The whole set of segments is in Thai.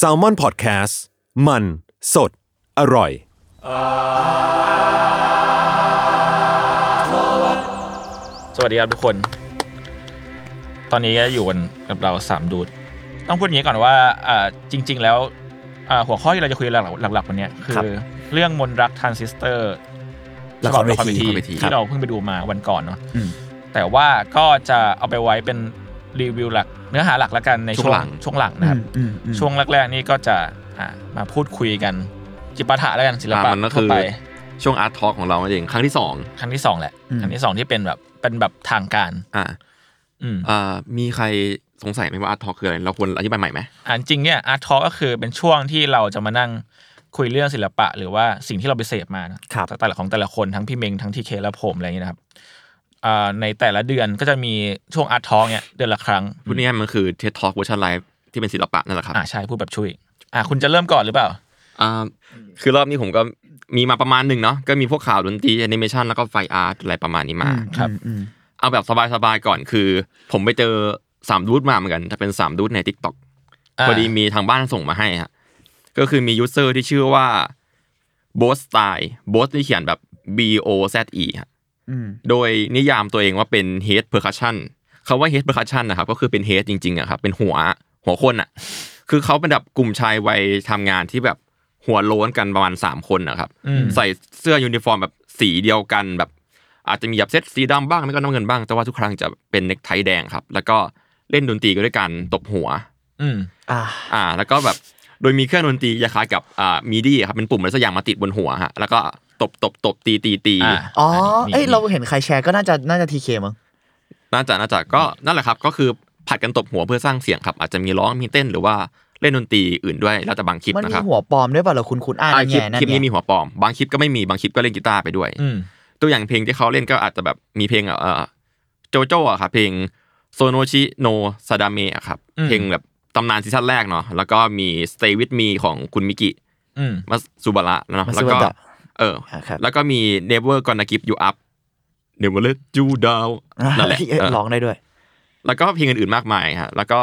s a l m o n PODCAST มันสดอร่อย สวัสดีครับทุกคน ตอนนี้ก็อยู่กันกับเราสามดูด ต้องพูดอย่างนี้ก่อนว่าอ่าจริง ๆ แล้วอ่าหัวข้อที่เราจะคุยหลักๆหลักๆวันเนี้ยคือ ครับ เรื่องมนต์รักทรานซิสเตอร์ ละครเวฉทีบับ ละครเวทีครับ ที่เราเพิ่งไปดูมาวันก่อนเนาะ อืม แต่ว่าก็จะเอาไปไว้เป็นรีวิวหลัก เนื้อหาหลักแล้วกันในช่ว ช่ว ง งหลัง ช่วงหลังนะครับ อืมอืม ช่วงแรกๆนี่ก็จะอ่ามาพูดคุยกันจิปาถะแล้วกันศิลปะ อ่ามันก็ทั่วคือ ไป ช่วงอาร์ตทอของเรานั่นเองครั้งที่สอง ครั้งที่สองแหละ อืม ครั้งที่สองที่เป็นแบบเป็นแบบทางการ อ่า อืม อ่ามีใครสงสัยไหมว่าอาร์ตทอคืออะไร เราควรอธิบายใหม่ไหม อันจริงเนี่ยอาร์ตทอก็คือเป็นช่วงที่เราจะมานั่งคุยเรื่องศิลปะ หรือว่าสิ่งที่เราไปเสพมานะครับ แต่ละของแต่ละคนทั้งพี่เมงทั้งที่เคและผมอะไรอย่างเงี้ยนะครับอ่าในแต่ละเดือนก็จะมีช่วงอาร์ตทอเนี่ยเดือนละครั้ง พูดง่ายๆมันคือเทสทอ a l เวอร์ชันไลฟ์ที่เป็นศิลปะนั่นแหละครับ อ่าใช่พูดแบบช่วยอ่าคุณจะเริ่มก่อนหรือเปล่า อ่าคือรอบนี้ผมก็มีมาประมาณหนึ่งเนาะก็มีพวกข่าวดนตรีแอนิเมชันแล้วก็ไฟอาร์ตอะไรประมาณนี้มา ครับ อืม เอาแบบสบายๆก่อนคือ ผมไปเจอสามดูดมาเหมือนกันแต่เป็นสามดูดในทิกตอก า พอดีมีทางบ้านส่งมาให้ฮะก็คือมียูเซอร์ที่ชื่อว่าโบสไตล์โบสที่เขียนแบบ B O Z E ฮะ อืม โดยนิยามตัวเองว่าเป็น head percussion คำว่า head percussion นะครับก็คือเป็น head จริงๆอะครับเป็นหัวหัวคนอะคือเขาเป็นแบบกลุ่มชายวัยทำงานที่แบบหัวโล้นกันประมาณ 3 คนนะครับ อืม ใส่เสื้อยูนิฟอร์มแบบสีเดียวกันแบบ อาจจะมีแบบเซตสีดำบ้างไม่ก็น้ำเงินบ้าง แต่ว่าทุกครั้งจะเป็นเน็กไทแดงครับ แล้วก็เล่นดนตรีกันด้วยกันตบหัว อืม อ่า อ่าแล้วก็แบบโดยมีเครื่องดนตรีคล้ายๆกับอ่ามีดีครับเป็นปุ่มอะไรสักอย่างมาติดบนหัวฮะแล้วก็ตบตบตบตีตีตี อ่า อ๋อ นนี้ เอ้ย เราเห็นใครแชร์ก็น่าจะ น่าจะทีเคมั้ง น่าจะน่าจะก็นั่นแหละครับก็คือผัดกันตบหัวเพื่อสร้างเสียงครับ อาจจะมีร้องมีเต้นหรือว่าเล่นดนตรีอื่นด้วยแล้วแต่บางคลิป มัน นะ มี ครับ หัวปลอมด้วยป่ะเหรอคุณคุณอ่าน อ่าคลิ แง่ ป นั่น คลิปนี้มี เนี่ย หัวปลอม บางคลิปก็ไม่มีบางคลิปก็เล่นกีตาร์ไปด้วย อืม ตัวอย่างเพลงที่เขาเล่นก็อาจจะแบบมีเพลงเอ่อโจโจ้อะครับเพลงโซโนชิโนซาดาเมะครับเพลงแบบตำนานซีซั่นแรกเนาะแล้วก็มี Stay with me ของคุณมิกิ อืม มัสุบาระเนาะ มัน แล้ ซื้ ว อ ก็ มาต่อ เออ อ่ะครับ แล้วก็มี Never Gonna Give You Up Never Let You Down นั่นแหละ เอ้ย เออ ร้องได้ด้วย แล้วก็เพลงอื่นๆมากมายฮะ แล้วก็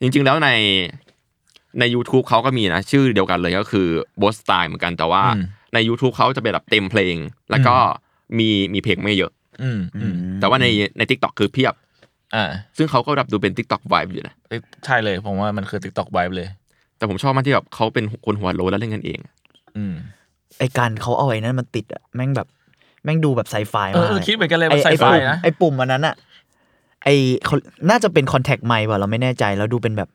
จริงๆแล้วในใน YouTube เขาก็มีนะ ชื่อเดียวกันเลยก็คือ b o s t y l e เหมือนกันแต่ว่า อืม ใน YouTube เขาจะเป็นแบบเต็มเพลง แล้วก็มีมีเพลงไม่เยอะ อืมอืม แต่ว่าในใน TikTok คือเพียบ อ่า ซึ่งเขาก็รับดูเป็น TikTok vibe อยู่นะ เอ้ยใช่เลยผมว่ามันคือติ๊กต็อกไวเลย แต่ผมชอบมากที่แบบเขาเป็นคนหัวโลนแล้วเล่นกันเอง อืม ไอการเขาเอาไอ้นั้นมาติดอะแม่งแบบ แม่งดูแบบไซไฟ เออ มาก เออคิดเหมือนกันเลย ไอ้ ว่าไซไฟ ปุ่ม นะ ไอปุ่มอันนั้นอะไอเขาน่าจะเป็นคอนแทคไมค์ป่ะเราไม่แน่ใจ แล้วดูเป็นแบบ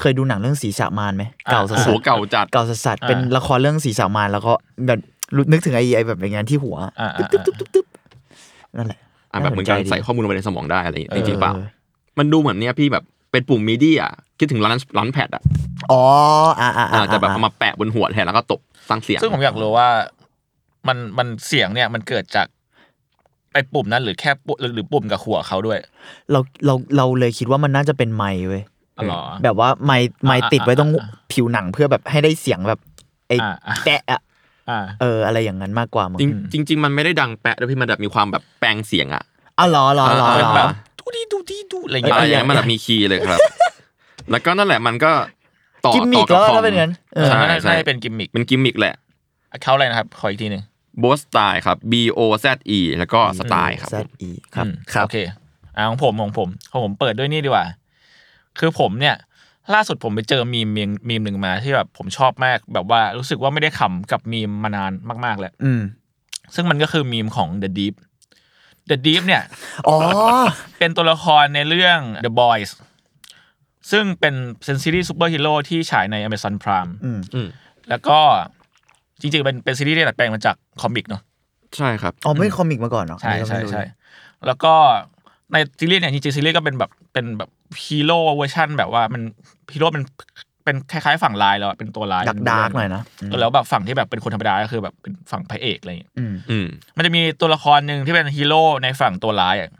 เคยดูหนังเรื่องสีสามานไหม เก่าสัส หัวเก่า จัด ๆเก่าสัสๆเป็น อ่า ละครเรื่องสีสามานแล้วก็แบบรู้นึกถึงไอไอแบบอย่างนั้นที่หัว อ่าอ่า ตึ๊บตึ๊บตึ๊บตึ๊บนั่นแหละ อ่ะแบบเหมือนการใส่ข้อมูลลงไปในสมองได้อะไรอย่างเงี้ยจริงๆเปล่า ออ มันดูเหมือนเนี้ยพี่แบบเป็นปุ่มมิดี้อ่ะคิดถึงร้านร้านแพดอ่ะ อ๋ออ่าอ่า อ่าแต่แบบเอามาแปะบนหัวแทนแล้วก็ตบสร้างเสียง ซึ่งผมอยากรู้ว่ามันมันเสียงเนี่ยมันเกิดจากไอ้ปุ่มนั้นหรือแค่ปุ่มหรือปุ่มกับหัวเขาด้วย เราเราเราเลยคิดว่ามันน่าจะเป็นไม้เว้ย อ๋อเหรอ แบบว่าไม้ไม้ อ่า ติดไว้ตรง อ่า ผิวหนังเพื่อแบบให้ได้เสียงแบบไอ้ อ่าอ่า แตะอะ อ่า เอออะไรอย่างนั้นมากกว่ามั้ง จริงจริง ๆ มันไม่ได้ดังแปะด้วยพี่มันแบบมีความแบบแปลงเสียงอะ อ้าวเหรอเหรอเหรอ เออ เหร แบ อบ ดูดีดูดีดูอะไรอย่าง อะไรอย่าง เงี้ เงี้ ย ยมันแบบมีคีย์เลย ครับ แล้วก็นั่นแหละมันก็ต่อ กิมมิ ต่อก แล้ว คอ ถ้าม เป็นอย่างนั้นเออ ใช่ ใช่ใช่ ใช่เป็นกิมมิค เป็นกิมมิกแหละ เขาอะไรนะครับ ขออีกทีหนึ่ง b o s t y l e ครับ B O Z E แล้วก็สไตล์ครับ แซดอีครับ อืม ครับ โอเคอ่าของผมของผมของผมเปิดด้วยนี่ดีกว่า คือผมเนี่ย ล่าสุดผมไปเจอมีมมีมมีมหนึ่งมาที่แบบผมชอบมากแบบว่ารู้สึกว่าไม่ได้ขำกับมีมมานานมากๆแล้ว อืม ซึ่งมันก็คือมีมของ The Deep The Deep เนี่ย อ๋อ เป็นตัวละครในเรื่อง The Boys ซึ่งเป็นเซนซีรีส์ซูเปอร์ฮีโร่ที่ฉายใน Amazon Prime อืม อืม แล้วก็จริงๆ เป็นเป็นซีรีส์ที่ดัดแปลงมาจากคอมิกเนาะ ใช่ครับ อ๋อไม่คอมิกมาก่อนเหรอ ใช่ อันนี้เรา ใช่ ไม่รู้ ใช่แล้วก็ ในซีรีส์เนี่ยจริงๆซีรีส์ก็เป็นแบบเป็นแบบฮีโร่เวอร์ชันแบบว่ามันฮีโร่เป็นเป็นคล้ายๆฝั่งลายแล้วอะเป็นตัวลาย ดักดาร์กหน่อยนะอืม แล้วแบบฝั่งที่แบบเป็นคนธรรมดาก็คือแบบเป็นฝั่งพระเอกอะไรอย่างเงี้ย อืม อืม มันจะมีตัวละครหนึ่งที่เป็นฮีโร่ในฝั่งตัวร้ายอะ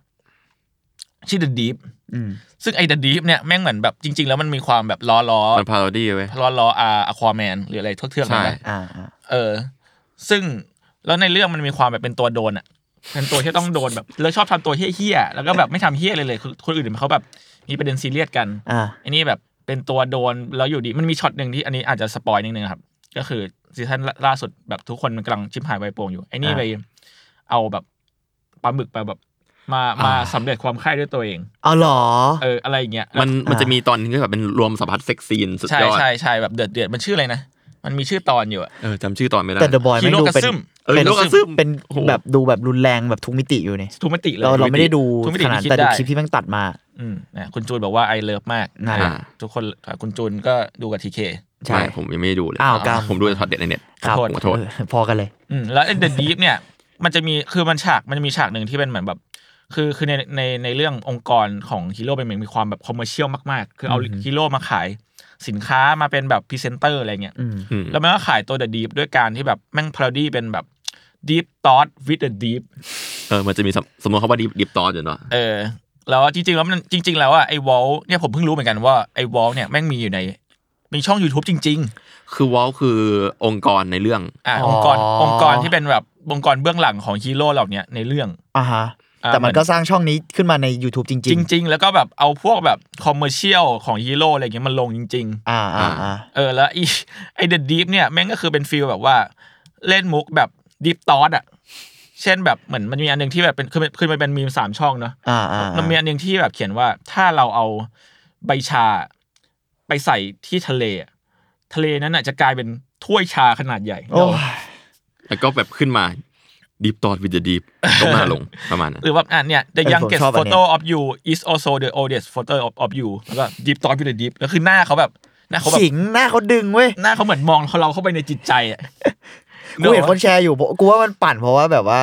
ชื่อเด e ดีฟ อืม ซึ่งไอเด e ดีฟเนี่ยแม่งเหมือนแบบจริง ๆ แล้วมันมีความแบบล้อล้อ มันพาราดี้เว้ย ล้อล้ออาอะควาแมนหรืออะไรเทือกๆ ใช่ นั่นแหละ อ่าอ่า เออ ซึ่งแล้วในเรื่องมันมีความแบบเป็นตัวโดนอะเป็นตัวที่ต้องโดนแบบเลิกชอบทำตัวเฮี้ยๆแล้วก็แบบไม่ทำเฮี้ยเลยเลยคือคนอื่นเขาแบบมีประเด็นซีเรียสกัน อ่า อันนี้แบบเป็นตัวโดนแล้วอยู่ดีมันมีช็อตหนึ่งที่อันนี้อาจจะสปอยนิดนึงนะครับ ก็คือซีซั่นล่าสุดแบบทุกคนมันกำลังชิมหายไวโป่งอยู่ไอ้นี่ไปเอาแบบปลาหมึกไปแบบ มามาสำเร็จความใคร่ด้วยตัวเอง เอาเหรอ เอออะไรอย่างเงี้ย มันมันจะมีตอนนึงที่แบบเป็นรวมสัมผัสเซ็กซีนสุด ใช่ ยอด ใช่ใช่แบบเดือดเดือดมันชื่ออะไรนะ มันมีชื่อตอนอยู่อะ เออจำชื่อตอนไม่ได้ แต่เดอะบอย ฮี ไม่ โร่ ดูเป็น กระซึม เออฮี เป็น โร่กระซึม เป็น โอ้โห แบบดูแบบรุนแรงแบบทุกมิติอยู่เนี่ย ทุกมิติเลย เราเราไม่ได้ดู ทุกมิติ ขนาด ที่คิด แต่ดู ได้ คลิปที่แม่งตัดมา อืมนะคุณจูนบอกว่าไอเลิฟมาก นั่นแหละ อ่าทุกคนอ่าคุณจูนก็ดูกับทีเค ใช่ ใช่ ผมยังไม่ได้ดูเลย อ้าวกรรม ผมดูแต่ช็อตเด็ดในเน็ต ครับ ขอโทษ ขอโทษ เออพอกันเลย อืมแล้วเดอะดีฟเนี่ยมันจะมีคือมันฉากมันจะมีฉากหนึ่งที่เป็นเหมือนแบบ คือคือในในในเรื่ององค์กรของฮีโร่เป็นเหมือนมีความแบบคอมเมอร์เชียลมากๆ คือเอา อือหือ ฮีโร่มาขายสินค้ามาเป็นแบบพรีเซนเตอร์อะไรเงี้ย อืม อืม แล้วมันก็ขายตัวเดอะดีฟด้วยการที่แบบแม่งพาราดี้เป็นแบบดีฟตอสวิดเดอะดีฟ เออมันจะมีสำสมมติเขาว่าดิบดิบตอนอยู่เนาะ เออแล้วจริงๆแล้วมันจริง ๆ แล้วอะไอ้วอลเนี่ยผมเพิ่งรู้เหมือนกันว่าไอ้วอลเนี่ยแม่งมีอยู่ในมีช่อง YouTube จริง ๆ คือวอลคือองค์กรในเรื่อง อ่าองค์กรองค์กรที่เป็นแบบองค์กรเบื้องหลังของฮีโร่เหล่าเนี้ยในเรื่อง อ่าฮะ อ่า แต่มันก็สร้างช่องนี้ขึ้นมาใน YouTube จริง ๆ จริง ๆ แล้วก็แบบเอาพวกแบบคอมเมอร์เชียลของฮีโร่อะไรอย่างเงี้ยมันลงจริง อ่าอ่าอ่า ๆ เออแล้วไอไอเดอะดีฟเนี่ยแม่งก็คือเป็นฟีลแบบว่าเล่นมุกแบบดีฟตอสอ่ะเช่นแบบเหมือนมันมีอันหนึ่งที่แบบเป็นคือคือมันเป็นมีมสามช่องเนาะ อ่าอ่า มันมีอันหนึ่งที่แบบเขียนว่าถ้าเราเอาใบชาไปใส่ที่ทะเลอะทะเลนั้นอ่ะจะกลายเป็นถ้วยชาขนาดใหญ่ โอ้ย แล้วก็แบบขึ้นมาดิบตอนวิดดิบก็มาลง ประมาณนั้น หรือว่าอ่ะเนี่ย the youngest photo of you is also the oldest photo of of you แล้วก็ deep thought with the deep แล้วคือหน้าเขาแบบหน้าเขาแบบ สิงหน้าเขาดึงเว้ย หน้าเขาเหมือนมองเราเข้าไปในจิตใจอ่ะ กูเห็นคนแชร์อยู่กูว่ามันปั่นเพราะว่าแบบว่า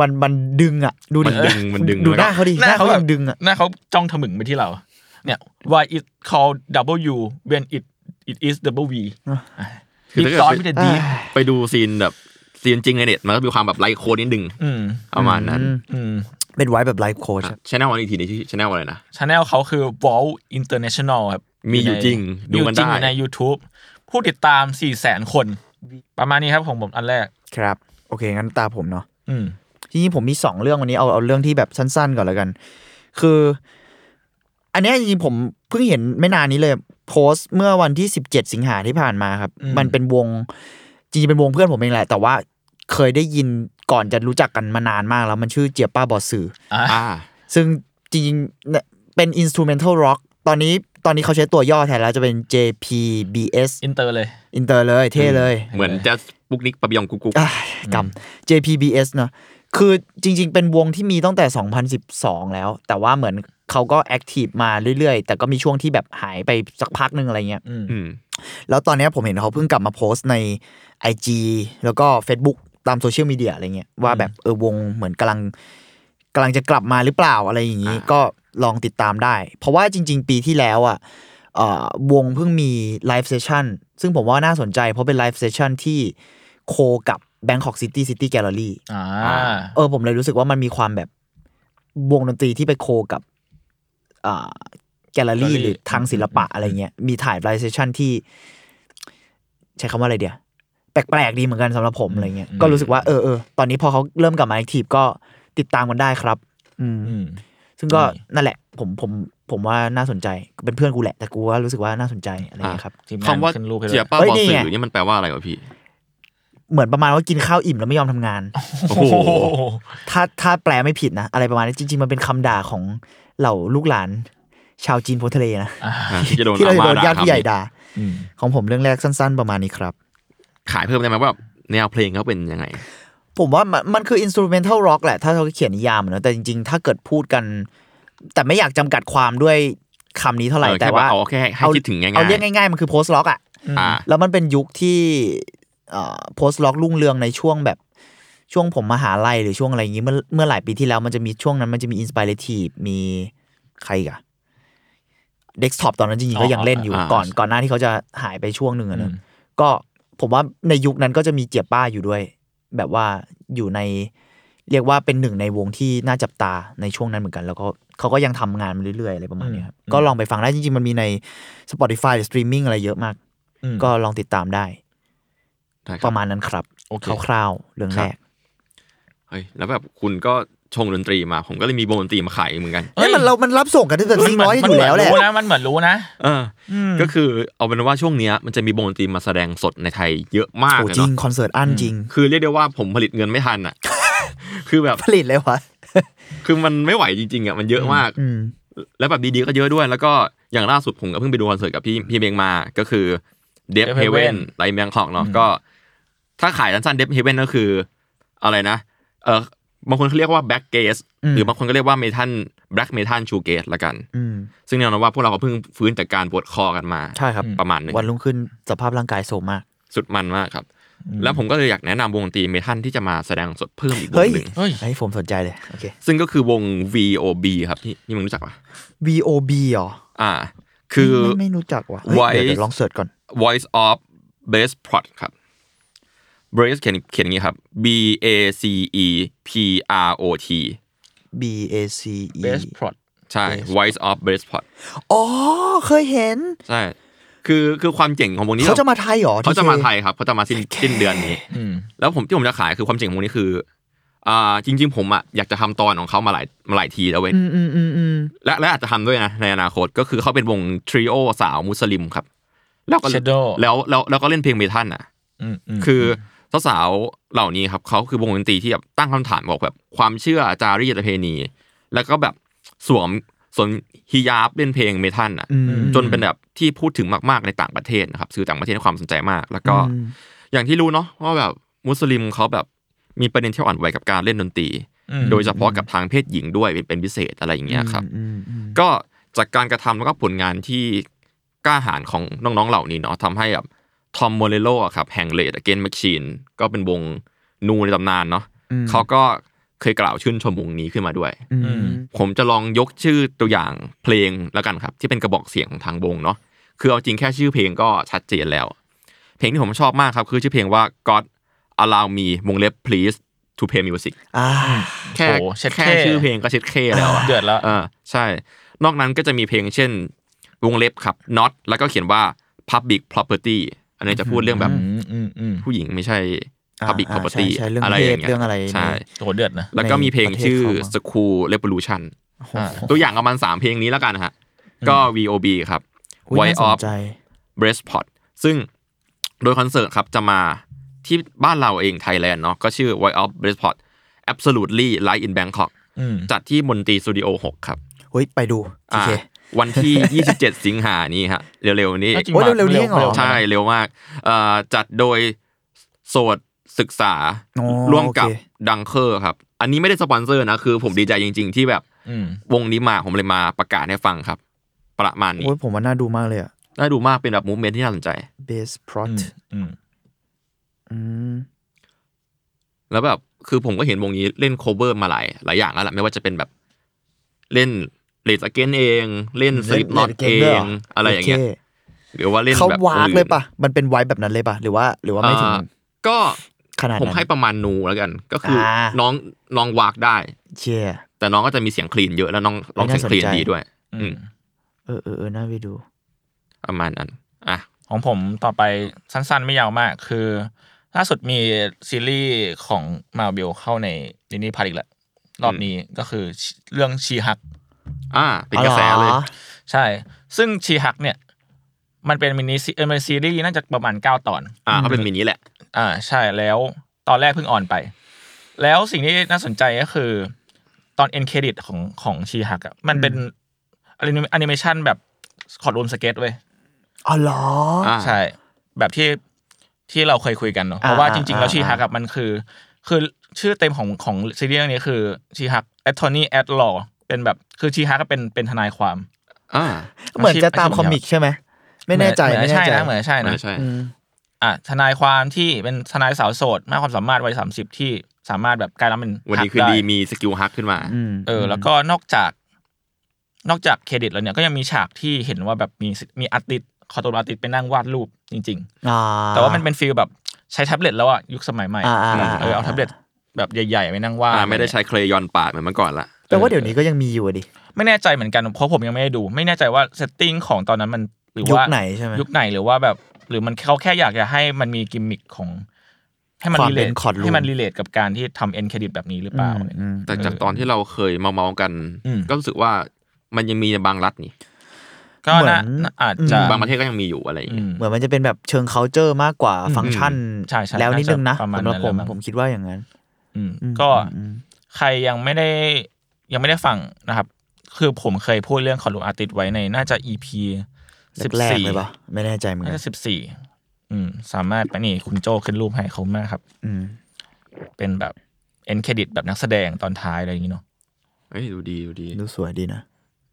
มันมันดึงอ่ะ ดู มันดึงมันดึง ดู แล้วก็ หน้าเขาดิหน้าเขายังดึงอ่ะ หน้าเขาจ้องทะมึงไปที่เรา เนี่ย why it called double u when it it is double v คือ deep ถ้าเกิด thought with the deep ไปดูซีนแบบซีนจริงในเน็ตมันก็มีความแบบไลค์โคดนิดนึง อืม ประมาณนั้น อืม เป็นไว้แบบไลฟ์โค้ชอะ ชแนลอันอีกทีนี้ชื่อชแนลอะไรนะ ชาแนลเขาคือ wall international ครับ มีอยู่จริงดู ดู กั กัน น ได้ ได้อยู่ใน YouTube ผู้ติดตาม4ี่แสนคน ประมาณนี้ครับของผมอันแรก ครับ โอเค งั้นตาผมเนาะ อืม จริงๆผมมีสองเรื่องวันนี้เอาเอาเรื่องที่แบบสั้นๆก่อนแล้วกัน คือ อันเนี้ยจริงๆผมเพิ่งเห็นไม่นานนี้เลย โพสต์เมื่อวันที่สิบเจ็ดสิงหาที่ผ่านมาครับ อืม มันเป็นวงจริงๆเป็นวงเพื่อนผมเองแหละ แต่ว่าเคยได้ยินก่อนจะรู้จักกันมานานมากแล้ว มันชื่อเจียป้าบอสสือ อ่ะ อ่า ซึ่งจริงๆเนี่ยเป็น instrumental rock ตอนนี้ตอนนี้เขาใช้ตัวย่อแทนแล้วจะเป็น JPBS อินเตอร์เลย อินเตอร์เลยเท่เลย เหมือนจะปุกนิกปะบยองกุ๊กกุ๊ก อ่ะกรรม JPBS เนอะคือจริง ๆ เป็นวงที่มีตั้งแต่ 2012 แล้ว แต่ว่าเหมือนเขาก็แอคทีฟมาเรื่อย ๆ แต่ก็มีช่วงที่แบบหายไปสักพักหนึ่งอะไรเงี้ย อืม อืม แล้วตอนเนี้ยผมเห็นเขาเพิ่งกลับมาโพสต์ใน IG แล้วก็ Facebook ตามโซเชียลมีเดียอะไรเงี้ยว่าแบบเออวงเหมือนกำลังกำลังจะกลับมาหรือเปล่าอะไรอย่างนี้ ก็ลองติดตามได้ เพราะว่าจริง ๆ ปีที่แล้วอ่ะเอ่อวงเพิ่งมีไลฟ์เซสชั่นซึ่งผมว่าน่าสนใจเพราะเป็นไลฟ์เซสชั่นที่โคกับ Bangkok City City Gallery อ่า เออผมเลยรู้สึกว่ามันมีความแบบวงดนตรีที่ไปโคกับอ่าแกลเลอ Gallery รี่หรือทางศิลปะอะไรเงี้ยมีถ่ายไลเซชันที่ ใช้คำว่าอะไรเดียวแปลกๆดีเหมือนกันสำหรับผมอะไรเงี้ย อืม ก็รู้สึกว่าเออเออตอนนี้พอเขาเริ่มกลับมาแอคทีฟก็ติดตามกันได้ครับ อืม อืม ซึ่งก็ นี่ นั่นแหละ ผมผมผมว่าน่าสนใจเป็นเพื่อนกูแหละ แต่กูว่ารู้สึกว่าน่าสนใจอะไรเงี้ยครับ ทีมงน คำว่า ขึ้นรูปให้ด้ เจี วย ยป้า เอ้ย บอล นี่ สื่ ไง อเนี่ยมันแปลว่าอะไรวะพี่ เหมือนประมาณว่ากินข้าวอิ่มแล้วไม่ยอมทำงาน โอ้โห ถ้าถ้าแปลไม่ผิดนะ อะไรประมาณนี้จริง ๆ มันเป็นคำด่าของเหล่าลูกหลาน ชาวจีนโพนทะเลนะ อ่า อ่าที่จะโดน ที่เราจะ อาม่านโดด่า ญาติผู้ใหญ่ด่า อืม ของผมเรื่องแรกสั้น ๆ ประมาณนี้ครับ ขายเพิ่มได้ไหมว่าแนวเพลงเขาเป็นยังไง ผมว่ามันมันคือ instrumental rock แหละ ถ้าเราเขียนนิยามอะเนอะแต่จริง ๆ ถ้าเกิดพูดกัน แต่ไม่อยากจำกัดความด้วยคำนี้เท่าไหร่ เออ แต่ แค่ ว่า ว่าเอาแค่ให้คิดถึงง่ายๆ เอาเรียกง่ายๆ มันคือ post rock อ่ะ อ่า แล้วมันเป็นยุคที่โพสต์ล็อกรุ่งเรืองในช่วงแบบ ช่วงผมมหาลัยหรือช่วงอะไรอย่างงี้เมื่อเมื่อหลายปีที่แล้วมันจะมีช่วงนั้นมันจะมีอินสปิเรทีฟมีใครอีกอะเด็กท็อปตอนนั้นจริงๆก็ยังเล่นอยู่ อ๋ออ่า ก่อน ใช่ ก่อนหน้าที่เขาจะหายไปช่วงหนึ่งอะเนอะ อืม ก็ผมว่าในยุคนั้นก็จะมีเจียป้าอยู่ด้วย แบบว่าอยู่ใน เรียกว่าเป็นหนึ่งในวงที่น่าจับตาในช่วงนั้นเหมือนกัน แล้วก็เขาก็ยังทำงานมาเรื่อยๆอะไรประมาณเนี้ยครับ อืม ก็ลองไปฟังได้จริงๆมันมีใน Spotify หรือ streaming อะไรเยอะมาก อืม ก็ลองติดตามได้ ได้ค ป รับ ระมาณนั้นครับ โอเค คร่าวๆเรื่อง ครั แร บ ก เฮ้ยแล้วแบบคุณก็ชงดนตรีมา ผมก็เลยมีวงดนตรีมาขายเหมือนกัน เอ้ยมันเรามันรับส่งกันตั้งแต่ซิงร้อยอยู่แล้วแหละ มันเหมือนรู้นะมันเหมือนรู้นะ เอออก็คือเอาเป็นว่าช่วงเนี้ยมันจะมีวงดนตรีมาแสดงสดในไทยเยอะมาก โอ้ เลย จริ เนาะ ง คอนเสิร์ตอั้นจริง คือเรียกได้ว่าผมผลิตเงินไม่ทันอ่ะ คือแบบ ผลิตเลยวะ คือมันไม่ไหวจริงๆอ่ะมันเยอะมาก อืม แล้วแบบดีๆก็เยอะด้วย แล้วก็อย่างล่าสุดผมก็เพิ่งไปดูคอนเสิร์ตกับพี่พี่เบงมาก็คือเดฟ Death เฮเวน Heaven ไรแมงคอกเนาะก็ ถ้าขายสั้นๆเดฟเฮเวนก็คือ อะไรนะ เออบางคนเขาเรียกว่าแบ็กเกส อืม หรือบางคนก็เรียกว่าเมทัลแบ็กเมทัลชูเกสละกัน อืม ซึ่งแน่นอนว่าพวกเราก็เพิ่งฟื้นจากการปวดคอกันมา ใช่ครับ ประมาณหนึง วันรุ่งขึ้นสภาพร่างกายโซมมาก สุดมันมากครับ แล้วผมก็เลยอยากแนะนำวงดนตรีเมทัลที่จะมาแสดงสดเพิ่มอีกว เฮ้ย งหนึ่ง เฮ้ย เฮ้ยผมสนใจเลย โอเค ซึ่งก็คือวง VOB ครับพี่นี่มึงรู้จักปะ VOB เหรอ อ่า คือ ไม่ไม่รู้จักว่ะเฮ้ย Voice เดี๋ยวเดี๋ยวลองเสิร์ชก่อน Voice of Bass Prod ครับ Bass เขียนเขียนอย่างนี้ครับ B A C E P R O T B A C E best prod ใช่ Voice of Bass Prod อ๋อ เคยเห็น ใช่ คือคือความเจ๋งของวงนี้ เขาจะมาไทยเหรอ เขา TK จะมาไทยครับเขาจะมาสิ้นสิ้นเดือนนี้ อืม แล้วผมที่ผมจะขายคือความเจ๋งของวงนี้คืออ่าจริง ๆ ผมอ่ะอยากจะทำตอนของเขามาหลายมาหลายทีแล้วเว้ย อืมอืมอืมอืม และและอาจจะทำด้วยนะในอนาคตก็คือเขาเป็นวงทริโอสาวมุสลิมครับ แล้วก็ Shadow แล้วแล้วแล้วก็เล่นเพลงเมทัลอ่ะ อืมม คือสาวๆเหล่านี้ครับเขาคือวงดนตรีที่แบบตั้งคำถามบอกแบบความเชื่อจารีตประเพณี แล้วก็แบบสวมสวมฮิญาบเล่นเพลงเมทัลอ่ะ อืม จนเป็นแบบที่พูดถึงมากๆในต่างประเทศนะครับสื่อต่างประเทศให้ความสนใจมาก แล้วก็อย่างที่รู้เนาะว่าแบบมุสลิมเขาแบบมีประเด็นที่อ่อนไหวกับการเล่นดนตรี อืม โดยเฉพาะกับทางเพศหญิงด้วยเป็นเป็นพิเศษอะไรอย่างเงี้ยครับ อืมอืม ก็จากการกระทำแล้วก็ผลงานที่กล้าหาญของน้องๆเหล่านี้เนาะทำให้แบบทอมโมเรโลครับแห่งเลดเกนแมชชีนก็เป็นวงนูในตำนานเนาะ อืม เขาก็เคยกล่าวชื่นชมวงนี้ขึ้นมาด้วย อืม ผมจะลองยกชื่อตัวอย่างเพลงแล้วกันครับ ที่เป็นกระบอกเสียงของทางวงเนาะคือเอาจริงแค่ชื่อเพลงก็ชัดเจนแล้ว เพลงที่ผมชอบมากครับ คือชื่อเพลงว่า God Allow Me วงเล็บ please to play music อ่า แค่ โอ้โหเช็ด แค่ เท่ ชื่อเพลงก็เช็ดเคแล้วอะ เดือดแล้ว เออใช่ นอกนั้นก็จะมีเพลงเช่น วงเล็บครับ not แล้วก็เขียนว่า public property อันนี้จะพูดเรื่องแบบ อืมอืมอืม ผู้หญิงไม่ใช่ อ่า public อ่า property ใช่ใช่เรื่อง อะไรอย่างเงี้ยเพศเรื่องอะไร ใช่ โหเดือดนะ แล้วก็มีเพลงชื่อ ในประเทศเขาอะ school revolution โอ้โห ตัวอย่างประมาณสามเพลงนี้แล้วกันฮะ ก็ vob ครับ อุ๊ย white น่าส off นใจ breastpot ซึ่งโดยคอนเสิร์ตครับจะมาที่บ้านเราเองไทยแลนด์เนาะก็ชื่อ white off breastpot absolutely live in bangkok อืม จัดที่มนตรีสตูดิโอหกครับ เฮ้ย ไปดูโอ อ่า เค วัน ที่ 27 สิงหานี้ฮะ เร็วๆ นี้ ก็จริง โอ้ยเร็วๆนี้เองเหรอ ใช่เร็วมากเอ่อจัดโดยโสดศึกษา อ๋อ ร่วมกับ โอเค ดังเคอร์ครับ อันนี้ไม่ได้สปอนเซอร์นะ คือผมดีใจจริงๆ ที่แบบ อืม วงนี้มาผมเลยมาประกาศให้ฟังครับ ประมาณนี้ โอ้ยผมว่าน่าดูมากเลยอะ น่าดูมากเป็นแบบมูฟเมนที่น่าสนใจ base อื plot มอืม อืม แล้วแบบคือผมก็เห็นวงนี้เล่นโคเวอร์มาหลายหลายอย่างแล้วแหละไม่ว่าจะเป็นแบบเล่นเลสเกนเองเล่นสลิปน็อต Red เอ Game ด้วยห งอะไรอย่างเงี้ย โค หรือว่าเล่น เขา แบบ วาก อื่น เลยปะมันเป็นไวท์แบบนั้นเลยปะหรือว่าหรือว่าไม่ถึง อ่าก็ ขนาด ผม นั้น ให้ประมาณนูแล้วกัน ก็คืออา น้องน้องวากได้ เชี่ย แต่น้องก็จะมีเสียงคลีนเยอะแล้วน้องร้องเสียงคลีน น่าสนใจ ดีด้วย อืม เออเออเออน่าไปดู ประมาณนั้นอ่ะ ของผมต่อไปสั้นๆไม่ยาวมาก คือล่าสุดมีซีรีส์ของมาเบลเข้าในดินี่พาร์อีกแล้วรอบนี้ก็คือเรื่องชีฮัก อ่ะเป็นกระแสเลย อ๋อ ใช่ ซึ่งชีฮักเนี่ย มันเป็นมินิซีเอ่อเป็นซีรีส์น่าจะประมาณเก้าตอน อ่ะเขาเป็นมินิแหละ อ่าใช่แล้วตอนแรกเพิ่งออนไป แล้วสิ่งที่น่าสนใจก็คือ ตอนเอ็นเครดิตของของชีฮักอ่ะมันเป็นอนิเมชันแบบขอดรูมสเก็ตเว้ย อ๋อเหรอ อ่า ใช่ แบบที่ที่เราเคยคุยกันเนอะ อ่า เพราะว่าจริง ๆ แล้ว อ่า ชีฮักกับมันคือ คือชื่อเต็มของของซีรีส์เรื่องนี้คือชีฮักแอตโทนี่แอตลอเป็นแบบคือชีฮักก็เป็นเป็นทนายความ อ่ะ เหมือนจะตาม อาชีพ คอมิกใช่ไหมไม่แน่ใจ เหมือ ไม่ น แน่ ใช่ ใจ นะเหมือนใช่นะ ไม่ใช่ อืม อ่ะทนายความที่เป็นทนายสาวโสดมากความสามารถวัยสามสิบที่ สามารถแบบกลายแล้วมัน วันดี หัก คืน ไ ดีมีสกิลฮักขึ้นมา อืม เออแล้วก็นอกจากนอกจากเครดิตแล้วเนี่ยก็ยังมีฉากที่เห็นว่าแบบมีมีอาร์ติสต์คอโตอาร์ติสต์ไปนั่งวาดรูปจริง อ่ ๆ แต่ว่ามันเป็นฟีลแบบใช้แท็บเล็ตแล้วอะยุคสมัยใหม่ อ่าา อืม เออเอาแท็บเล็ตแบบใหญ่ๆไปนั่งวาด อ่าไม่ได้ใช้เครยอนปาดเหมือนเมื่อก่อนละ แต่ว่าเดี๋ยวนี้ก็ยังมีอยู่อะดิ ไม่แน่ใจเหมือนกันเพราะผมยังไม่ได้ดู ไม่แน่ใจว่าเซตติ้งของตอนนั้นมันหรือ ยุ ว่า คไหนใช่ไหม ยุคไหนหรือว่าแบบ หรือมันเขาแค่อยากจะให้มันมีกิมมิคของ ให้มัน ความ รีเล เป็ทน chord room ให้มันรีเลทกับการที่ทำเอ็นเครดิตแบบนี้หรือเปล่า อืมอืม แต่จากตอนที่เราเคยเมาๆกัน อืม ก็รู้สึกว่ามันยังมีในบางรัฐนี่ ก็น่า เหมือน น่าอาจจะ บางประเทศก็ยังมีอยู่อะไรอย่าง อื เงี้ย ม เหมือนมันจะเป็นแบบเชิง c u เจอร์มากกว่าฟังก์ชัน ใช่ใช่ แล้วนิดนึงนะ น่าจะประมาณ สำหรับผม นั้นแหละมั้ง ผมคิดว่าอย่างนั้น อืม อืม ก็ อืม ใครยังไม่ได้ยังไม่ได้ฟังนะครับ คือผมเคยพูดเรื่องคอนรูอาร์ติสไว้ในน่าจะ EP สิบ แรก สี่ ๆเลยปะไม่แน่ใจเหมือน น่า กัน จะสิบสี่อืม สามารถไปนี่คุณโจขึ้นรูปให้เขามากครับ อืม เป็นแบบเอ็นเครดิตแบบนักแสดงตอนท้ายอะไรอย่างนี้เนาะ เอ้ยดูดีดูดี ดูสวยดีนะ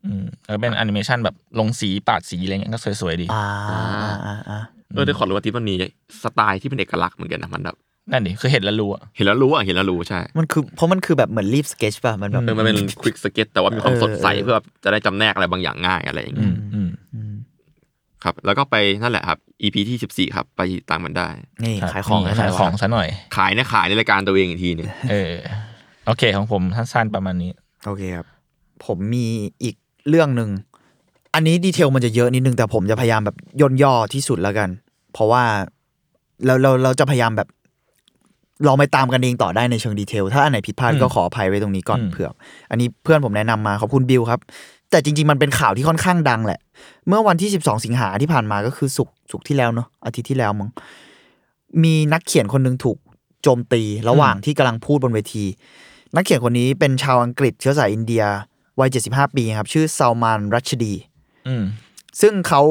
อืมแล้วเป็นแอนิเมชันแบบลงสีปาดสีอะไรเงี้ยก็สวยๆดี อ่าอ่าอ่า เออแต่ขอรู้ว่าทิปมันมีสไตล์ที่เป็นเอกลักษณ์เหมือนกันนะมันแบบ นั่นดิคือเห็นแล้วรู้อะ เห็นแล้วรู้อ่ะเห็นแล้วรู้ใช่ มันคือเพราะมันคือแบบเหมือนรีบสเก็ตป่ะมันแบบ เออมันเป็นควิกสเก็ตแต่ว่ามีความ เออ สดใสเพื่อจะได้จำแนกอะไรบางอย่างง่ายอะไรอย่าง อื เงี้ย มอืม อืม ครับ แล้วก็ไปนั่นแหละครับ EP ที่14ครับไปตามมันได้ นี่ขายของ นี่ นะ ขายของซะหน่อย ขายเนี่ยขายในรายการตัวเองอีกทีหนึ่ง เออ โอเคของผมสั้นๆประมาณนี้ โอเคครับ ผมมีอีกเรื่องหนึ่ง อันนี้ดีเทลมันจะเยอะนิดนึงแต่ผมจะพยายามแบบย่นย่อที่สุดแล้วกัน เพราะว่าเราเราเราจะพยายามแบบลองไปตามกันเองต่อได้ในเชิงดีเทล ถ้าอันไหนผิดพลาด อืม ก็ขออภัยไว้ตรงนี้ก่อน อืม เผื่อ อันนี้เพื่อนผมแนะนำมาขอบคุณบิลครับ แต่จริง ๆ มันเป็นข่าวที่ค่อนข้างดังแหละ เมื่อวันที่ 12 สิงหาที่ผ่านมาก็คือสุกร์สุกร์ที่แล้วเนอะอาทิตย์ที่แล้วมั้งมีนักเขียนคนหนึ่งถูกโจมตีระหว่างที่กำลังพูดบนเวที นักเขียนคนนี้เป็นชาวอังกฤษเชื้อสายอินเดียวัย 75 ปีครับ ชื่อซา l มานรัชดี อืม ซึ่งเขา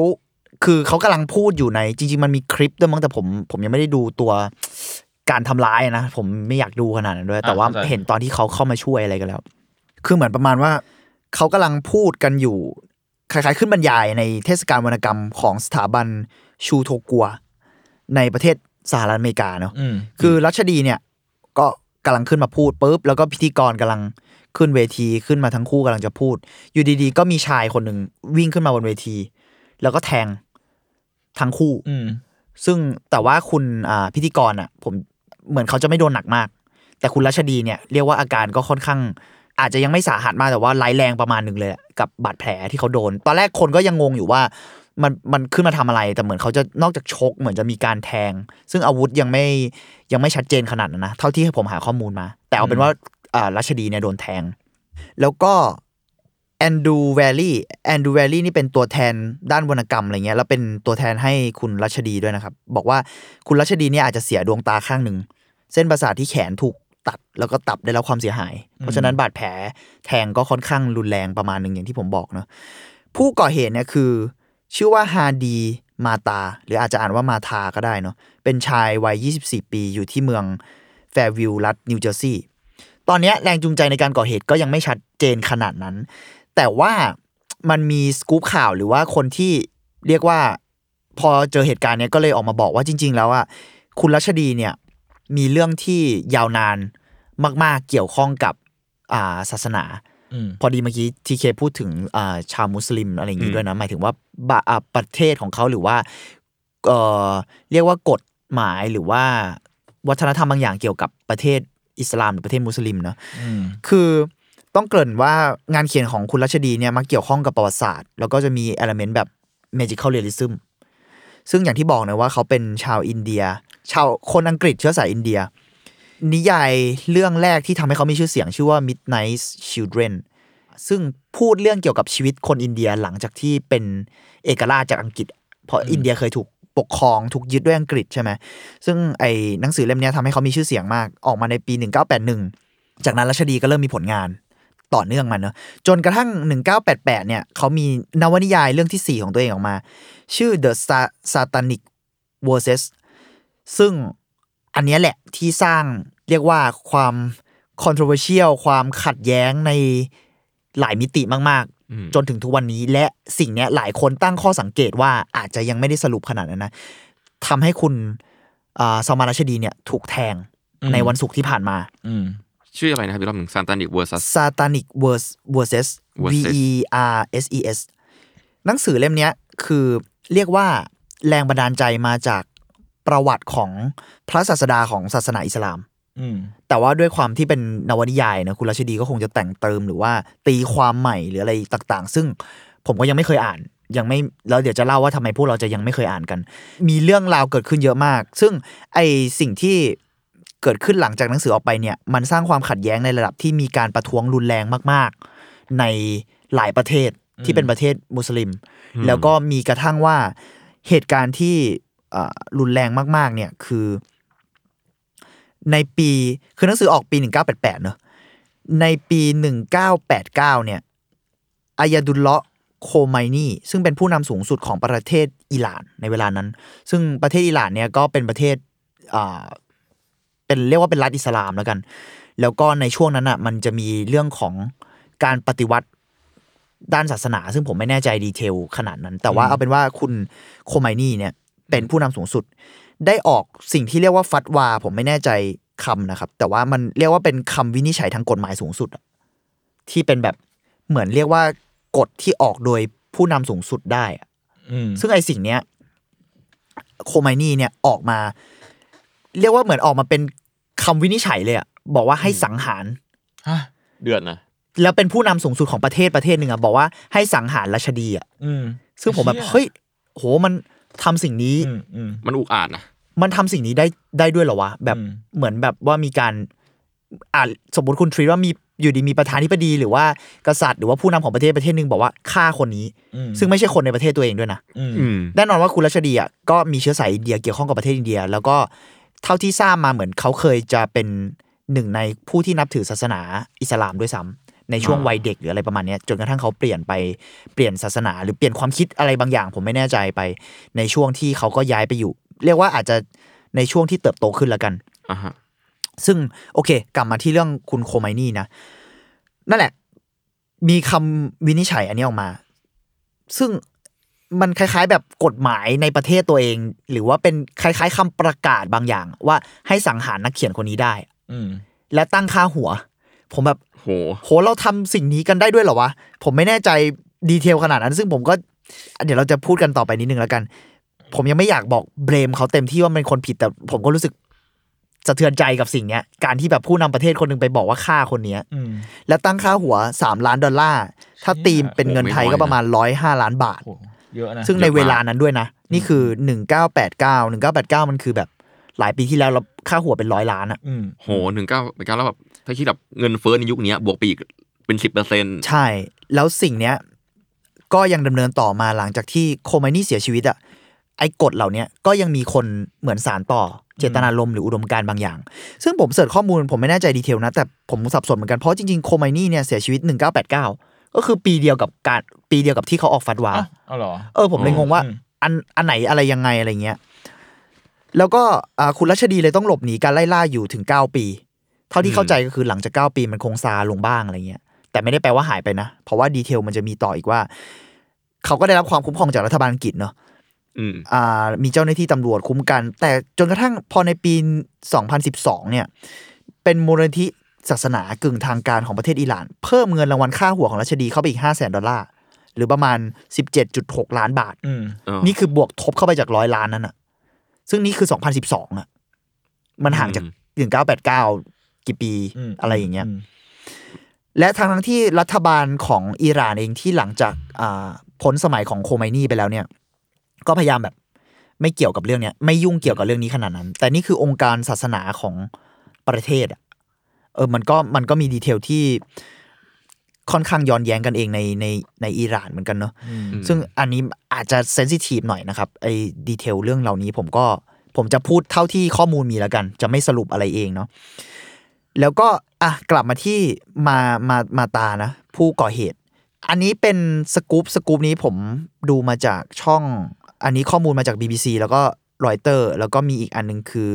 คือเขากำลังพูดอยู่ใน จริง ๆ มันมีคลิปด้วยมั้งแต่ผม ผมยังไม่ได้ดูตัวการทำร้ายนะ ผมไม่อยากดูขนาดนั้นด้วย แต่ว่า เข้าใจ เห็นตอนที่เขาเข้ามาช่วยอะไรกันแล้ว คือเหมือนประมาณว่า เขากำลังพูดกันอยู่ คล้ายๆ ขึ้นบรรยายในเทศกาลวรรณกรรมของสถาบันชูโทกัว ในประเทศสหรัฐอเมริกาเนาะ อืม คือรัชดีเนี่ยก็กำลังขึ้นมาพูดปุ๊บแล้วก็พิธีกรกำลังขึ้นเวทีขึ้นมาทั้งคู่กำลังจะพูด อยู่ดีๆ ก็มีชายคนหนึ่งวิ่งขึ้นมาบนเวที แล้วก็แทงทั้งคู่ อืม ซึ่งแต่ว่าคุณอ่าพิธีกรอ่ะ ผมเหมือนเขาจะไม่โดนหนักมาก แต่คุณรัชดีเนี่ยเรียกว่าอาการก็ค่อนข้าง อาจจะยังไม่สาหัสมากแต่ว่าร้ายแรงประมาณหนึ่งเลยแหละกับบาดแผลที่เขาโดน ตอนแรกคนก็ยังงงอยู่ว่า มันมันขึ้นมาทำอะไร แต่เหมือนเขาจะนอกจากชก เหมือนจะมีการแทง ซึ่งอาวุธยังไม่ยังไม่ชัดเจนขนาดนั้นนะเท่าที่ผมหาข้อมูลมา แต่เอาเป็นว่าอ่ารัชดีเนี่ยโดนแทง แล้วก็แอนดูแวลลี่แอนดูแวลลี่นี่เป็นตัวแทนด้านวรรณกรรมอะไรเงี้ยแล้วเป็นตัวแทนให้คุณรัชดีด้วยนะครับ บอกว่าคุณรัชดีเนี่ยอาจจะเสียดวงตาข้างหนึ่ง เส้นประสาทที่แขนถูกตัดแล้วก็ตับได้รับความเสียหาย เพราะฉะนั้นบาดแผลแทงก็ค่อนข้างรุนแรงประมาณหนึ่งอย่างที่ผมบอกเนาะผู้ก่อเหตุเนี่ยคือ ชื่อว่าฮาดีมาตา หรืออาจจะอ่านว่ามาทาก็ได้เนาะเป็นชายวัย 24 ปีอยู่ที่เมืองแฟร์วิลล์รัฐนิวเจอร์ซีย์ ตอนเนี้ยแรงจูงใจในการก่อเหตุก็ยังไม่ชัดเจนขนาดนั้น แต่ว่ามันมีสกู๊ปข่าวหรือว่าคนที่เรียกว่าพอเจอเหตุการณ์เนี้ยก็เลยออกมาบอกว่าจริง ๆ แล้วอ่ะคุณรัชดีเนี่ยมีเรื่องที่ยาวนานมาก ๆ เกี่ยวข้องกับอ่าศาสนา อืม พอดีเมื่อกี้ทีเคพูดถึงอ่าชาวมุสลิมอะไรอย่างนี้ด้วยนะ หมายถึงว่าบะอ่าประเทศของเขาหรือว่าเอ่อเรียกว่ากฎหมายหรือว่าวัฒนธรรมบางอย่างเกี่ยวกับประเทศอิสลามหรือประเทศมุสลิมเนาะ อืม คือต้องเกริ่นว่างานเขียนของคุณรัชดีเนี่ยมักเกี่ยวข้องกับประวัติศาสตร์ แล้วก็จะมีเอลเมนต์แบบ magical realism ซึ่งอย่างที่บอกนะว่าเขาเป็นชาวอินเดีย ชาวคนอังกฤษเชื้อสายอินเดีย นิยายเรื่องแรกที่ทำให้เขามีชื่อเสียงชื่อว่า Midnight Children ซึ่งพูดเรื่องเกี่ยวกับชีวิตคนอินเดียหลังจากที่เป็นเอกราชจากอังกฤษ เพราะอินเดียเคยถูกปกครองถูกยึดด้วยอังกฤษใช่ไหมซึ่งไอ้หนังสือเล่มเนี้ยทำให้เขามีชื่อเสียงมากออกมาในปี 1981 จากนั้นรัชดีก็เริ่มมีผลงานต่อเนื่องมาเนอะจนกระทั่ง 1988 เนี่ยเขามีนวนิยายเรื่องทีสี่ 4 ของตัวเองออกมา ชื่อ The Sa- Satanic Verses ซึ่งอันเนี้ยแหละที่สร้างเรียกว่าความ controversial ความขัดแย้งในหลายมิติมาก ๆ อืม จนถึงทุกวันนี้และสิ่งเนี้ยหลายคนตั้งข้อสังเกตว่าอาจจะยังไม่ได้สรุปขนาดนั้นนะทำให้คุณอ่าซามาราชดีเนี่ยถูกแทง อืม ในวันศุกร์ที่ผ่านมา อืม ชื่ออะไรนะครับอีกรอบหนึ่งซานตานิกเวอร์ซัส Satanic Verse vs V Verses E R S E S หนังสือเล่มเนี้ยคือเรียกว่าแรงบันดาลใจมาจากประวัติของพระศาสดาของศาสนาอิสลาม อืม แต่ว่าด้วยความที่เป็นนวนิยายนะคุณรัชดีก็คงจะแต่งเติมหรือว่าตีความใหม่หรืออะไรต่างๆ ซึ่งผมก็ยังไม่เคยอ่าน ยังไม่แล้วเดี๋ยวจะเล่าว่าทำไมพวกเราจะยังไม่เคยอ่านกัน มีเรื่องราวเกิดขึ้นเยอะมาก ซึ่งไอสิ่งที่เกิดขึ้นหลังจากหนังสือออกไปเนี่ย มันสร้างความขัดแย้งในระดับที่มีการประท้วงรุนแรงมากๆ ในหลายประเทศที่เป็นประเทศมุสลิม แล้วก็มีกระทั่งว่าเหตุการณ์ที่เอ่อรุนแรงมากๆ เนี่ยคือ ในปีคือหนังสือออกปี 1988 เนอะในปี 1989 เนี่ยอายาดุลเลาะห์โคไมนีซึ่งเป็นผู้นำสูงสุดของประเทศอิหร่านในเวลานั้น ซึ่งประเทศอิหร่านเนี่ยก็เป็นประเทศอ่าเป็นเรียกว่าเป็นรัฐอิสลามแล้วกัน แล้วก็ในช่วงนั้นอ่ะมันจะมีเรื่องของการปฏิวัติด้านศาสนา ซึ่งผมไม่แน่ใจดีเทลขนาดนั้น แต่ว่าเอาเป็นว่าคุณโคไมนีเนี่ยเป็นผู้นำสูงสุด ได้ออกสิ่งที่เรียกว่าฟัตวา ผมไม่แน่ใจคำนะครับ แต่ว่ามันเรียกว่าเป็นคำวินิจฉัยทางกฎหมายสูงสุดอะที่เป็นแบบเหมือนเรียกว่ากฎที่ออกโดยผู้นำสูงสุดได้อะ อืม ซึ่งไอสิ่งเนี้ยโคไมนี่เนี่ยออกมา เรียกว่าเหมือนออกมาเป็นคำวินิจฉัยเลยอะบอกว่าให้สังหาร ฮะ เดือดนะ แล้วเป็นผู้นำสูงสุดของประเทศประเทศหนึ่งอะบอกว่าให้สังหารราชดีอะ อืม ซึ่งผมแบบเฮ้ยโหมันทำสิ่งนี้ อืมอืม มันอุกอาจนะ มันทำสิ่งนี้ได้ได้ด้วยเหรอวะ แบบ อืม เหมือนแบบว่ามีการอ่าสมมติคุณทรีว่ามีอยู่ดีมีประธานาธิบดี หรือว่ากษัตริย์หรือว่าผู้นำของประเทศประเทศหนึ่งบอกว่าฆ่าคนนี้ อืม ซึ่งไม่ใช่คนในประเทศตัวเองด้วยนะ อืม อืม แน่นอนว่าคุณรัชดีอ่ะก็มีเชื้อสายอินเดียเกี่ยวข้องกับประเทศอินเดีย แล้วก็เท่าที่ทราบมาเหมือนเขาเคยจะเป็นหนึ่งในผู้ที่นับถือศาสนาอิสลามด้วยซ้ำในช่วง อ่า วัยเด็กหรืออะไรประมาณเนี้ยจนกระทั่งเขาเปลี่ยนไปเปลี่ยนศาสนา หรือเปลี่ยนความคิดอะไรบางอย่าง ผมไม่แน่ใจไป ในช่วงที่เขาก็ย้ายไปอยู่ เรียกว่าอาจจะในช่วงที่เติบโตขึ้นแล้วกัน อ่าฮะ ซึ่งโอเค กลับมาที่เรื่องคุณโคไมนี่นะ นั่นแหละ มีคำวินิจฉัยอันนี้ออกมา ซึ่งมันคล้าย ๆ แบบกฎหมายในประเทศตัวเอง หรือว่าเป็นคล้าย ๆคำประกาศบางอย่าง ว่าให้สังหารนักเขียนคนนี้ได้ อืม และตั้งค่าหัว ผมแบบ โห โหเราทำสิ่งนี้กันได้ด้วยเหรอวะ ผมไม่แน่ใจดีเทลขนาดนั้น ซึ่งผมก็เดี๋ยวเราจะพูดกันต่อไปนิดนึงแล้วกัน ผมยังไม่อยากบอกเบรมเขาเต็มที่ว่ามันเป็นคนผิดแต่ผมก็รู้สึกสะเทือนใจกับสิ่งเนี้ย การที่แบบผู้นำประเทศคนหนึงไปบอกว่าฆ่าคนเนี้ย อืม แล้วตั้งค่าหัว 3 ล้านดอลลาร์ ถ้าตีมเป็นเงินไทยก็ประมาณร้อยห้าล้านบาท โห เยอะนะ ซึ่งใน เยอะมาก เวลานั้นด้วยนะ นี่คือ 1989 1989 มันคือแบบหลายปีที่แล้วเราค่าหัวเป็นร้อยล้านอะ อืม โหหนึ่งเก้าเก้าแล้วแบบถ้าคิดแบบเงินเฟ้อในยุคเนี้ยบวกไปอีกเป็นสิบเปอร์เซ็นต์ ใช่ แล้วสิ่งเนี้ยก็ยังดำเนินต่อมาหลังจากที่โคไมนี่เสียชีวิตอะไอ้กฎเหล่าเนี้ยก็ยังมีคนเหมือนสารต่อเจตนารมณ์หรืออุดมการณ์บางอย่าง ซึ่งผมเสิร์ชข้อมูลผมไม่แน่ใจดีเทลนะ แต่ผมสับสนเหมือนกัน เพราะจริงๆ โคไมนี่เนี่ยเสียชีวิต 1989 ก็คือปีเดียวกับการปีเดียวกับที่เขาออกฟัดวา อ้าวเอาเหรอ เออผมเลยงงว่า อืม อันอันไหนอะไรยังไงอะไรเงี้ย แล้วก็อ่าคุณรัชดีเลยต้องหลบหนีการไล่ล่าอยู่ถึง 9 ปี เท่าที่เข้าใจก็คือหลังจาก 9 ปีมันคงซาลงบ้างอะไรเงี้ย แต่ไม่ได้แปลว่าหายไปนะ เพราะว่าดีเทลมันจะมีต่ออีกว่า เขาก็ได้รับความคุ้มครองจากรัฐบาลอังกฤษเนอะ อืม อ่ามีเจ้าหน้าที่ตำรวจคุ้มกัน แต่จนกระทั่งพอในปี 2012 เนี่ย เป็นมูลนิธิศาสนากึ่งทางการของประเทศอิหร่าน เพิ่มเงินรางวัลค่าหัวของรัชดีเข้าไปอีก 5 0 0 0 0 ดอลลาร์ หรือประมาณ 17.6 ล้านบาท อืม เออ นี่คือบวกทบเข้าไปจากร้อยล้านนั่นอะซึ่งนี่คือ 2012อะมันห่างจาก อืม 1989 กี่ปี อืม อะไรอย่างเงี้ย ม และทางทั้งที่รัฐบาลของอิหร่านเองที่หลังจากอ่าพ้นสมัยของโคไมนีไปแล้วเนี่ย ก็พยายามแบบไม่เกี่ยวกับเรื่องเนี้ยไม่ยุ่งเกี่ยวกับเรื่องนี้ขนาดนั้น แต่นี่คือองค์การศาสนาของประเทศอะเออมันก็มันก็มีดีเทลที่ค่อนข้างย้อนแย้งกันเองในในในอิหร่านเหมือนกันเนาะ อืม อืม ซึ่งอันนี้อาจจะเซนซิทีฟหน่อยนะครับไอ้ดีเทลเรื่องเหล่านี้ผมก็ผมจะพูดเท่าที่ข้อมูลมีแล้วกัน จะไม่สรุปอะไรเองเนาะแล้วก็อ่ะกลับมาที่มามามาตานะ ผู้ก่อเหตุ อันนี้เป็นสกู๊ปสกู๊ปนี้ผมดูมาจากช่อง อันนี้ข้อมูลมาจาก BBC แล้วก็รอยเตอร์ แล้วก็มีอีกอันหนึงคือ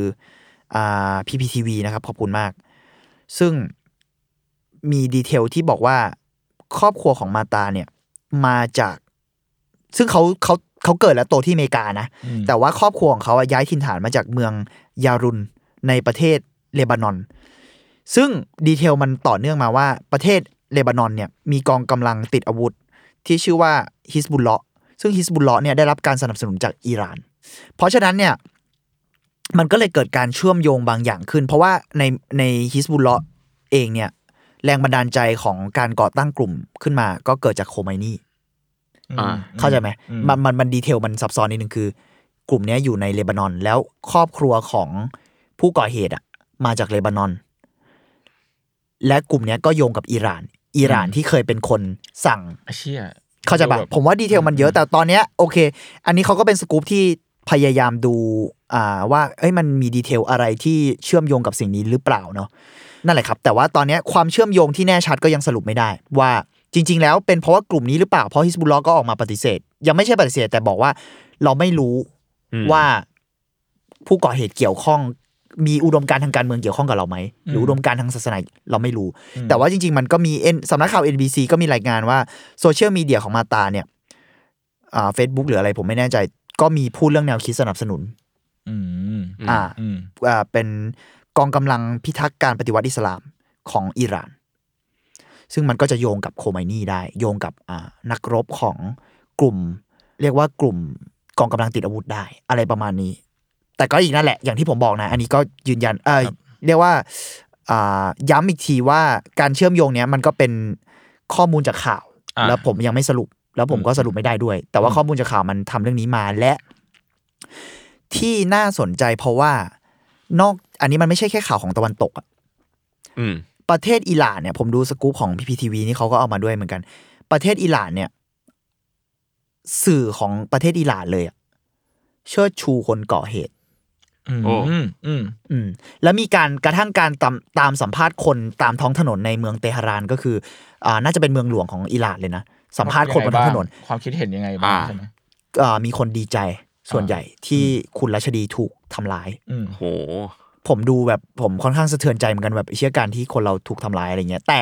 อ่า PPTV นะครับ ขอบคุณมาก ซึ่งมีดีเทลที่บอกว่าครอบครัวของมาตาเนี่ย มาจาก ซึ่งเขาเขาเขาเกิดและโตที่อเมริกานะ อืม แต่ว่าครอบครัวของเขาอะย้ายถิ่นฐานมาจากเมืองยารุนในประเทศ เลบานอน ซึ่งดีเทลมันต่อเนื่องมาว่าประเทศเลบานอนเนี่ยมีกองกำลังติดอาวุธ ที่ชื่อว่าฮิสบุลเลาะซึ่งฮิสบุลเลาะเนี่ยได้รับการสนับสนุนจากอิหร่าน เพราะฉะนั้นเนี่ย มันก็เลยเกิดการเชื่อมโยงบางอย่างขึ้น เพราะว่าในในฮิสบุลเลาะเองเนี่ย แรงบันดาลใจของการก่อตั้งกลุ่มขึ้นมา ก็เกิดจากโคไมนี อืม อ่า เข้าใจไหม อืม มันมันมันดีเทลมันซับซ้อนนิดนึงคือ กลุ่มเนี้ยอยู่ในเลบานอน แล้วครอบครัวของผู้ก่อเหตุอ่ะมาจากเลบานอน และกลุ่มเนี้ยก็โยงกับอิหร่าน อิหร่านที่เคยเป็นคนสั่ง ไอ้เชี่ย เข้าใจปะผมว่าดีเทลมันเยอะแต่ตอนเนี้ยโอเค อันนี้เขาก็เป็นสกู๊ปที่พยายามดูอ่าว่าเอ้ยมันมีดีเทลอะไรที่เชื่อมโยงกับสิ่งนี้หรือเปล่าเนาะนั่นแหละครับ แต่ว่าตอนเนี้ยความเชื่อมโยงที่แน่ชัดก็ยังสรุปไม่ได้ ว่าจริง ๆ แล้วเป็นเพราะว่ากลุ่มนี้หรือเปล่าเพราะฮิสบุลลอก็ออกมาปฏิเสธ ยังไม่ใช่ปฏิเสธ แต่บอกว่าเราไม่รู้ อืม ว่าผู้ก่อเหตุเกี่ยวข้อง มีอุดมการณ์ทางการเมืองเกี่ยวข้องกับเราไหมหรือ ม อุดมการณ์ทางศาสนาเราไม่รู้ แต่ว่าจริง ๆ มันก็มีเอ็นสำนักข่าว NBC ก็มีรายงานว่าโซเชียลมีเดียของมาตาเนี่ยเฟซบุ๊กหรืออะไรผมไม่แน่ใจ ก็มีพูดเรื่องแนวคิดสนับสนุน อืม อืม อ่า อืม อ่าเป็นกองกำลังพิทักษ์การปฏิวัติอิสลามของอิหร่าน ซึ่งมันก็จะโยงกับโคไมนีได้ โยงกับอ่านักรบของกลุ่ม เรียกว่ากลุ่มกองกำลังติดอาวุธได้ อะไรประมาณนี้ แต่ก็อีกนั่นแหละ อย่างที่ผมบอกนะ อันนี้ก็ยืนยันเออเรียกว่าอ่าย้ำอีกทีว่าการเชื่อมโยงเนี้ยมันก็เป็นข้อมูลจากข่าว อ่ะ แล้วผมยังไม่สรุป แล้วผมก็สรุปไม่ได้ด้วย แต่ว่าข้อมูลจากข่าวมันทำเรื่องนี้มาและ ที่น่าสนใจเพราะว่านอกอันนี้มันไม่ใช่แค่ข่าวของตะวันตกอะ อืม ประเทศอิหร่านเนี่ยผมดูสกู๊ปของพีพีทีวีนี่เขาก็เอามาด้วยเหมือนกัน ประเทศอิหร่านเนี่ย สื่อของประเทศอิหร่านเลยอะเชิดชูคนก่อเหตุ อืม โอ้ อืมอืม อืมแล้วมีการกระทั่งการตามตามสัมภาษณ์คนตามท้องถนนในเมืองเตหะรานก็คืออ่าน่าจะเป็นเมืองหลวงของอิหร่านเลยนะสัมภาษณ์คนบนท้องถนน ความคิดเห็นยังไงบ้าง อ่า ใช่ไหม เอ่อมีคนดีใจส่วน อ่า ใหญ่ที่คุณรัชดีถูกทำร้าย อืม โห ผมดูแบบผมค่อนข้างสะเทือนใจเหมือนกันแบบเชื่อการที่คนเราถูกทำร้ายอะไรเงี้ย แต่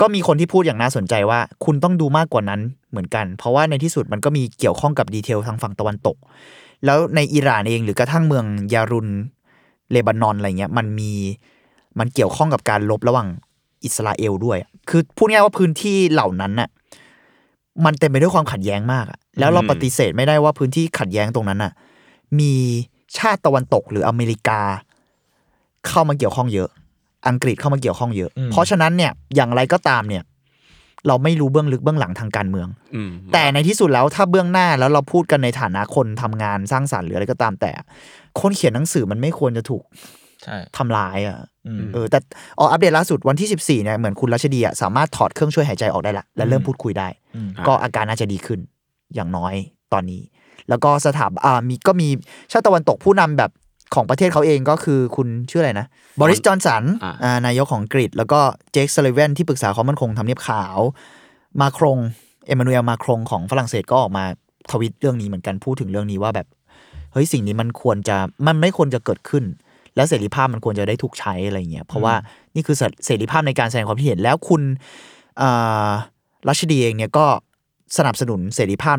ก็มีคนที่พูดอย่างน่าสนใจว่า คุณต้องดูมากกว่านั้นเหมือนกัน เพราะว่าในที่สุดมันก็มีเกี่ยวข้องกับดีเทลทางฝั่งตะวันตก แล้วในอิหร่านเองหรือกระทั่งเมืองยารุนเลบานอนอะไรเงี้ยมันมีมันเกี่ยวข้องกับการลบระหว่างอิสราเอลด้วยอะคือพูดง่ายๆว่าพื้นที่เหล่านั้นน่ะมันเต็มไปด้วยความขัดแย้งมากอะแล้วเรา อืม ปฏิเสธไม่ได้ว่าพื้นที่ขัดแย้งตรงนั้นน่ะ มีชาติตะวันตกหรืออเมริกา เข้ามาเกี่ยวข้องเยอะ อังกฤษเข้ามาเกี่ยวข้องเยอะ เพราะฉะนั้นเนี่ยอย่างไรก็ตามเนี่ย เราไม่รู้เบื้องลึกเบื้องหลังทางการเมือง อืม แต่ในที่สุดแล้วถ้าเบื้องหน้าแล้วเราพูดกันในฐานะคนทำงานสร้างสารรค์หรืออะไรก็ตามแต่ คนเขียนหนังสือมันไม่ควรจะถูก ใช่ ทำร้ายอ่ะ อืม เออแต่อ๋ออัปเดตล่าสุดวันที่ 14เนี่ยเหมือนคุณรัชดีอ่ะสามารถถอดเครื่องช่วยหายใจออกได้ละและเริ่มพูดคุยได้ อืม ก็อาการน่าจะดีขึ้นอย่างน้อยตอนนี้ แล้วก็สถาบอ่ามีก็มีชาติตะวันตกผู้นำแบบของประเทศเขาเองก็คือคุณชื่ออะไรนะบริสจอนสัน อ่า นายกของอังกรีฑแล้วก็เจคสเลเวนที่ปรึกษาความมั่นคงทำเนียบขาว มาครง เอมมานูเอลมาครงของฝรั่งเศสก็ออกมาทวิตเรื่องนี้เหมือนกันพูดถึงเรื่องนี้ว่าแบบ เฮ้ยสิ่งนี้มันควรจะมันไม่ควรจะเกิดขึ้น และเสรีภาพมันควรจะได้ถูกใช้อะไรเงี้ยเพราะว่านี่คือเสรีภาพในการแสดงความคิดเห็นแล้วคุณเอ่อรัชดีเองเนี่ยก็สนับสนุนเสรีภาพ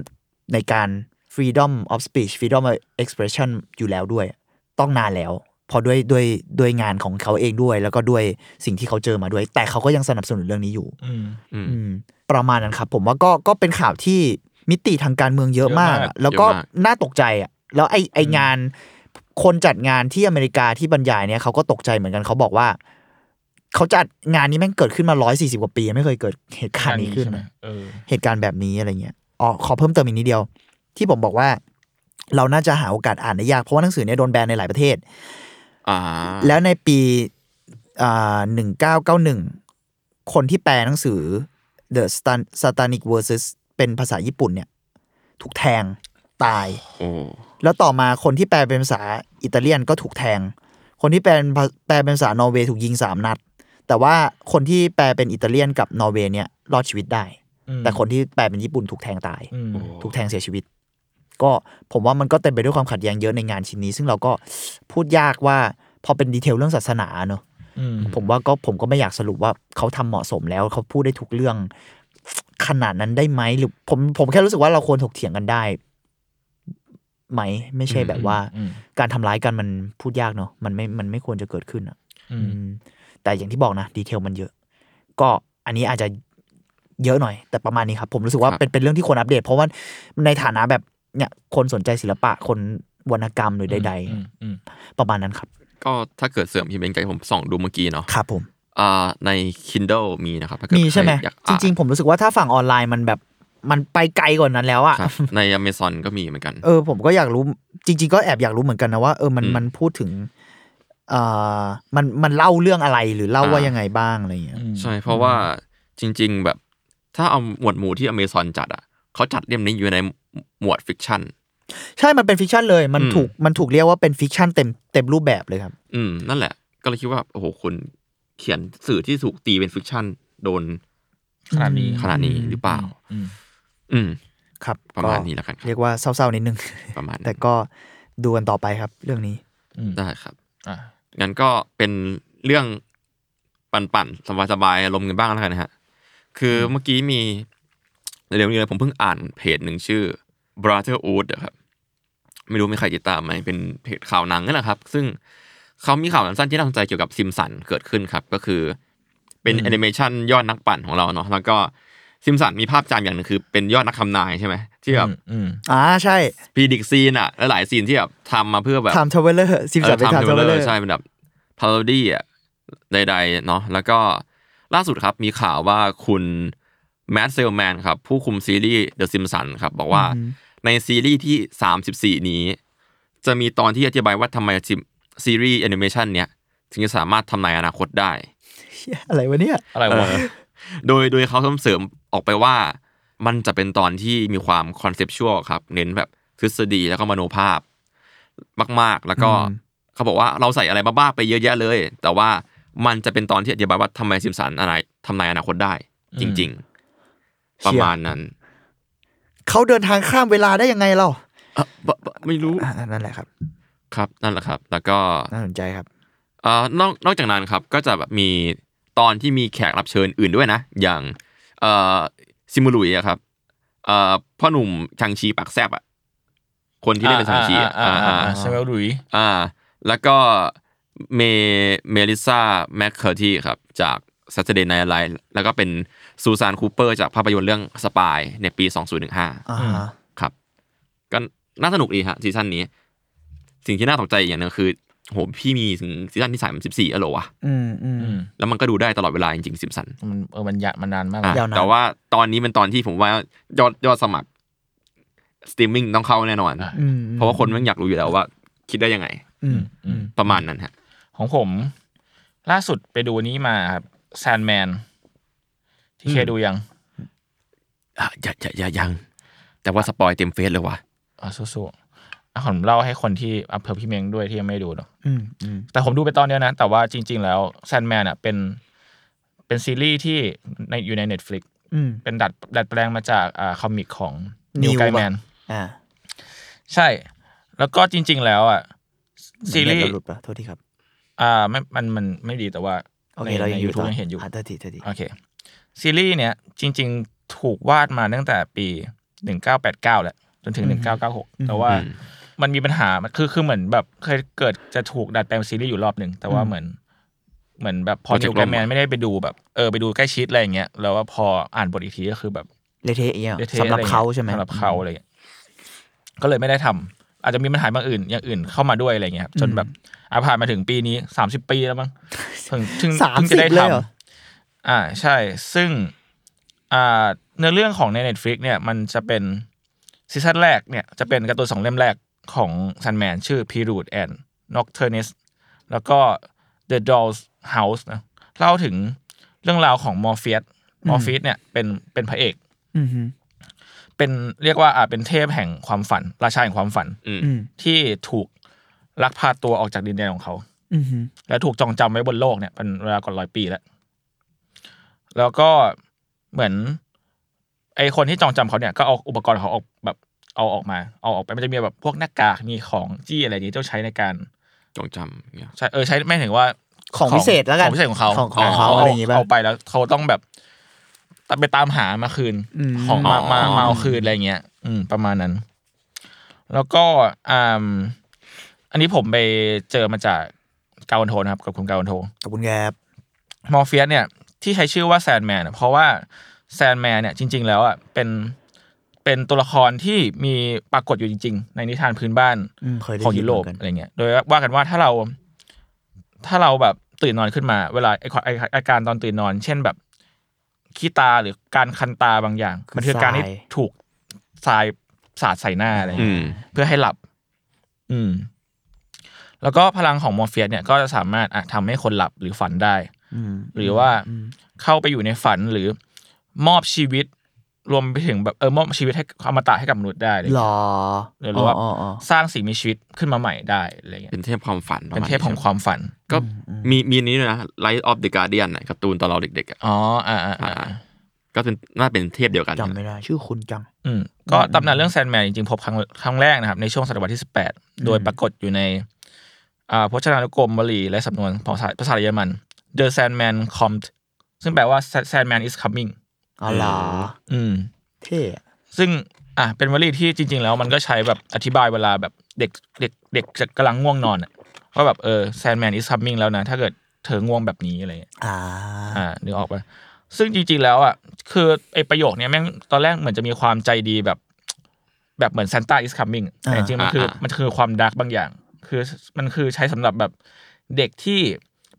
ในการ freedom of speech freedom of expression อยู่แล้วด้วย ต้องนานแล้วเพอด้วยด้วยด้วยงานของเขาเองด้วย แล้วก็ด้วยสิ่งที่เขาเจอมาด้วย แต่เขาก็ยังสนับสนุนเรื่องนี้อยู่ อืม อืม อืมประมาณนั้นครับผมว่าก็ก็เป็นข่าวที่มิติทางการเมืองเยอะมาก เยอะมาอะก แล้วก็ เยอะมาก น่าตกใจอ่ะแล้วไอไองานคนจัดงานที่อเมริกาที่บรรยายเนี่ยเขาก็ตกใจเหมือนกันเขาบอกว่า เขาจัดงานนี้แม่งเกิดขึ้นมาร้อยสี่สิบกว่าปี ไม่เคยเกิดเหตุการณ์นี้ขึ้น ใช่ไหม นะ เออ เหตุการณ์แบบนี้อะไรเงี้ย อ๋อ ขอเพิ่มเติมอีกนิดเดียว ที่ผมบอกว่า เราน่าจะหาโอกาสอ่านได้ยาก เพราะว่าหนังสือเนี่ยโดนแบนในหลายประเทศ อ่า แล้วในปีหนึ่งเก้าเก้าหนึ่ง คนที่แปลหนังสือ The Stan- Satanic Verses เป็นภาษาญี่ปุ่นเนี่ย ถูกแทงตาย โอ้ แล้วต่อมาคนที่แปลเป็นภาษาอิตาเลียนก็ถูกแทง คนที่แปลเป็นภาแปลเป็นภาษานอร์เวย์ถูกยิงสามนัด แต่ว่าคนที่แปลเป็นอิตาเลียนกับนอร์เวย์เนี่ยรอดชีวิตได้ อืม แต่คนที่แปลเป็นญี่ปุ่นถูกแทงตาย อืม ถูกแทงเสียชีวิต ก็ผมว่ามันก็เต็มไปด้วยความขัดแย้งเยอะในงานชิ้นนี้ ซึ่งเราก็พูดยากว่าพอเป็นดีเทลเรื่องศาสนาเนอะ อืม ผมว่าก็ผมก็ไม่อยากสรุปว่าเขาทำเหมาะสมแล้วเขาพูดได้ทุกเรื่อง ขนาดนั้นได้ไหมหรือผมผมแค่รู้สึกว่าเราควรถกเถียงกันได้ ไหม ไม่ใช่แบบว่า อืม การทำร้ายกันมันพูดยากเนาะมันไม่มันไม่ควรจะเกิดขึ้นอ่ะ อืม อืมแต่อย่างที่บอกนะดีเทลมันเยอะ ก็อันนี้อาจจะเยอะหน่อย แต่ประมาณนี้ครับ ผมรู้สึกว่า ครับ เป็นเป็นเรื่องที่ควรอัปเดต เพราะว่าในฐานะแบบเนี่ยคนสนใจศิลปะคนวรรณกรรมหรือใด อืมอืม ๆ ประมาณนั้นครับ ก็ถ้าเกิดเสริมพี่เบนซ์จากที่ผมส่องดูเมื่อกี้เนาะ ครับผม อ่าใน Kindle มีนะครับถ้าเกิด มีใช่ไหม ครอยาก จ อ่าน ริง ๆ ผมรู้สึกว่าถ้าฝั่งออนไลน์มันแบบมันไปไกลกว่านั้นแล้วอะ ครับใน Amazon ก็มีเหมือนกัน เออ ผมก็อยากรู้จริง ๆ ก็แอบอยากรู้เหมือนกันนะว่าเออมัน อืม มันพูดถึงเอ่อมันมันเล่าเรื่องอะไรหรือเล่า อ่า ว่ายังไงบ้างอะไรอย่างเงี้ย ใช่เพราะว่าจริง ๆ แบบถ้าเอาหมวดหมู่ที่ Amazon จัดอ่ะเขาจัดเล่มนี้อยู่ในหมวดฟิกชัน ใช่ มันเป็นฟิกชันเลย มัน อืม ถูก มันถูกเรียกว่าเป็นฟิกชันเต็มเต็มรูปแบบเลยครับ อืมนั่นแหละ ก็เลยคิดว่า โอ้โหคุณเขียนสื่อที่ถูกตีเป็นฟิกชันโดน ขนาดนี้ ขนาดนี้หรือเปล่า อืม อืม ครับ ประมาณนี้แล้วกันค เรี รับ ยกว่าเศร้าๆนิดนึง ประมาณนั้น แต่ก็ดูกันต่อไปครับ เรื่องนี้ อืม ได้ครับ อ่ะ งั้นก็เป็นเรื่องปั่นๆ สบายๆอารมณ์กันบ้างแล้วกันนะฮะ คือเมื่อกี้มีเร็วนี้เลยผมเพิ่งอ่านเพจหนึ่งชื่อ Brotherhood อะครับ ไม่รู้มีใครติดตามไหมเป็นเพจข่าวหนังนั่นแหละครับ ซึ่งเขามีข่าวสั้นๆที่น่าสนใจเกี่ยวกับซิมสันเกิดขึ้นครับ ก็คือเป็นแอนิเมชันยอดนักปั่นของเราเนาะแล้วก็ซิมสันมีภาพจำอย่างหนึ่งคือเป็นยอดนักคำนายใช่ไหมที่แบบ อืม อ่า ใช่ พีดิกซีนอะและหลายซีนที่แบบทำมาเพื่อแบบ ไทม์ท r เวลเลอร์ซิมสันเป็นไทม์ท เท r เวลเลอร์ ใช่เป็นแบบพาโรดี้อ่ะใดๆเนาะแล้วก็ล่าสุดครับมีข่าวว่าคุณแม t เซลแมนครับ ผู้คุมซีรีส์ The Simpsons ครับ บอกว่า อือหือ ในซีรีส์ที่ 34 นี้ จะมีตอนที่อธิบายว่าทำไมซิมซีรีส์แอนิเมชันเนี้ยถึงจะสามารถทำนายอนาคตได้ เชี่ยอะไรวะเนี่ย อะไรวะ เออโดยโดยเขาเสริมออกไปว่ามันจะเป็นตอนที่มีความคอนเซปชวลครับ เน้นแบบทฤษฎีแล้วก็มโนภาพ มาก ๆ แล้วก็ อืม เขาบอกว่าเราใส่อะไรบ้าๆไปเยอะแยะเลย แต่ว่ามันจะเป็นตอนที่อธิบายว่าทำไมซิมสันอะไรทำนายอนาคตได้ จริง ๆ ประมาณนั้น เขาเดินทางข้ามเวลาได้ยังไงเรา เอ่อบะบะไม่รู้ อ่านั่นแหละครับ ครับนั่นแหละครับ แล้วก็ น่าสนใจครับ เอ่อนอกนอกจากนั้นครับก็จะแบบมีตอนที่มีแขกรับเชิญอื่นด้วยนะ อย่างเอ่อซิมูลุยอะครับเอ่อพ่อหนุ่มชังชีปากแซบอะคนที่เล่นเป็นชังชีอะ อ่าอ่า อ่า อ่าใช่ไหมหลุย อ่าแล้วก็เมเมลิซาแมคเคอร์ที่ครับ จาก Saturday Night Live แล้วก็เป็นซูซานคูเปอร์จากภาพยนตร์เรื่องสปายในปี 2015 อ่าฮะ ครับก็น่าสนุกดีฮะซีซั่นนี้ สิ่งที่น่าตกใจอีกอย่างหนึงคือโหพี่มีถึงซีซั่นที่สามสิบสี่อะโหลวะ อืมอืม อืม แล้วมันก็ดูได้ตลอดเวลาจริงๆซิมสัน มันเออมันยะมันนานมาก อ่ะ ยาวนาน แต่ว่าตอนนี้เป็นตอนที่ผมว่ายอดยอดสมัครสตรีมมิ่งต้องเข้าแน่นอน อืม เพราะว่าคนมันอยากรู้อยู่แล้วว่า คิดได้ยังไง อืมอืม ประมาณนั้นฮะ ของผม ล่าสุดไปดูอันนี้มาครับแซนแมนที่เค อืม ดูยัง อ่ะอย่าอย่าอย่ายัง แต่ว่าสปอยเต็มเฟซเลยว่ะ อ่ะสู้ๆอ่ะผมเล่าให้คนที่อำเภอพี่เมงด้วยที่ยังไม่ดูเนาะ อืมอืม แต่ผมดูไปตอนเดียวนะ แต่ว่าจริง ๆ แล้วแซนแมนอ่ะเป็น เป็นซีรีส์ที่ในอยู่ใน Netflix อืม เป็นดัดดัดแปลงมาจากอ่าคอมิกของ New New ไกแมน ปะ อ่า ใช่ แล้วก็จริง ๆ แล้วอ่ะซีรี เน็ต ส์ เาหลุดปะโทษทีครับ อ่าไม่มันมันไม่ดีแต่ว่า โอเค ใน เรา ใน ยังอยู่ YouTube ต่อ ยังเห็นอยู่ โทษทีโทษที โอเค ซีรีส์เนี้ยจริง ๆ ถูกวาดมาตั้งแต่ปี 1989 แหละ จนถึง 1996 แต่ว่า อืม มันมีปัญหามันคือคือเหมือนแบบเคยเกิดจะถูกดัดแปลงเป็นซีรีส์อยู่รอบหนึ่ง แต่ว่าเหมือน เหมือนแบบพอ Project นิวแกรมแมน Roma ไม่ได้ไปดูแบบเออไปดูใกล้ชิดอะไรอย่างเงี้ยแล้วว่าพออ่านบทอีกทีก็คือแบบ เละเทะอย่างเงี้ย เละเทะ สำหรับ อะไงี้ย เขาใช่ไหม สำหรับเขาอะไรเงี้ยก็เลยไม่ได้ทำอาจจะมีปัญหาบางอื่น อย่างอื่นเข้ามาด้วยอะไรเงี้ยครับจนแบบอาผ่านมาถึงปีนี้สามสิบปีแล้วมั้งถึงถึง สาม ถึง สิ จะ บ ได้ เล ท ยเหรอ ำอ่าใช่ ซึ่งอ่าเนื้อเรื่องของใน Netflix เนี่ยมันจะเป็นซีซั่นแรกเนี่ยจะเป็นการ์ตูนสองเล่มแรกของซันแมนชื่อ p e r o d and Nocturnus แล้วก็ The Doll's House นะเล่าถึงเรื่องราวของมอร์เฟียสมอร์เฟียสเนี่ยเป็นเป็นพระเอก อืมฮึ เป็นเรียกว่าอ่าเป็นเทพแห่งความฝัน ราชาแห่งความฝัน อืม อืม ที่ถูกลักพาตัวออกจากดินแดนของเขา อืมฮึ และถูกจองจำไว้บนโลกเนี่ยเป็นเวลากว่าร้อยปีแล้ว แล้วก็เหมือน ไอคนที่จองจำเขาเนี่ยก็เอาอุปกรณ์เขาออกแบบเอาออกมา เอาออกไปมันจะมีแบบพวกหน้ากากมีของจี้อะไรนี้เจ้าใช้ในการ จงจำเนี่ย ใช้เออใช้ไม่ถึงว่า ของพิเศษแล้วกัขนองพิเศษของเขา ของของเขา เอา อะไรอย่างงี้ป่ะ เอาไปแล้วเขาต้องแบบไปตามหามาคืน อืม ของมามา อ๋อ มาเอาคืนอะไรเงี้ย อืม ประมาณนั้น แล้วก็อ่าอันนี้ผมไปเจอมาจากเกาวันโทนะครับกับคุณเกาวันโท ขอบคุณแกบ มอร์เฟียสเนี่ยที่ใช้ชื่อว่าแซนแมนเพราะว่าแซนแมนเนี่ยจริง ๆ แล้วอ่ะเป็นเป็นตัวละครที่มีปรากฏอยู่จริง ๆ ในนิทานพื้นบ้าน อืมเคยได้ ของ ยิน ยุโรป เหมือน อะ กัน ไรเงี้ยโดยว่ากันว่าถ้าเราถ้าเราแบบตื่นนอนขึ้นมาเวลาไอ้ความไอ้ไอ้อาการตอนตื่นนอน เช่นแบบขี้ตาหรือการคันตาบางอย่าง คือ มันคือการที่ ทราย ถูกทรายสาดใส่หน้าอะไรเงี้ย อืม เพื่อให้หลับ อืม แล้วก็พลังของมอร์เฟียสเนี่ยก็จะสามารถอ่ะทำให้คนหลับหรือฝันได้ อืม หรือว่าเข้าไปอยู่ในฝันหรือมอบชีวิต รวมไปถึงแบบเออมอบชีวิตให้อมตะให้กับมนุษย์ได้เลย หรอ เดี๋ยวรู้ว่า อ๋ออ๋อ สร้างสิ่งมีชีวิตขึ้นมาใหม่ได้อะไรเงี้ย เป็นเทพความฝันประ เป็น มาณ เทพของความฝัน ก็มีมีนี้ด้วยนะ Light of the Guardian น่ะการ์ตูนตอนเราเด็กๆอะ อ๋ออ่าอ่า อ่า อ่า ก็เป็นน่าเป็นเทพเดียวกัน จำไม่ได้ ชื่อคุณจัง อืม ก็ตำนานเรื่องแซนแมนจริงๆ พบครั้งครั้งแรกนะครับ ในช่วงศตวรรษที่ 18 โดยปรากฏอยู่ในอ่าพจนานุกรมบาลีและสำนวนภาษาภาษาเยอรมัน The Sandman Comes ซึ่งแปลว่า Sandman is coming อ๋อเหรอ อืม เท่อะ ซึ่งอ่ะเป็นวลีที่จริง ๆ แล้วมันก็ใช้แบบอธิบายเวลาแบบเด็กเด็กเด็กจะกำลังง่วงนอนอะว่าแบบเออ Sandman is coming แล้วนะ ถ้าเกิดเธอง่วงแบบนี้อะไรอย่างเงี้ย อ่า อ่านึกออกปะซึ่งจริง ๆ แล้วอ่ะคือไอประโยคเนี้ยแม่งตอนแรกเหมือนจะมีความใจดีแบบ แบบเหมือนซ a นต้าอิสคัมมิ่งแต่ อ่า จริงๆมันคืออา อ่ามั มันคือความดักบางอย่าง คือมันคือใช้สำหรับแบบเด็กที่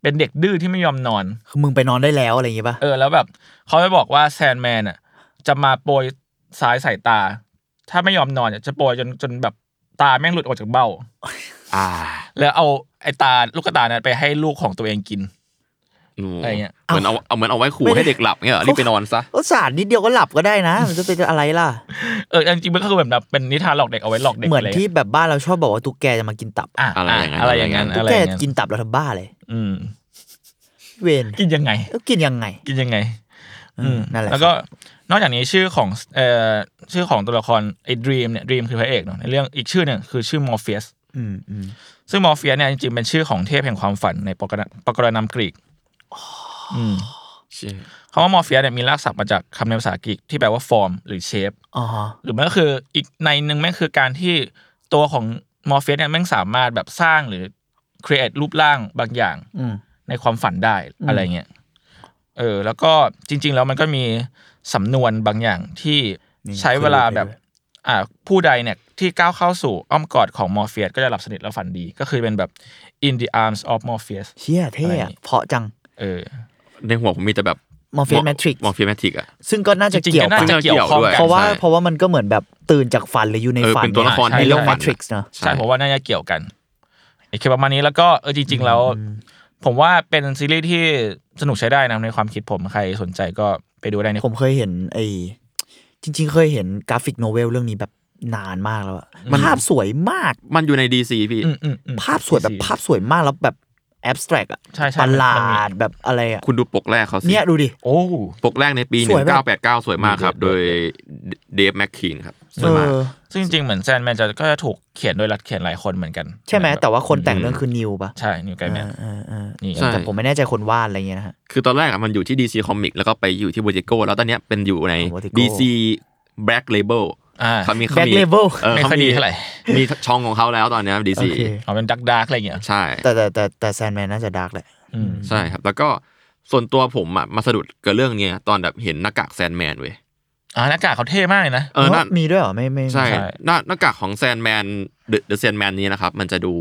เป็นเด็กดื้อที่ไม่ยอมนอน คือมึงไปนอนได้แล้วอะไรอย่างงี้ป่ะ เออ แล้วแบบเขาไปบอกว่าแซนแมนอ่ะ จะมาโปรยสายสายตา ถ้าไม่ยอมนอนเนี่ยจะโปรยจนจนแบบตาแม่งหลุดออกจากเบ้า อ่า แล้วเอาไอตาลูกกระตานั้นไปให้ลูกของตัวเองกิน อืม อะไรเงี้ย เหมือนเอาเอาเหมือนเอาไว้ขู่ ไม่ได้ ให้เด็กหลับเงี้ยเหรอรีบไปนอนซะ ก็สาดนิดเดียวก็หลับก็ได้นะ มันจะเป็นอะไรล่ะ เออแต่จริงๆมันก็คือแบบแบบเป็นนิทานหลอกเด็กเอาไว้หลอกเด็ก เหมือน อะไรเงี้ย ที่แบบบ้านเราชอบบอกว่าตุ๊กแกจะมากินตับ อ่ะ อะไรอย่างนั้น อะไรอย่างนั้น ตุ๊ อะ ก ไร แก อย่างนั้น กินตับเราทำบ้าเลย อืม เวน กินยังไง เอ้ากินยังไง กินยังไง อื อื ม ม นั่นแหละ แล้วก็นอกจากนี้ชื่อของเอ่อชื่อของตัวละครไอ้ดรีมเนี่ยดรีมคือพระเอกเนาะในเรื่องอีกชื่อหนึ่งคือชื่อมอร์เฟียส อืมอืม ซึ่งมอร์เฟียสเนี่ยจริงๆเป็นชื่อของเทพแห่งความฝันในปกรณปกรณนำกรีกอืม เชี่ย คำว่ามอร์เฟียสเนี่ยมีรากศัพท์มาจากคำในภาษากรีกที่แปลว่าฟอร์มหรือเชฟ อ๋อฮะ หรือมันก็คืออีกในหนึ่งแม่งคือการที่ตัวของมอร์เฟียสเนี่ยแม่งสามารถแบบสร้างหรือครีเอทรูปร่างบางอย่าง อืม ในความฝันได้ อืม อะไรเงี้ย เออ แล้วก็จริง ๆ แล้วมันก็มีสำนวนบางอย่างที่ นี่ ใช้เวลาแบบ เคยรู้ไปด้วย อ่า ผู้ใดเนี่ยที่ก้าวเข้าสู่อ้อมกอดของมอร์เฟียสก็จะหลับสนิทแล้วฝันดี ก็คือเป็นแบบ in the arms of Morpheus เชี่ยอะเท่ไรอ อะ ย่างงี้ เพราะจัง เออ ในหัวผมมีแต่แบบ มอร์เฟียแมทริก มอร์เฟียแมทริกอะ ซึ่งก็น่าจะ จริงๆ เกี่ยว ก็น่า กั จะ น เกี่ยวข้องกัน เพราะว่า ใช่ เพราะว่ามันก็เหมือนแบบตื่นจากฝันหรืออยู่ใน เออ ฝัน เป็นตัวละคร ใช่ ใน ที่ เรื่องแม ฝัน ทริกซ์เนอะ ใช่ผมว่าน่าจะเกี่ยวกันโอเคประมาณนี้แล้วก็เออจริง ๆ แล้ว ผมว่าเป็นซีรีส์ที่สนุกใช้ได้นะในความคิดผมใครสนใจก็ไปดูได้ใน ผมเคยเห็นไอ้จริง ๆ เคยเห็นกราฟิกโนเวลเรื่องนี้แบบนานมากแล้วอะ มัน ภาพสวยมาก มันอยู่ในดีซีพี่ อืมอืมอืม ภาพสวยแบบภาพสวยมากแล้วแบบแอบสแตรกอะ ใช่ใช่ ป มั ระ น หลา มันมี ดแบบอะไรอะ คุณดูปกแรกเขาสิ เนี่ยดูดิ โอ้ ปกแรกในปี สวยแบบ 1989 สวยมากครับ โดยเดฟแมคคีนครับส เอ วยมาก อ ซึ่งจริงๆเหมือนแซนแมนจะก็จะถูกเขียนโดยรัดเขียนหลายคนเหมือนกัน ใช่ไหมแต่ว่าคนแต่งเรื่องคือนิวปะ ใช่ นิวไกแมน เออเออ นี่ไง ใช่ แต่ผมไม่แน่ใจคนวาดอะไรเงี้ยนะฮะ คือตอนแรกอะมันอยู่ที่ DC Comic แล้วก็ไปอยู่ที่ Vertigo แล้วตอนเนี้ยเป็นอยู่ใน Vertigo DC Black Label อ่า เขามีเขา Black มี Label เออ ไม่ เขา ค่อย มี ดีเท่าไหร่ มีช่องของเขาแล้วตอนเนี้ย DC โอเค เอาเป็นดักดาร์กอะไรอย่างเงี้ย ใช่ แต่แต่แต่แต่แซนแมนน่าจะดาร์กแหละ อืม ใช่ครับ แล้วก็ส่วนตัวผมอะมาสะดุดกับเรื่องเนี้ยตอนแบบเห็นหน้ากากแซนแมนเว้ย อ่าหน้ากากเขาเท่มากเลยนะ เออหน้า มีด้วยเหรอ ไม่ไม่ ใช่ ใช่ หน้าหน้ากากของแซนแมนเดอะแซนแมนนี้นะครับ มันจะดู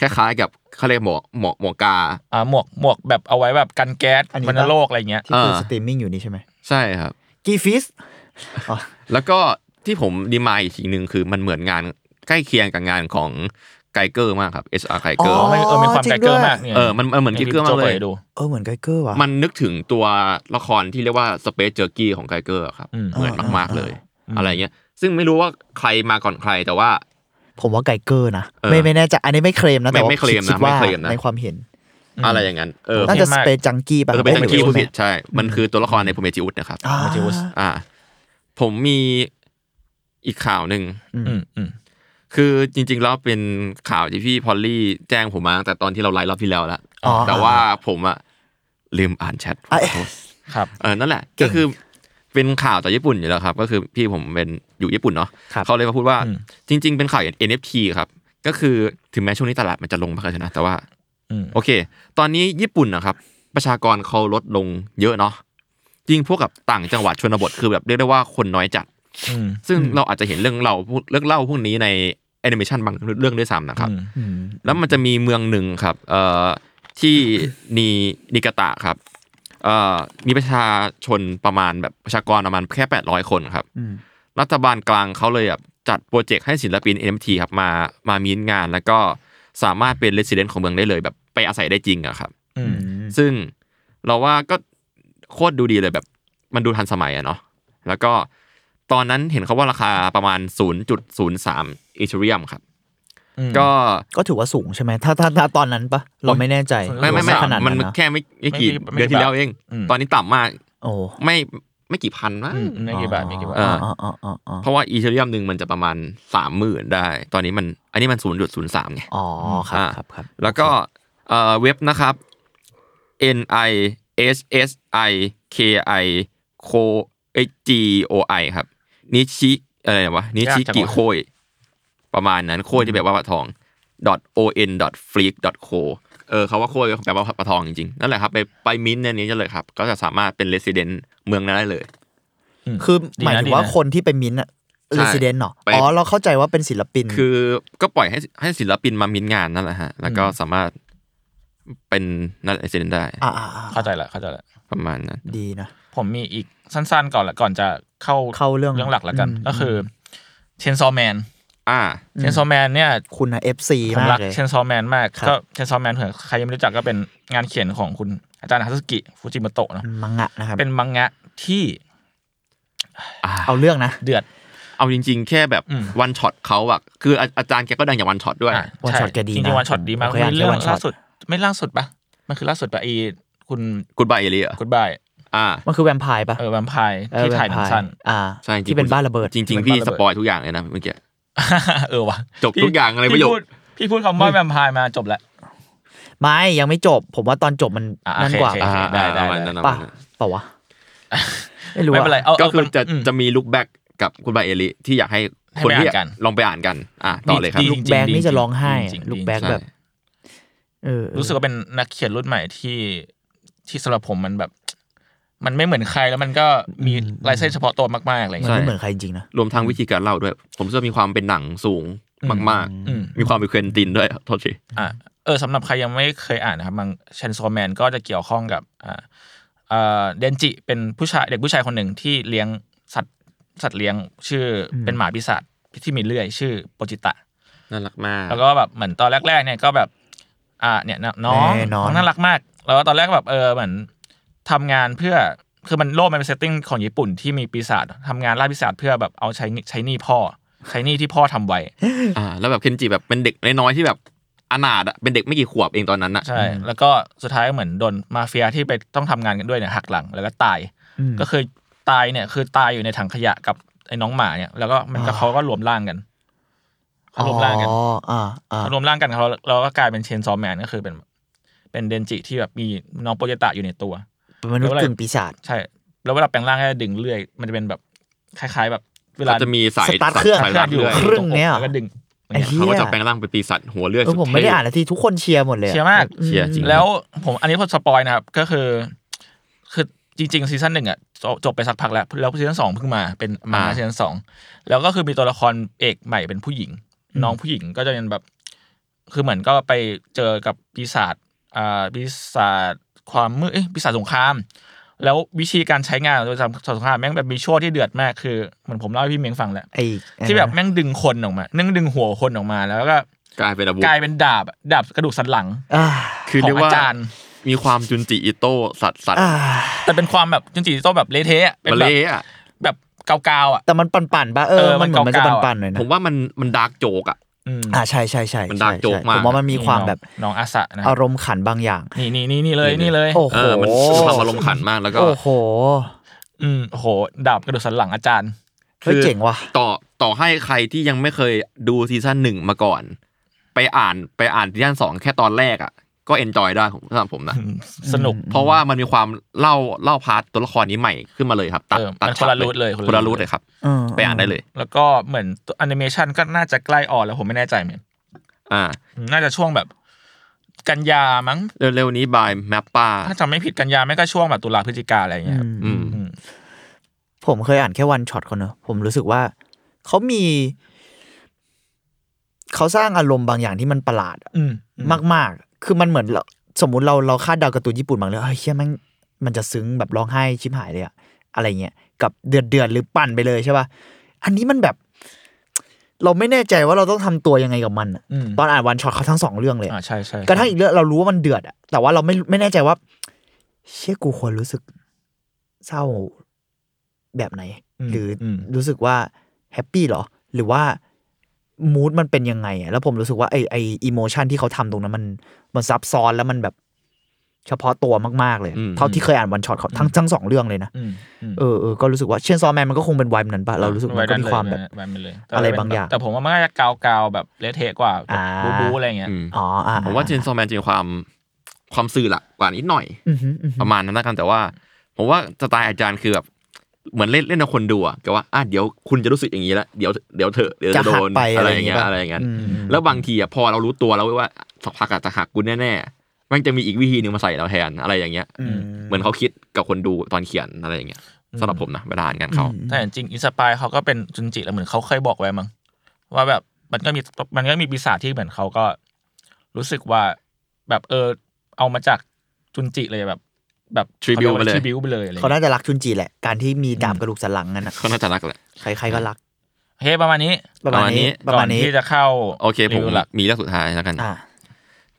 คล้ายๆกับเขาเรียกหมอหมอหมอกา อ่าหมวกหมวกแบบเอาไว้แบบกันแก๊สวัณโรคอะไรอย่างเงี้ย ที่คืเอออ สตรีมมิ่งอยู่นี่ใช่ไหม ใช่ครับ กีฟิสอ๋อ แล้วก็ที่ผมดีมายอีกทีหนึ่งคือมันเหมือนงานใกล้เคียงกับงานของไกเกอร์มากครับ HR ไกเกอร์ มันเออมีความไกเกอร์มากเนี่ย เออมันมันเหมือนไกเกอร์มากเลย ดู เออเหมือนไกเกอร์ว่ะ มันนึกถึงตัวละครที่เรียกว่าสเปซเจอร์กี้ของไกเกอร์ครับ อืม เหมือนมาก ๆ เลย อืม อะไรเงี้ย ซึ่งไม่รู้ว่าใครมาก่อนใครแต่ว่า ผมว่าไกเกอร์นะ เออ ไม่ไม่แน่ใจอันนี้ไม่เคลมนะ ไม่ แต่ว่า ไม่เคลมนะ ดว่า ไม่เคลมนะ ในความเห็น อะไรอย่างนั้น เออ น่าจะ เท่ ส มาก เปซจังกี้ป่ะ สเปซเจอร์กี้ ไม่ ผู้ ใช่ ผิดใช่ มันคือตัวละครในพรเมจิอุสนะครับ อ่า Multiverse อ่า ผมมีอีกข่าวหนึ่ง อืมอืม คือจริง ๆ แล้วเป็นข่าวที่พี่พอลลี่แจ้งผมมาตั้งแต่ตอนที่เราไลฟ์รอบที่แล้วแล้ว อ๋อ แต่ว่าผมอะลืมอ่านแชทขอโทษ ครับ เออนั่นแหละ ก็คือเป็นข่าวจากญี่ปุ่นอยู่แล้วครับ ก็คือพี่ผมเป็นอ อยู่ญี่ปุ่นเนาะ ครับ เขาเลยมาพูดว่า อืม จริง ๆ เป็นข่าว NFT ครับ ก็คือถึงแม้ช่วงนี้ตลาดมันจะลงมากเลยนะแต่ว่า อืม โอเค ตอนนี้ญี่ปุ่นนะครับ ประชากรเขาลดลงเยอะเนาะยิ่งพวกกับต่างจังหวัดชนบทคือแบบเรียกได้ว่าคนน้อยจัด อืม ซึ่งเราอาจจะเห็นเรื่องเราพวกเรื่องเล่าพวกนี้ในแอนิเมชันบางเรื่องด้วยซ้ำนะครับ อืม อืม แล้วมันจะมีเมืองหนึ่งครับเอ่อที่นีนิกาตะครับเอ่อมีประชาชนประมาณแบบประชากรประมาณแค่ 800 คนครับ อืม รัฐบาลกลางเขาเลยแบบจัดโปรเจกต์ให้ศิลปิน NFT ครับมามามีงาน แล้วก็สามารถเป็นเลสซิเดนต์ของเมืองได้เลย แบบไปอาศัยได้จริงอะครับ อื อื ม ม ซึ่งเราว่าก็โคตรดูดีเลยแบบมันดูทันสมัยอะเนาะแล้วก็ตอนนั้นเห็นเขาว่าราคาประมาณ 0.03อีเทเรียมครับ ก็ ก็ถือว่าสูงใช่ไหมถ้าถ้าถ้าตอนนั้นปะเราไม่แน่ใจ ไม่ไม่ไม่ ขนาด มัน นั้นนะ แค่ไม่ไม่กี่ ไม่กี่ เดือนที่แล้วเอง อืม ตอนนี้ต่ำมาก โอ้ ไม่ไม่กี่พันมั้ง อืมไม่กี่บาทไม่กี่บาท เออ อ๋ออ๋ออ๋ออ๋อ เพราะว่าอีเทเรียมหนึ่งมันจะประมาณสามหมื่นได้ ตอนนี้มันอันนี้มันศูนย์จุดศูนย์สามไง อ๋อครับ อ่า ครับครับ แล้วก็เอ่อเว็บนะครับ n i s s i k i k o g o i ครับนิชิอะไรวะนิชิกิโคยประมาณนั้นโคยที่แปลว่าปลาทอง o n f r e a k c o เออเขาว่าโคยแปลว่าปลาทองจริงๆ นั่นแหละครับ ไปไปมิ้นท์ในนี้จะเลยครับ ก็จะสามารถเป็นเลส i ิเดนเมืองนั้นได้เลย ม คือหมาย ดีนะ ถึงว่า ดีนะ คนที่ไปมิ้นท์อะ ใช่ เรสซิเดนต์เหรอ ไป อ๋อเราเข้าใจว่าเป็นศิลปิน คือก็ปล่อยให้ให้ศิลปินมามิ้นท์งานนั่นแหละฮะ แล้วก็สามารถเป็นนั่นเลส i ิเดนได้ อ่าอ่าอ่า เข้าใจละเข้าใจละ ประมาณนั้น ดีนะ ผมมีอีกสั้นๆก่อนละก่อนจะเข้า เข้าเรื่อง เรื่องหลักแล้วกัน อืม ก็คือเชนซอแมน อ่า เชนซอแมนเนี่ย คุณนะเอฟซี ผม มา รั ก ก เลย เชนซอแมนมาก ครับ ก็เชนซอแมนเผื่อใครยังไม่รู้จักก็เป็นงานเขียนของคุณอาจารย์ฮาซุกิฟูจิโมโตะเนาะ มังงะนะครับ เป็นมังงะที่ เอาเรื่องนะ เดือด เอาจริงๆ แค่แบบ อืม วันช็อตเขาอะคืออาอาจารย์แกก็ดังอย่างวันช็อตด้วย อ่ะ วันช็อตแกดีนะ จริงๆวันช็อตดีมาก ผมเคยอ่าน มีเรื่อง แค่วันช็อต ล่าสุดไม่ล่าสุดปะมันคือล่าสุดปะไอ้คุณ กูดบายเอเลีย กุดบาย อ่า มันคือแวมไพร์ปะ เออแวมไพร์ที่ถ่ายหนังสั้น อ่า ใช่จริงๆ ที่เป็นบ้านระเบิด จริง เป็น ๆ พี่ บ้านระ ส เบิด ปอยทุกอย่างเลยนะเมื่อกี้ เออว่ะ จบทุกอย่างเลยประโยค พี่พูดพี่พูดคำว่าแวมไพร์มาจบละ ไม่ยังไม่จบ ผมว่าตอนจบมัน อ่ะ นั่นกว่า โอเคโอเคปะได้ได้ ประมาณ ได้ นั้น ป่ะ ประมาณนั้น ป่าวะ ไม่รู้ ไม่เป็นไรเอา ก็ เอา คือจะ ม จะมีลุคแบ็กกับกูดบายเอเลียที่อยากให้คน ให้ไป ที่ อ่านกัน ลองไปอ่านกัน อ่ะต่อเลยครับ ดี ลู จ ก ริงๆ แบงค์ ดี นี่จะร้องไห้ จริงๆ ลูก ดี แบงค์แบบ ใช่ เออ รู้สึกว่าเป็นนักเขียนรุ่นใหม่ที่ที่สำหรับผมมันแบบ มันไม่เหมือนใครแล้วมันก็มีลายเส้นเฉพาะตัวมากๆอะไร มัน เงี้ย ไม่เหมือนใครจริงๆนะ รวมทั้งวิธีการเล่าด้วย ผมจะมีความเป็นหนังสูง อืม มาก อืม ๆ มีความเป็นเควินตินด้วยโทษที อ่ะเออสำหรับใครยังไม่เคยอ่านนะครับมังเชนโซแมนก็จะเกี่ยวข้องกับอ่าเอ่อเดนจิเป็นผู้ชายเด็กผู้ชายคนหนึ่งที่เลี้ยงสัตว์สัตว์เลี้ยงชื่ออเป็นหมาปีศาจที่มีเลื่อย ชื่อโปจิตะ น่ารักมาก แล้วก็แบบเหมือนตอนแรกๆเนี่ยก็แบบ อ่าเนี่ยน้องน้ แน่นอน องน่ารักมาก แล้วก็ตอนแรกก็แบบเออเหมือนทำงานเพื่อคือมันโลกมันเป็นเซตติ้งของญี่ปุ่นที่มีปีศาจทำงานล่าปีศาจเพื่อแบบเอาใช้ใช้หนี้พ่อ ใช้หนี้ที่พ่อทำไว้ อ่า แล้วแบบเคนจิแบบเป็นเด็กน้อยๆที่แบบอนาถอะเป็นเด็กไม่กี่ขวบเองตอนนั้นอะ ใช่ แล้วก็สุดท้ายก็เหมือนโดนมาเฟียที่ไปต้องทำงานกันด้วยเนี่ยหักหลังแล้วก็ตาย อืม ก็คือตายเนี่ยคือตายอยู่ในถังขยะกับไอ้น้องหมาเนี่ย แล้วก็มันก็เขาก็รวมร่างกันเขารวมร่างกัน อ๋ออ่าอ่า รวมร่างกันเขาเราก็กลายเป็นเชนซอมแมนก็คือเป็น เป็นเดนจิที่แบบมีน้องโปเจตะอยู่ในตัว เป็นมนุษย์กึ่งปีศาจ ใช่ แล้วเวลาแปลงร่างก็จะดึงเลื่อย มันจะเป็นแบบคล้าย ๆ แบบเวลา เขาจะมีสาย สตาร์ทเครื่อง สายรัด อยู่ ด้วย เครื่องเนี้ย แล้วก็ดึง ไอ้เหี้ เขาก็ ย จะแปลงร่างเป็นปีศาจหัวเลือด เออ สุด ผมไม่ได้ เท่ อ่านนาทีทุกคนเชียร์หมดเลยอะ เชียร์มาก อืม เชียร์จริง แล้วผมอันนี้ผมสปอยนะครับ ก็คือคือจริงๆซีซั่นหนึ่งอ่ะจบจบไปสักพักแล้ว แล้วซีซั่นสองเพิ่งมาเป็นมา อ่า ซีซั่นสองแล้วก็คือมีตัวละครเอกใหม่เป็นผู้หญิง น้องผู้หญิงก็จะเป็นแบบ คือเหมือนก็ไปเจอกับปีศาจอ่าปีศาจความมืดเอ้ยปีศาจสงคราม แล้ววิธีการใช้งานของปีศาจสงครามแม่งแบบมีช่วงที่เดือดมากคือเหมือนผมเล่าให้พี่เมงฟังแหละ ไอ้ ที่แบบแม่งดึงคนออกมานึ่งดึงหัวคนออกมา แล้วก็ กลายเป็นอาวุธ กลายเป็นดาบอะดาบกระดูกสันหลัง อ่า คือ ขอ เรีย ง ก อา ว่า จารย์ มีความจุนจิอิโต้สัตว์สัตว์ อ่า แต่เป็นความแบบจริงๆต้องแบบเละเทะอะเป็น มา แบบ เละอะ แบบกาวๆอ่ะ แต่มันปั่นๆปะเอ เอ อ อมั มัน น เหมือนมันจะ เก่าๆอะ ปั่นๆหน่อยนะ ผมว่ามันมันดาร์กโจกอะ อืม อ่าใช่ใช่ใช่ มันดาร์ก ใช่ โจ๊กมาก ผมว่ามันมีความแบบ น้องอาสะนะ อารมณ์ขันบางอย่าง นี่นี่นี่นี่เลยนี่เลย โอ้โห เออมันมีความอารมณ์ขันมากแล้วก็ โอ้โห อืมโอ้โหดาบกระดูกสันหลังอาจารย์ เฮ้ยเจ๋งว่ะ ต่อต่อให้ใครที่ยังไม่เคยดูซีซั่นหนึ่งมาก่อน ไปอ่านไปอ่านซีซั่นสองแค่ตอนแรกอะ ก็เอนจอยได้ผมสำหรับผมนะ สนุก เพราะว่ามันมีความเล่าเล่าพาร์ทตัวละครนี้ใหม่ขึ้นมาเลยครับ ตัด เออ ตัด มันคนละ ฉาก รูทเลยคนละ คนละ รู รู ท ทเลยครับ เออ ไปอ่านได้เลย แล้วก็เหมือนแอนิเมชันก็น่าจะใกล้ออนแล้วผมไม่แน่ใจเหมือนกัน อ่า น่าจะช่วงแบบ กันยามั้ง เร็วๆนี้บายแมปป้า ถ้าจำไม่ผิดกันยาไม่ก็ช่วงแบบตุลาพฤศจิกาอะไรอย่างเงี้ยครับ อื อื ม ม อืม ผมเคยอ่านแค่วันช็อตเขาเนอะผมรู้สึกว่าเขามี เขาสร้างอารมณ์บางอย่างที่มันประหลาดอะ อืมอืม มาก ๆ คือมันเหมือนเราสมมุติเราเราคาดเดาการ์ตูนญี่ปุ่นบางเรื่องเฮ้ยเชี่ยแมันมันจะซึ้งแบบร้องไห้ชิบหายเลยอะอะไรเงี้ยกับเดือดเดือดๆหรือปั่นไปเลยใช่ป่ะอันนี้มันแบบ เราไม่แน่ใจว่าเราต้องทำตัวยังไงกับมันอะ อืม ตอนอ่านวันช็อตเขาทั้งสองเรื่องเลยอะ อ่าใช่ใช่ กระทั่งอีกเรื่องเรารู้ว่ามันเดือดอะแต่ว่าเราไม่ไม่แน่ใจว่า เชี่ยกูควรรู้สึกเศร้าแบบไหน ม หรืออ ม รู้สึกว่าแฮปปี้เหรอ หรือว่ามูดมันเป็นยังไงอะแล้วผมรู้สึกว่าไอไออิโมชันที่เขาทำตรงนั้น มันมันซับซ้อนแล้วมันแบบ เฉพาะตัวมากๆเลย อืม เท่าที่เคยอ่านวันช็อตเขาทั้งทั้งสองเรื่องเลยนะ อืมอืม เออเออก็รู้สึกว่าเชนซอแมนมันก็คงเป็นวายนั้นปะเรารู้สึกมันก็มีความแบบ ไว้นั่นเลย อะไรบางอย่าง แต่ผมว่ามันก็จะกาวกาวๆแบบเละเทะกว่าแบบ อ่า บูบูอะไรอย่างเงี้ย อืม อ๋ออ่า ผมว่าจินซอแมนจริงความความสื่อหลักกว่านิดหน่อย อือหืออือ ป หือ ระมาณนั้นนะครับแต่ว่า ผมว่าสไตล์อาจารย์คือแบบ เหมือนเล่นเล่นกับคนดูอะแต่ว่าอ่ะเดี๋ยวคุณจะรู้สึกอย่างนี้ละเดี๋ยวเดี๋ยวเธอะเดี๋ยว จะ จะโด หัก น ไป อะไรอย่างเงี้ย ป อะไรอย่างเงี้ย ม แล้วบางทีอะพอเรารู้ตัวแล้วว่าสักพักอะจะหักกูแน่ๆมันจะมีอีกวิธีหนึ่งมาใส่เราแทนอะไรอย่างเงี้ย อืม เหมือนเขาคิดกับคนดูตอนเขียนอะไรอย่างเงี้ยสำหรับผมนะเวลาอ่านกันเขา แต่จริงอินสปายเขาก็เป็นจุนจิแล้วเหมือนเขาเคยบอกไว้มั้งว่าแบบมันก็มีมันก็มีปีศาจที่เหมือนเขาก็ รู้สึกว่าแบบเออ เอามาจากจุนจิเลยแบบ แบบ ทริบิวไปเลย ทริบิวไปเลยอะไรอย่ง เขา เงี้ย น่าจะรักชุนจีแหละ การที่มีดาบกระดูกสันหลังนั่นน่ะ เขาน่าจะรักแหละ ใครๆก็รัก โอเคประมาณนี้ ประมาณนี้ ป ประ มาณนี้ก่อระมาณนี้ที่จะเข้า โอเค ผรีมวิวหลัก มีเรื่องสุดท้ายแล้วกัน อ่า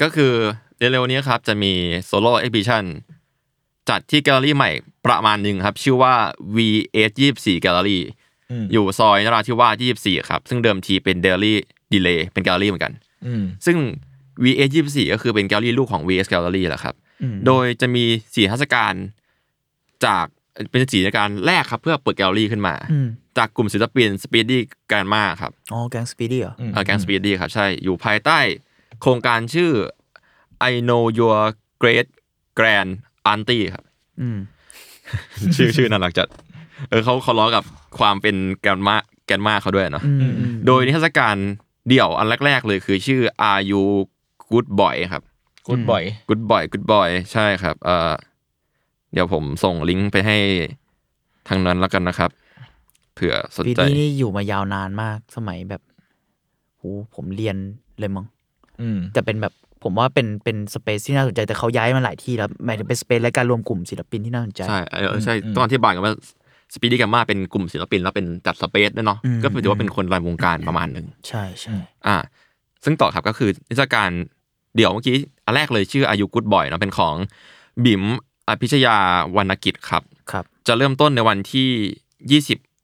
ก็คือเร็วๆนี้ครับ จะมีโซโล่เอ็กซิบิชันจัดที่แกลเลอรี่ใหม่ประมาณหนึ่งครับ ชื่อว่า V H 24 Gallery อืม อยู่ซอยนราธิวาส24 ครับ ซึ่งเดิมทีเป็นเดลี่ดีเลย์เป็นแกลเลอรี่เหมือนกัน อืม ซึ่ง V H 24ก็คือเป็นแกลเลอรี่ลูกของ V S Gallery แหละครับ โดยจะมีสีนิทรรศการจากเป็นสีนิทรรศการแรกครับ เพื่อเปิดแกลเลอรี่ขึ้นมา อืม จากกลุ่มศิลปินสปีดดี้การมาครับ อ๋อ แกงสปีดี้เหรอ อืม เออแกงสปีดดี้ครับ ใช่ อยู่ภายใต้โครงการชื่อ I know your great grand auntie ครับ อืม ชื่อชื่อน่ารักจัด เออเขาเขาล้อกับความเป็นแกรนมาแกรนมาเขาด้วยเนาะ อืมอืม โดยนิทรรศการเดี่ยวอันแรก ๆ เลยคือชื่อ Are you good boy ครับ กูดบ่อย good boy good boy ใช่ครับเออเดี๋ยวผมส่งลิงก์ไปให้ทางนั้นแล้วกันนะครับเผื่อส ส น ปี ใจ ดี้นี่อยู่มายาวนานมาก สมัยแบบโหผมเรียนเลยมั้ง อืม แต่เป็นแบบ ผมว่าเป็น เป็นสเปซที่น่าสนใจ แต่เขาย้ายมาหลายที่แล้วหมายถึงเป็นสเปซและการรวมกลุ่มศิลปินที่น่าสนใจ ใช่เออใช่ต้องอธิบายกันว่าสปีดดี้กัมมาเป็นกลุ่มศิลปินแล้วเป็นจัดสเปซด้วยเนาะ อืม ก็ถือว่าเป็นคนรายวงการประมาณหนึ่ง ใช่ใช่ อ่า ซึ่งต่อครับก็คือนิทรรศการเดี๋ยวเมื่อกี้อันแรกเลยชื่ออายุกุดบ่อยเนาะเป็นของบิ๋มอภิชยาวรรณกิจครับ ครับ จะเริ่มต้นในวันที่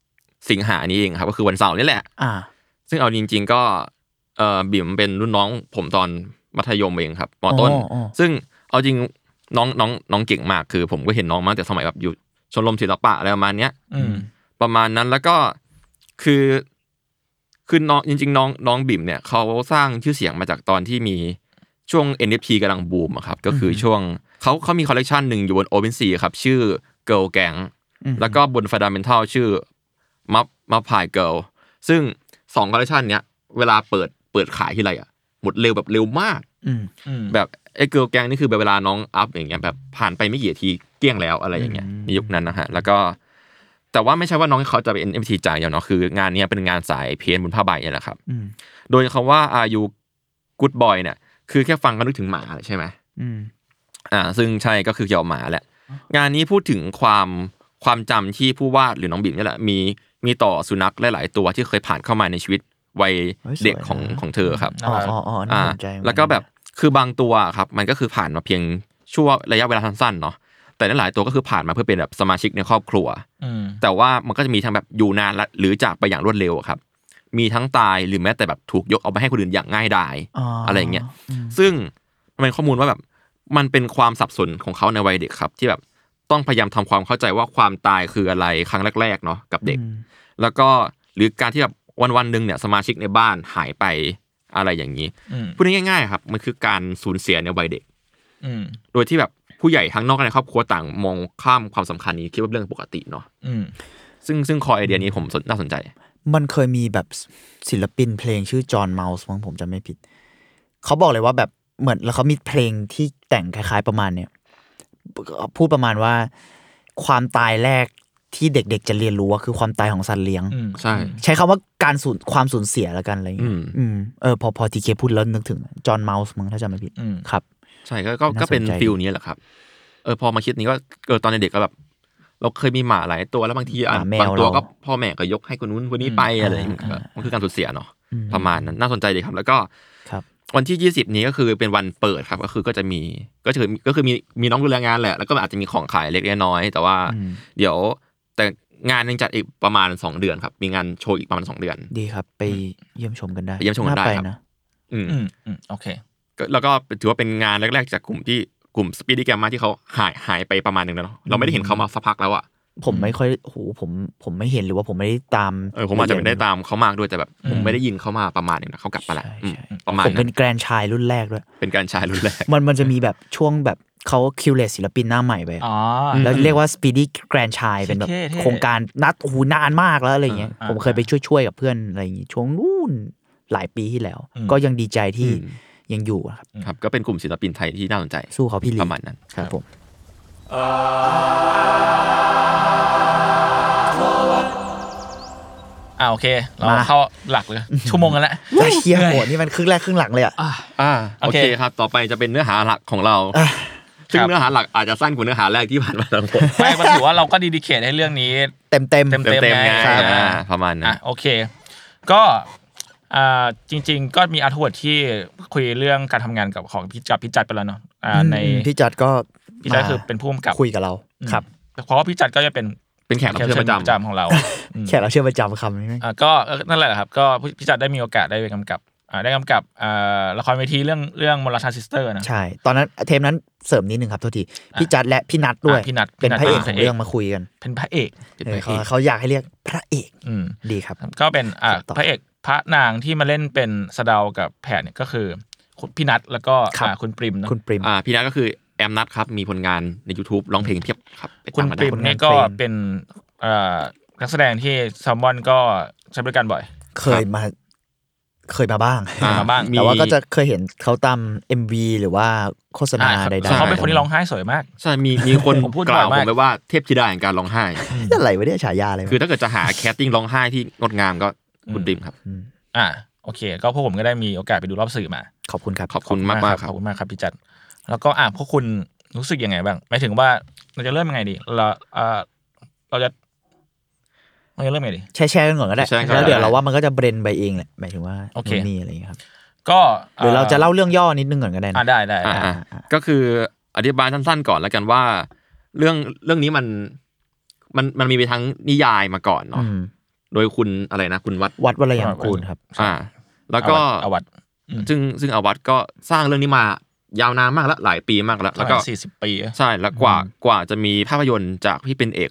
20 สิงหานี้เองครับ ก็คือวันเสาร์นี่แหละ อ่า ซึ่งเอาจริง ๆ ก็เอ่อบิ๋มเป็นรุ่นน้องผมตอนมัธยมเองครับมต้น อ๋ออ๋อ ซึ่งเอาจริงน้องน้องน้องเก่งมากคือ ผมก็เห็นน้องมาตั้งแต่สมัยแบบอยู่ชมรมศิลปะอะไรประมาณเนี้ย อืม ประมาณนั้นแล้วก็คือคือน้องจริง ๆ น้องน้องบิ๋มเนี่ยเขาสร้างชื่อเสียงมาจากตอนที่มีช่วง NFT กำลังบูมอะครับ ก็คือช่วงเขาเขามีคอลเลกชันหนึ่งอยู่บน OpenSea ครับ ชื่อ Girl Gang อืม แล้วก็บน Fundamental ชื่อ มัฟมัฟพายเกิลซึ่งสองคอลเลกชันเนี้ยเวลาเปิดเปิดขายที่ไรอะหมดเร็วแบบเร็วมาก อืม อืม แบบไอ้เกิร์ลแกงนี่คือแบบเวลาน้องอัพอย่างเงี้ยแบบผ่านไปไม่กี่นาทีเกลี้ยงแล้วอะไรอย่างเงี้ยในยุคนั้นนะฮะแล้วก็ แต่ว่าไม่ใช่ว่าน้องเขาจะเป็น NFT จ่ายอย่างเนาะคืองานเนี้ยเป็นงานสายเพียนบนผ้าใบเนี่ยแหละครับ อืม โดยคำว่าอายุกูดบอยเนี่ย คือแค่ฟังก็นึกถึงหมาเลยใช่ไหม อืม อ่า ซึ่งใช่ก็คือเกี่ยวกับหมาแหละ งานนี้พูดถึงความความจำที่ผู้วาดหรือน้องบิ๊มเนี่ยแหละมีมีต่อสุนัขหลาย ๆ ตัวที่เคยผ่านเข้ามาในชีวิตวัย เฮ้ยสวยนะ เด็กของของเธอครับ อ๋ออ๋ออ๋อน่า อ่า สนใจเหมือนน แล้วก็แบบคือบางตัวอะครับ มันก็คือผ่านมาเพียงช่วงระยะเวลาสั้นๆเนาะแต่หลายๆตัวก็คือผ่านมาเพื่อเป็นแบบสมาชิกในครอบครัว อืม แต่ว่ามันก็จะมีทั้งแบบอยู่นานและหรือจากไปอย่างรวดเร็วอะครับ มีทั้งตายหรือแม้แต่แบบถูกยกเอาไปให้คนอื่นอย่างง่ายดาย อะไรอย่างเงี้ย ซึ่งมันเป็นข้อมูลว่าแบบมันเป็นความสับสนของเขาในวัยเด็กครับ ที่แบบต้องพยายามทำความเข้าใจว่าความตายคืออะไรครั้งแรกๆเนาะกับเด็ก อืม แล้วก็หรือการที่แบบวันๆหนึ่งเนี่ยสมาชิกในบ้านหายไปอะไรอย่างนี้ อืม พูดง่ายๆครับ มันคือการสูญเสียในวัยเด็ก อืม โดยที่แบบผู้ใหญ่ทั้งนอกและในครอบครัวต่างมองข้ามความสำคัญนี้คิดว่าเป็นเรื่องปกติเนาะ อืม ซึ่งซึ่งคอไอเดียนี้ผมสนน่าสนใจ มันเคยมีแบบศิลปินเพลงชื่อจอห์นเมาส์มั้งผมจำไม่ผิด เขาบอกเลยว่าแบบเหมือนแล้วเขามีเพลงที่แต่งคล้าย ๆประมาณเนี่ย พูดประมาณว่า ความตายแรกที่เด็กๆจะเรียนรู้ว่าคือความตายของสัตว์เลี้ยง อืม ใช่ ใช้คำว่าการสูญความสูญเสียแล้วกันอะไรอย่างอืเงี้ยม อืมเออพอพอทีเคพูดแล้วนึกถึงจอห์นเมาส์มั้งถ้าจำไม่ผิด อืม ครับ ใช่ก็ก็ น่าสนใจ ก็เป็นฟิลนี้แหละครับ เออพอมาคิดนี้ก็เออตอนเด็กๆก็แบบ เราเคยมีหมาหลายตัวแล้วบางทีอ่ะ หมาแมว บางตัว เรา ก็พ่อแม่ก็ยกให้คนนู้นคนนี้ไปอะไรอย่างเงี้ย อ่าอ่ามั มันคือการสูญเสียเนาะ อืม ประมาณนั้นน่าสนใจดีครับ แล้วก็ ครับ วันที่ยี่สิบนี้ก็คือเป็นวันเปิดครับ ก็คือก็จะมีก็คือก็คือมีมีน้องดูแลงานแหละแล้วก็อาจจะมีของขายเล็กๆน้อยๆแต่ว่า อืม เดี๋ยวแต่งานยังจัดอีกประมาณสองเดือนครับ มีงานโชว์อีกประมาณสองเดือน ดีครับ ไปเยี่ยมชมกันได้ ไปเยี่ยมชมกันได้ าป ครับ นะ อืม อืมอืมโอเค ก็แล้วก็ถือว่าเป็นงานแรก ๆ จากกลุ่มที่กลุ่มสปีดดี้แกมมาที่เขาหายหายไปประมาณหนึ่งแล้วเนอะเราไม่ได้เห็นเขามาสักพักแล้วอ่ะ ผมไม่ค่อยโหผมผมไม่เห็นหรือว่าผมไม่ได้ตาม เออผมอาจจะไม่ได้ตามเขามากด้วยแต่แบบ ผม อืม ไม่ได้ยินเขามาประมาณหนึ่งนะเขากลับมาแล้ว ใช่ อืม ใช่ ประมาณ ผม นั้ เป็น นแกรนชายรุ่นแรกด้วย เป็นการชายรุ่นแรก มันมันจะมีแบบช่วงแบบเขาคิวเลตศิลปินหน้าใหม่ไปอะ อ๋อ แล้วเรียกว่า Speedy Grand Chai เป็นแบบ เท่ๆเท่ โครงการนัดโอ้โหูนานมากแล้วอะไรเงี้ย อ่า ผมเคยไปช่วยๆกับเพื่อนอะไรอย่างงี้ช่วงนู่นหลายปีที่แล้ว อืม ก็ยังดีใจที่ อืม ยังอยู่อะครับ ครับก็เป็นกลุ่มศิลปินไทยที่น่าสนใจ สู้เขาพี่ลี ประมาณนั้น ครับผม อ่าโอเค เรา มา เข้าหลักเลย ชั่วโมงกันแล้ว ไอ้เฮียโหดนี่มันครึ่งแรกครึ่งหลังเลยอ่ะ อ่า โอ โอ เค เคครับ ต่อไปจะเป็นเนื้อหาหลักของเรา อ่ะ ซึ่ง ครับ เนื้อหาหลักอาจจะสั้นกว่าเนื้อหาแรกที่ผ่านมาทั้งหมด ไม่มันถือว่าเราก็ดีดิเคทให้เรื่องนี้ เต็มเต็ม เต็มๆ เต็มๆไง ครับ อ่าประมาณนั้ อ่ะ น โอเค ก็อ่าจริง ๆ ก็มีอาร์ทวดที่คุยเรื่องการทำงานกับของพี่จัดพี่จัดไปแล้วเนาะอ่า อืม ใน พี่จัดก็ พี่จัด มา คือเป็นผู้กำกับ คุยกับเรา อืม ครับ เพราะว่าพี่จัดก็จะเป็น เป็นแขกรับเชิญประจำ ของเราอืม แขกเราเชื่อประจำคำนี้ไหม อ่ะก็เออนั่นแหละครับก็พี่พี่จัดได้มีโอกาสได้ไปกำกับอ่าได้กำกับอ่าละครเวทีเรื่องเรื่องมลชาซิสเตอร์นะ ใช่ ตอนนั้นเทมนั้นเสริมนิดนึงครับโทษทีพี่จัดและพี่นัทด้วย อ่ะพี่นัท เป็น พี่นัท พระเอเป็นกข พ อง ระเอก เรื่องมาคุยกัน เป็นพระเอก เออเขาเขาอยากให้เรียกพระเอก อืม ดีครับ ครับก็เป็นอ่า ต่อ พระเอกพระนางที่มาเล่นเป็นสะเดากับแผนเนี่ยก็คือคุณพี่นัทแล้วก็ ครับ อ่าคุณปริมเนอะ คุณปริม อ่าพี่นัทก็คือแอมนัทครับ มีผลงานใน YouTube ร้องเพลงเพียบครับไป คุณ ตามปมาได้ ริมเนี่ยก็ ผลงานเพลง เป็นอ่านักแสดงที่แซมมอนก็ใช้บริการบ่อย เคยมา เคยมาบ้าง อ่ มาบ้าง มี แต่ว่าก็จะเคยเห็นเขาตาม MV หรือว่าโฆษณา อ่าเขา ใดๆ เขาเป็นคนที่ร้องไห้สวยมาก ใช่มีมีคน ผมพูด กล่าว บ่อยมาก ผมไปว่าเทพธิดาแห่งการร้องไห้ อะไรวะเนี่ยฉายาอะไรวะ คือถ้าเกิดจะหาแคสติ้งร้องไห้ที่งดงามก็คุณดิมครับ อ่าโอเค ก็พวกผมก็ได้มีโอกาสไปดูรอบสื่อมา ขอบคุณครับ ขอบคุณมากมากค ข รั อ บบ คุณมากครับพี่จัด แล้วก็อ่ะพวกคุณรู้สึกยังไงบ้างหมายถึงว่าเราจะเริ่มยังไงดีเราเอ่อเราจะเราจะเริ่มยังไงดี แชร์แชร์กันก่อนก็ได้ แชร์กันก่อน แล้วเดี๋ยว ได้ เราว่ามันก็จะเบรนไปเองแหละหมายถึงว่า โอเค นู่นนี่อะไรอย่างเงี้ยครับ ก็ หรือเราจะเล่าเรื่องย่อนิดนึงก่อนก็ได้ อ่ะ นะ ได้ได้ได้ อ่าก็คืออธิบายสั้นๆก่อนแล้วกันว่า เรื่องเรื่องนี้มันมันมันมีไปทั้งนิยายมาก่อนเนาะ อืม โดยคุณอะไรนะ คุณวัด วัดวรยางกูลครับ อ่า แล้วก็ อวัดอืม ซึ่งซึ่งอาวัดก็สร้างเรื่องนี้มายาวนานมากแล้วหลายปีมากแล้ว ป แล้ ระมาวก็ ณสี่สิบปี ใช่แล้วกว่ากว่าจะมีภาพยนตร์จากที่เป็นเอก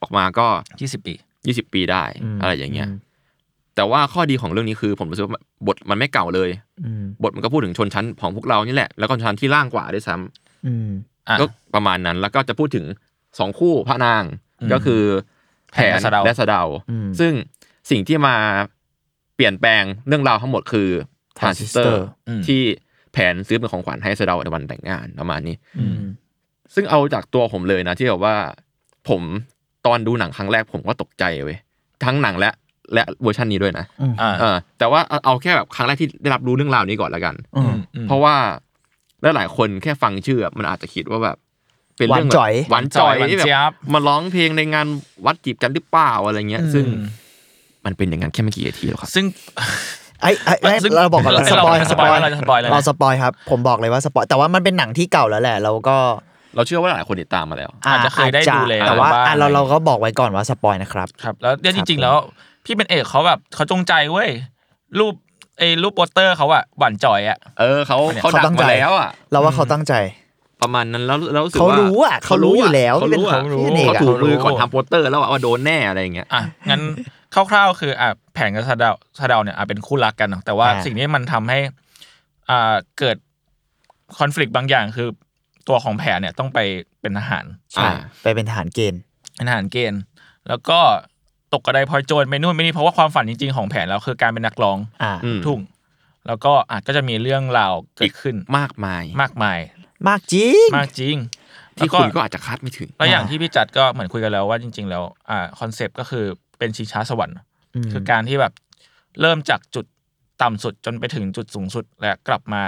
ออกมาก็ ยี่สิบปี 20 ปีได้ อืม อะไรอย่างเงี้ยแต่ว่าข้อดีของเรื่องนี้คือผมรู้สึกว่าบทมันไม่เก่าเลย อืม บทมันก็พูดถึงชนชั้นของพวกเรานี่แหละ แล้วก็ชนชั้นที่ล่างกว่าด้วยซ้ อืม อ่ะ ำก็ประมาณนั้นแล้วก็จะพูดถึงสองคู่พระนาง อืม ก็คือแผน แผนและสะเดา และสะเดา อืม ซึ่งสิ่งที่มาเปลี่ยนแปลงเรื่องราวทั้งหมดคือ Transistor transistor อืม ที่แผนซื้อเป็นของขวัญให้สะเดาในวันแต่งงานประมาณนี้ อืม ซึ่งเอาจากตัวผมเลยนะที่แบบว่า ผมตอนดูหนังครั้งแรกผมก็ตกใจเว้ยทั้งหนังและและเวอร์ชันนี้ด้วยนะ อ่า เออแต่ว่าเอาเอาแค่แบบครั้งแรกที่ได้รับรู้เรื่องราวนี้ก่อนละกัน อืม อืม เพราะว่าหลายๆคนแค่ฟังชื่อ มันอาจจะคิดว่าแบบ เป็นเรื่อง หวาน แบบหวานจ่อยจ่อย หวาน ที่แบ เจี๊ยบ บมาร้องเพลงในงานวัดจีบกันหรือเปล่าอะไรเงี้ย ซึ่งมันเป็นอย่างนั้นแค่ไม่กี่นาทีหรอกครับ ซึ่ง ไอ้ไอ้ไอ้ ซึ่ง เราบอกก่อน เรา สปอย สปอยเราจะสปอยเลยนะ เราสปอยครับ ผมบอกเลยว่าสปอยแต่ว่ามันเป็นหนังที่เก่าแล้วแหละ เราก็ เราเชื่อว่าหลายคนติดตามมาแล้ว อาจจะเคยได้ดูแล้ว แต่ว่า บ้าง อ่ะเราเราก็บอกไว้ก่อนว่าสปอยนะครับ ครับแล้วเนี่ย ค จ รับ ริง ผม ๆแล้ว พี่เป็นเอกเขาแบบเขาจงใจเว้ยรูปไอ้รูปโปสเตอร์เขาอะหวานจ่อยอะ เออเขาเขาดักมาแล้วอ่ะ เราว่าเขาตั้งใจ ประมาณนั้นแล้วแล้วสึก เขา ว่า รู้อ่ะเขารู้อยู่แล้ว เขา ที่เป็น รู้อะของพี่เนก เขา อ่ะ ถูกมือก่อนทำโปสเตอร์แล้วอะว่าโดนแน่อะไรอย่างเงี้ย อ่ะงั้นคร่าวๆคืออ่ะแผนกับซาดาวซาดาวเนี่ยอ่ะเป็นคู่รักกันเนอะแต่ว่าสิ่งที่มันทำให้อ่าเกิดคอน FLICT บางอย่างคือ ตัวของแผนเนี่ยต้องไปเป็นทหาร ใช่ อ่า ไปเป็นทหารเกณฑ์ เป็นทหารเกณฑ์ แล้วก็ตกกระไดพลอยโจรไปนู่นไปนี่เพราะว่าความฝันจริงๆของแผนแล้วคือการเป็นนักร้อง อ่า อืม ทุ่ง แล้วก็อาจก็จะมีเรื่องราวเกิดขึ้น มากมาย มากมาย มากจริง มากจริง ที่ แล้ว คุณก็อาจจะคาดไม่ถึง แล้วอย่าง อ่า ที่พี่จัดก็เหมือนคุยกันแล้วว่าจริง ๆ แล้วอ่าคอนเซปต์ก็คือเป็นชิงช้าสวรรค์ ม คือการที่แบบเริ่มจากจุดต่ำสุดจนไปถึงจุดสูงสุดและกลับมา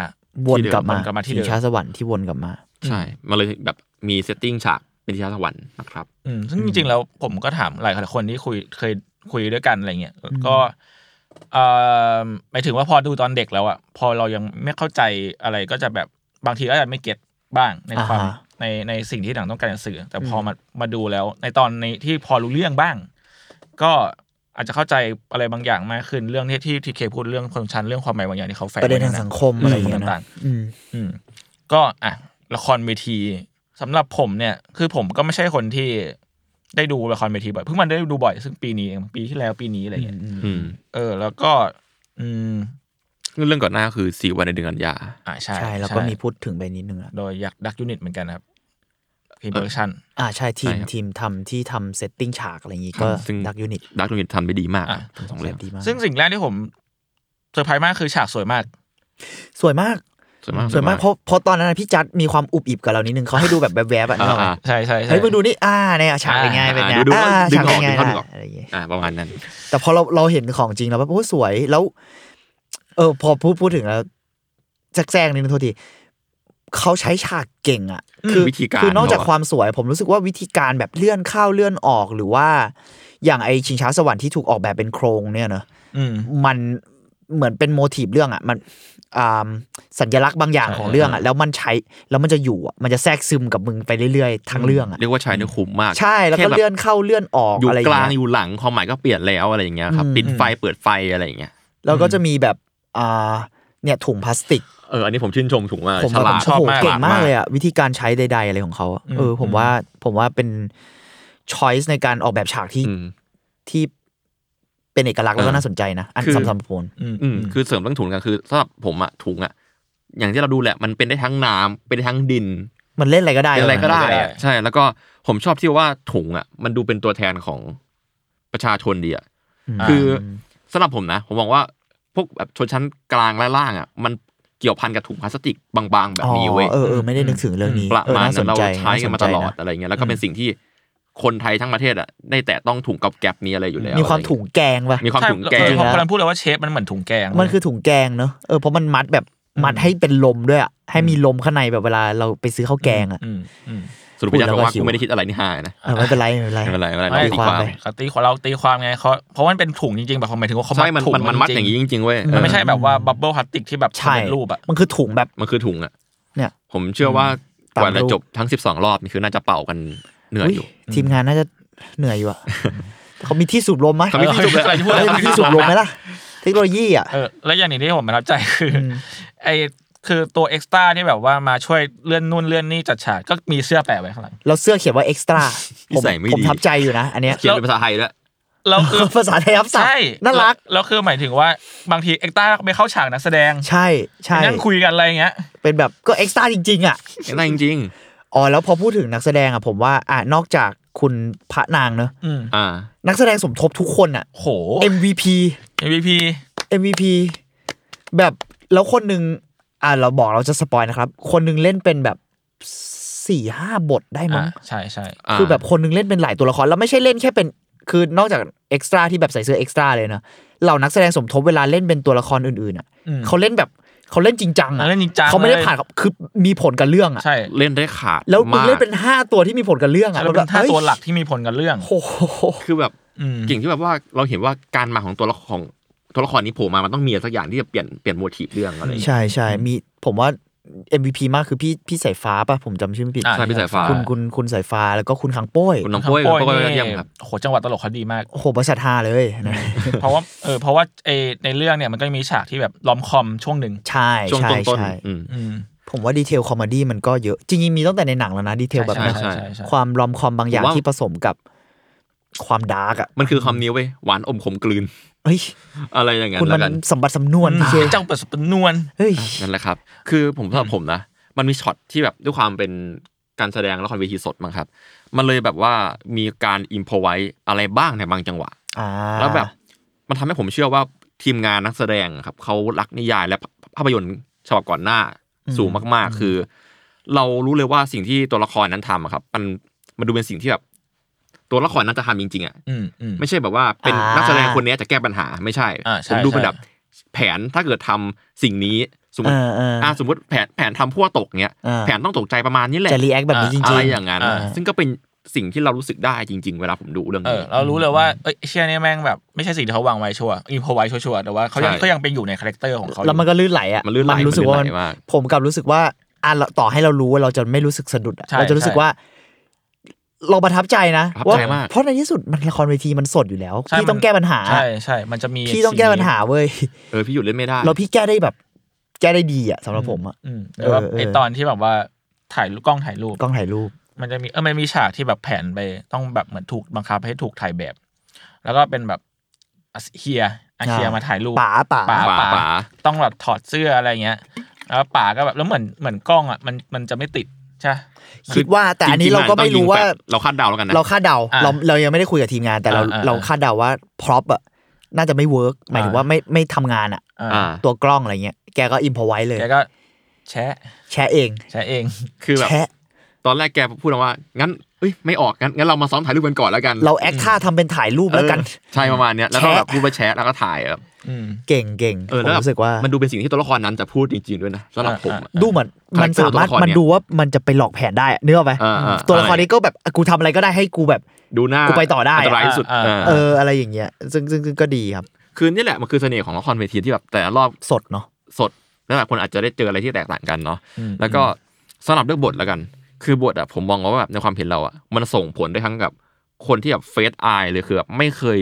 วนกลับ ว มาน กลับมาที่ ชิ เดิ ง ม ช้าสวรรค์ที่วนกลับมา ใช่มาเลยแบบมีเซตติ้งฉากเป็นที่ชาสวรรค์นะครับ อืมซึ่งจริง ๆ แล้วผมก็ถามหลายคนที่คุยเคยคุยด้วยกันอะไรเงี้ยก็เอ่อหมายถึงว่าพอดูตอนเด็กแล้วอะพอเรายังไม่เข้าใจอะไรก็จะแบบบางทีก็อาจจะไม่เก็ตบ้างในความ อ่าฮะ ในในสิ่งที่หนังต้องการจะสื่อ แต่พอมามาดูแล้ว ในตอนในที่พอรู้เรื่องบ้าง ก็อาจจะเข้าใจอะไรบางอย่างมากขึ้นเรื่องที่ที่ทีเคพูดเรื่องคนชั้นเรื่องความหมายบางอย่างที่เขาแฝง ประเด็น ไว้ ทาง ให สังคมอะไรอย่างเงี้ย ต่างนะๆ อืม อืมก็อ่ะละครเวทีสำหรับผมเนี่ยคือผมก็ไม่ใช่คนที่ได้ดูละครเวทีบ่อยเพิ่งมันได้ดูบ่อยซึ่งปีนี้เองปีที่แล้วปีนี้อะไรเงี้ย อืม เออ แล้วก็ อืม เรื่องก่อนหน้าคือสีวันในเดือนกันยา อ่าใช่ ใช่แล้วก็มีพูดถึงไปนิดนึงอะ โดยยักษ์ดักยูนิตเหมือนกันนะครับพีเบอร์ชัน อ่าใช่ทีม ใช่ครับ ทีมทำที่ทำเซตติ้งฉากอะไรอย่างงี้ก็ ซึ่ง ดักยูนิต ดักดูนิตทำได้ดีมากครับทั้งสองเรื่อง ดีมาก ซึ่งสิ่งแรกที่ผมเซอร์ไพรส์มากคือฉากสวยมาก สวยมาก สวยมาก สวยมากเพราะเพราะตอนนั้นอะพี่จัดมีความอุบอิบกับเรานิดนึงเขาให้ดูแบบแวบๆอะนึกออกไหม อ่า ใช่ใช่ใช่ เฮ้ยมึงดูนี่อ่าเนี่ยฉากเป็นไง อ่า เป็นไง ดูดูว่า อ่า ดึง ฉาก ออกเป็นไง ดึงเข้าดึงออก อะไรอย่างเงี้ย อ่าประมาณนั้น แต่พอเราเราเห็นของจริงแล้วแบบโอ้ยสวยแล้ว เออพอพูดพูดถึงแล้วแจกๆนิดนึงโทษทีเขาใช้ฉากเก่งอ่ะ คือ วิธีการ คือนอกจาก เขาอะ ความสวย ผมรู้สึกว่าวิธีการแบบเลื่อนเข้าเลื่อนออกหรือว่า อย่างไอชิงช้าสวรรค์ที่ถูกออกแบบเป็นโครงเนี่ยเนอะ อืม มันเหมือนเป็นโมทีฟเรื่องอ่ะมันอ่าสัญลักษณ์บางอย่างของเรื่องอ่ะแล้วมันใช้แล้วมันจะอยู่อะมันจะแทรกซึมกับมึงไปเรื่อยๆทั้งเรื่องอ่ะ เรียกว่าชายนี่คุ้มมาก ใช่แล้วก็ ค่บบ เลื่อนเข้าเลื่อนออก อยู่ อะไรอก ย่าง ลางอ เงี้ย ยู่หลังความหมายก็เปลี่ยนแล้วอะไรอย่างเงี้ยครับ อืม ปิดไฟเปิดไฟอะไรอย่างเงี้ย แล้วก็จะมีแบบอ่าเนี่ยถุงพลาสติก เอออันนี้ผมชื่นชมถุงมาก ผม ฉ ว่าผ ลาม ด ชอบ มาก เก่งมากเลยอ่ะวิธีการใช้ใด ๆ อะไรของเขาอะ อืม เออผม อืม ว่าผมว่าเป็นช้อยส์ในการออกแบบฉากที่ อืม ที่เป็นเอกลักษณ์แล้วก็น่าสนใจนะอัน คือ สำคัญผม อืม อืมคือเสริมเรื่องถุงกันคือสำหรับผมอะถุงอะอย่างที่เราดูแหละมันเป็นได้ทั้งน้ำเป็นได้ทั้งดิน มันเล่นอะไรก็ได้ เป็นอะไรก็ได้ ได้ อะใช่ แล้วก็ผมชอบที่ว่าถุงอ่ะ มันดูเป็นตัวแทนของประชาชนดีอ่ะ า คือสำหรับผมนะ ผมมองว่าพวกแบบชนชั้นกลางและล่างอ่ะ มันเกี่ยวพันกับถุงพลาสติกบางๆ แบบนี้เว้ย อ๋อเออเออไม่ได้นึกถึงเรื่องนี้ ประ เออ มาณ น่ส นั้นเรา ใจ ใช้กันมาตลอด สใจะ อะไรเงี้ย แล้วก็เป็นสิ่งที่คนไทยทั้งประเทศอ่ะได้แต่ต้องถุงกับแก๊บนี้อะไรอยู่แล้ว มีความถุงแกงปะ มีความ ใช่ ถุงแกง เออพอ นะ พอเราพูดเลยว่าเชฟมันเหมือนถุงแกง มันคือถุงแกงเนอะเออเพราะมันมัดแบบมัดให้เป็นลมด้วยอะให้มีลมข้างในแบบเวลาเราไปซื้อข้าวแกงอะ อืมอืม สรุปพี่ยัด พูดแล้ว บอกว่า ก็หิว กูไม่ได้คิดอะไรนี่ฮานะ เออไม่เป็นไรไม่เป็นไร ไม่เป็นไรไม่เป็นไร ตีความไป เขาตีความเราตีความไงเขาเพราะว่ามันเป็นถุงจริงๆแบบหมายถึงว่าเขา ใช่มัน ถุง มันมันมัด จริๆ อย่างนี้จริงๆเว้ยเอ มัน อ ไม่ใช่แบบว่าบับเบิลพลาสติกที่แบบ ใช่ ทำเป็นรูปอะ มันคือถุงแบบ มันคือถุงอะ เนี่ย ผมเชื่อว่า ตาม กว่าจะ รูป จบทั้งสิบสองรอบนี่คือน่าจะเป่ากันเหนื่อย อุ๊ย อยู่ ทีมงานน่าจะเหนื่อยอยู่ อะเขามีที่สูบลมไหม เขามีที่สูบ อะไรที่พูด เออ อะไร มีที่สูบลมไหมล่ะ เทคโนโลยีอะ เออแล้วอย่างหนึ่งที่ผมประทับใจคืออ ม ไอคือตัวเอ็กซ์ตร้าที่แบบว่ามาช่วยเลื่อนนู่นเลื่อนนี่จัดฉากก็มีเสื้อแปะไว้ข้างหลัง เราเสื้อเขียนว่าเอ็กซ์ตร้า นิ ผม สัยไม่ดี ผมทับใจอยู่นะอันเนี้ย เขียนเป็นภาษาไทยด้วย เราคือ ภาษาไทยรับศัพท์ ใช่ น่ารัก แล้วคือหมายถึงว่าบางทีเอ็กซ์ตร้าไปเข้าฉากนักแสดง ใช่ใช่ ไปนั่งคุยกันอะไรอย่างเงี้ย เป็นแบบก็เอ็กซ์ตร้าจริงๆอะ นั่นจริง อ๋อแล้วพอพูดถึงนักแสดงอะผมว่าอ่ะนอกจากคุณพระนางเนอะ อืม ๆ อ่า นักแสดงสมทบทุกคนอะ โห MVP MVP MVP แบบแล้วคนหนึ่งอ่ะเราบอกเราจะสปอยนะครับ คนหนึ่งเล่นเป็นแบบสี่ห้าบทได้มั้ อ่ะ ง ใช่ใช่ อ่า คือแบบคนหนึงเล่นเป็นหลายตัวละครแล้วไม่ใช่เล่นแค่เป็น คือนอกจากเอ็กซ์ตร้าที่แบบใส่เสื้อเอ็กซ์ตร้าเลยเนอะเหล่านักแสดงสมทบเวลาเล่นเป็นตัวละครอื่นๆอะ อืม เขาเล่นแบบเขาเล่นจริงจังอะ เล่นจริงจัง เขาไม่ได้ เลย ผ่านกับคือมีผลกับเรื่องอะ ใช่ เล่นได้ขาด แล้วมึง มาก เล่นเป็นห้าตัวที่มีผลกับเรื่องอะ แล้วเป็น บบ ท่า อ้ย ตัวหลักที่มีผลกับเรื่อง โอ้โห คือแบบ อืม เก่งที่แบบว่าเราเห็นว่าการมาของตัวละครของตัวละครนี้โผล่มา มันต้องมีอะไรสักอย่างที่จะเปลี่ยนเปลี่ยนโมทีฟเรื่องอะไรอย่างเงี้ย ใช่ใช่มีผมว่า MVP มากคือพี่พี่สายฟ้าป่ะ ผมจำชื่อไม่ผิด อ่ะ ใช่พี่สายฟ้า คุณคุณคุณสายฟ้าแล้วก็คุณขังโป้ย คุณน้องโป้ยเขาก็เยี่ยมครับ โอ้โหจังหวะตลกเขาดีมาก โอ้โหบริษัทฮาเลย นะ เพราะว่าเออเพราะว่าเอในเรื่องเนี่ยมันก็มีฉากที่แบบลอมคอมช่วงหนึ่ง ใช่ ช่วง ใช่ ต้นต้น ใช่ อืม อืม ผมว่าดีเทลคอมเมดี้มันก็เยอะ จริงๆ มีตั้งแต่ในหนังแล้วนะ ดีเทลแบบ ใช่ นั้น ใช่ใช่ใช่ ความรอมคอมบางอย่าผงมว่า ที่ผสมกับความดาร์กอ่ะ มันคือคำนี้เว้ยหวานอมขมกลืน เฮ้ย อะไรอย่างเงี้ย คุณมั แล้วกัน น สมบัติสำนวนพี่เช เจ้าเปิดสำนวน เฮ้ย นั่นแหละครับ คือผมสำหรับผมนะ มันมีช็อตที่แบบด้วยความเป็นการแสดงละครเวทีสดมั้งครับ มันเลยแบบว่ามีการอิมพอไว้อะไรบ้างในบางจังหวะ อ่า แล้วแบบมันทำให้ผมเชื่อว่าทีมงานนักแสดงอะครับเขารักนิยายและภาพยนตร์ฉบับก่อนหน้า อืม สูงมาก อืม ๆ คือ เรารู้เลยว่าสิ่งที่ตัวละครนั้นทำอะครับ มันมันดูเป็นสิ่งที่แบบตัวละครนั้นจะทำจริงๆอ่ะ อืมอืม ไม่ใช่แบบว่าเป็นนักแสดงคนนี้จะแก้ปัญหาไม่ใช่ อ่าใช่ ผมดูเป็น ใช่ แบบแผนถ้าเกิดทำสิ่งนี้สมม เอ ติ อเอออ อ่าสมมติแผนแผนทำพวกตกเนี้ย อ่า แผนต้องตกใจประมาณนี้แหละ จะรีแอคแบบนี้จ อะ ริ ไรง อย่างนั้น อ่า ซึ่งก็เป็นสิ่งที่เรารู้สึกได้จริง ๆ เวลาผมดูเรื่อง เอ นี้ อเรารู้เลยว่าเอ้ยไอ้เชี่ยเนี่ยแม่งแบบไม่ใช่สิ่งที่เขาวางไว้ชัวร์อีพอไว้ชัวร์ๆแต่ว่าเขายัง ใช่ ก็ยังเป็นอยู่ในคาแรคเตอร์ของเขาอ ๆ ยู่ แล้วมันก็ลื่นไหลอ่ะ มันลื่นไหล รู้สึกว่า มัน มั ลื่ น นไหลมาก ผมกลับรู้สึกว่าอ่ะเราต่อให้เรารู้ว่าเราจะไม่รู้สึกสะดุดอะ ใช่ เราจะรู้สึกว่า เราประทับใจนะ ประทับ ว่า ใจมาก เพราะในที่สุดมันละครเวทีมันสดอยู่แล้ว ใช่ พี่ต้อง มัน แก้ปัญหา ใช่ใช่มันจะมี พี่ต้องแก้ปัญหาเว้ย เออพี่หยุดเล่นไม่ได้ เราพี่แก้ได้แบบ แก้ได้ดีอ่ะสำหรับผมอ่ะ อืมหรือว่า เออเออ ไอตอนที่แบบว่าถ่ายรูปกล้องถ่ายรูป กล้องถ่ายรูป มันจะมีเออมันมีฉากที่แบบแผนไปต้องแบบเหมือนถูกบังคับให้ถูกถ่ายแบบ แล้วก็เป็นแบบเฮียอะเฮีย อ่าม มาถ่ายรูป ป๋าป๋า ป๋า ป๋าป๋า ป๋าต้องแบบถอดเสื้ออะไรเงี้ยแล้วป๋าก็แบบแล้วเหมือนเหมือนกล้องอ่ะมันมันจะไม่ติดใช่ คิดว่าแต่อันนี้ จงๆ เราก็ไม่รู้ต้ว่าองยิงแปดเราคาดเดาแล้วกันนะ เราคาดเดา อ่ะ เราเรายังไม่ได้คุยกับทีมงานแต่เรา อ่ะอ่ะ เราคาดเดาว่าพร็อพอ่ะน่าจะไม่เวิร์กหมายถึง อ่ะ ว่าไม่ไม่ทำงานอ่ะ อ่า อ่า ตัวกล้องอะไรเงี้ยแกก็อิมพอไว้เลย แกก็แชะ แชร์เอง แชะเอง คือแบบ แชะ ตอนแรกแกพูดมาว่า งั้นเอ้ยไม่ออกงั้นงั้นเรามาซ้อมถ่ายรูปกันก่อนแล้วกัน เราแอคท่าทำเป็นถ่ายรูป เออ แล้วกัน ใช่ประมาณเนี้ยแล้วก็ แชะ แบบพูดไปแชทแล้วก็ถ่ายแบบ อืม เก่งเก่ง เออ ผ แล้ว ม แบบ รู้สึกว่าม นดูเป็นสิ่งที่ตัวละครนั้นจะพูดจริง ๆด้วยนะสำหรับผมอะ ดูเหมือนมันสามารถ ตัวละครเนี่ย มันดูว่ามันจะไปหลอกแผนได้เนื้ออกไหม อ่าอ่า ตัวละครนี้ก็แบบอ่ะกูทำอะไรก็ได้ให้กูแบบ ดูหน้า กูไปต่อได้ นตรายที่สุด อ่า เออ เอออะไรอย่างเงี้ยซึ่งซึ่งซึ่งก็ดีครับ คือนี่แหละมันคือเสน่ห์ของละครเวทีที่แบบแต่ละรอบ สดเนาะ สดแล้วหลายคนอาจจะได้เจออะไรที่แตกต่างกันเนาะ อืม แล้วก็สำหรับเรื่องบทแล้วกัน คือบทอะผมมองว่าแบบในความเห็นเราอะมันส่งผลได้ทั้งกับคนที่แบบเฟซไอเลยคือแบบไม่เคย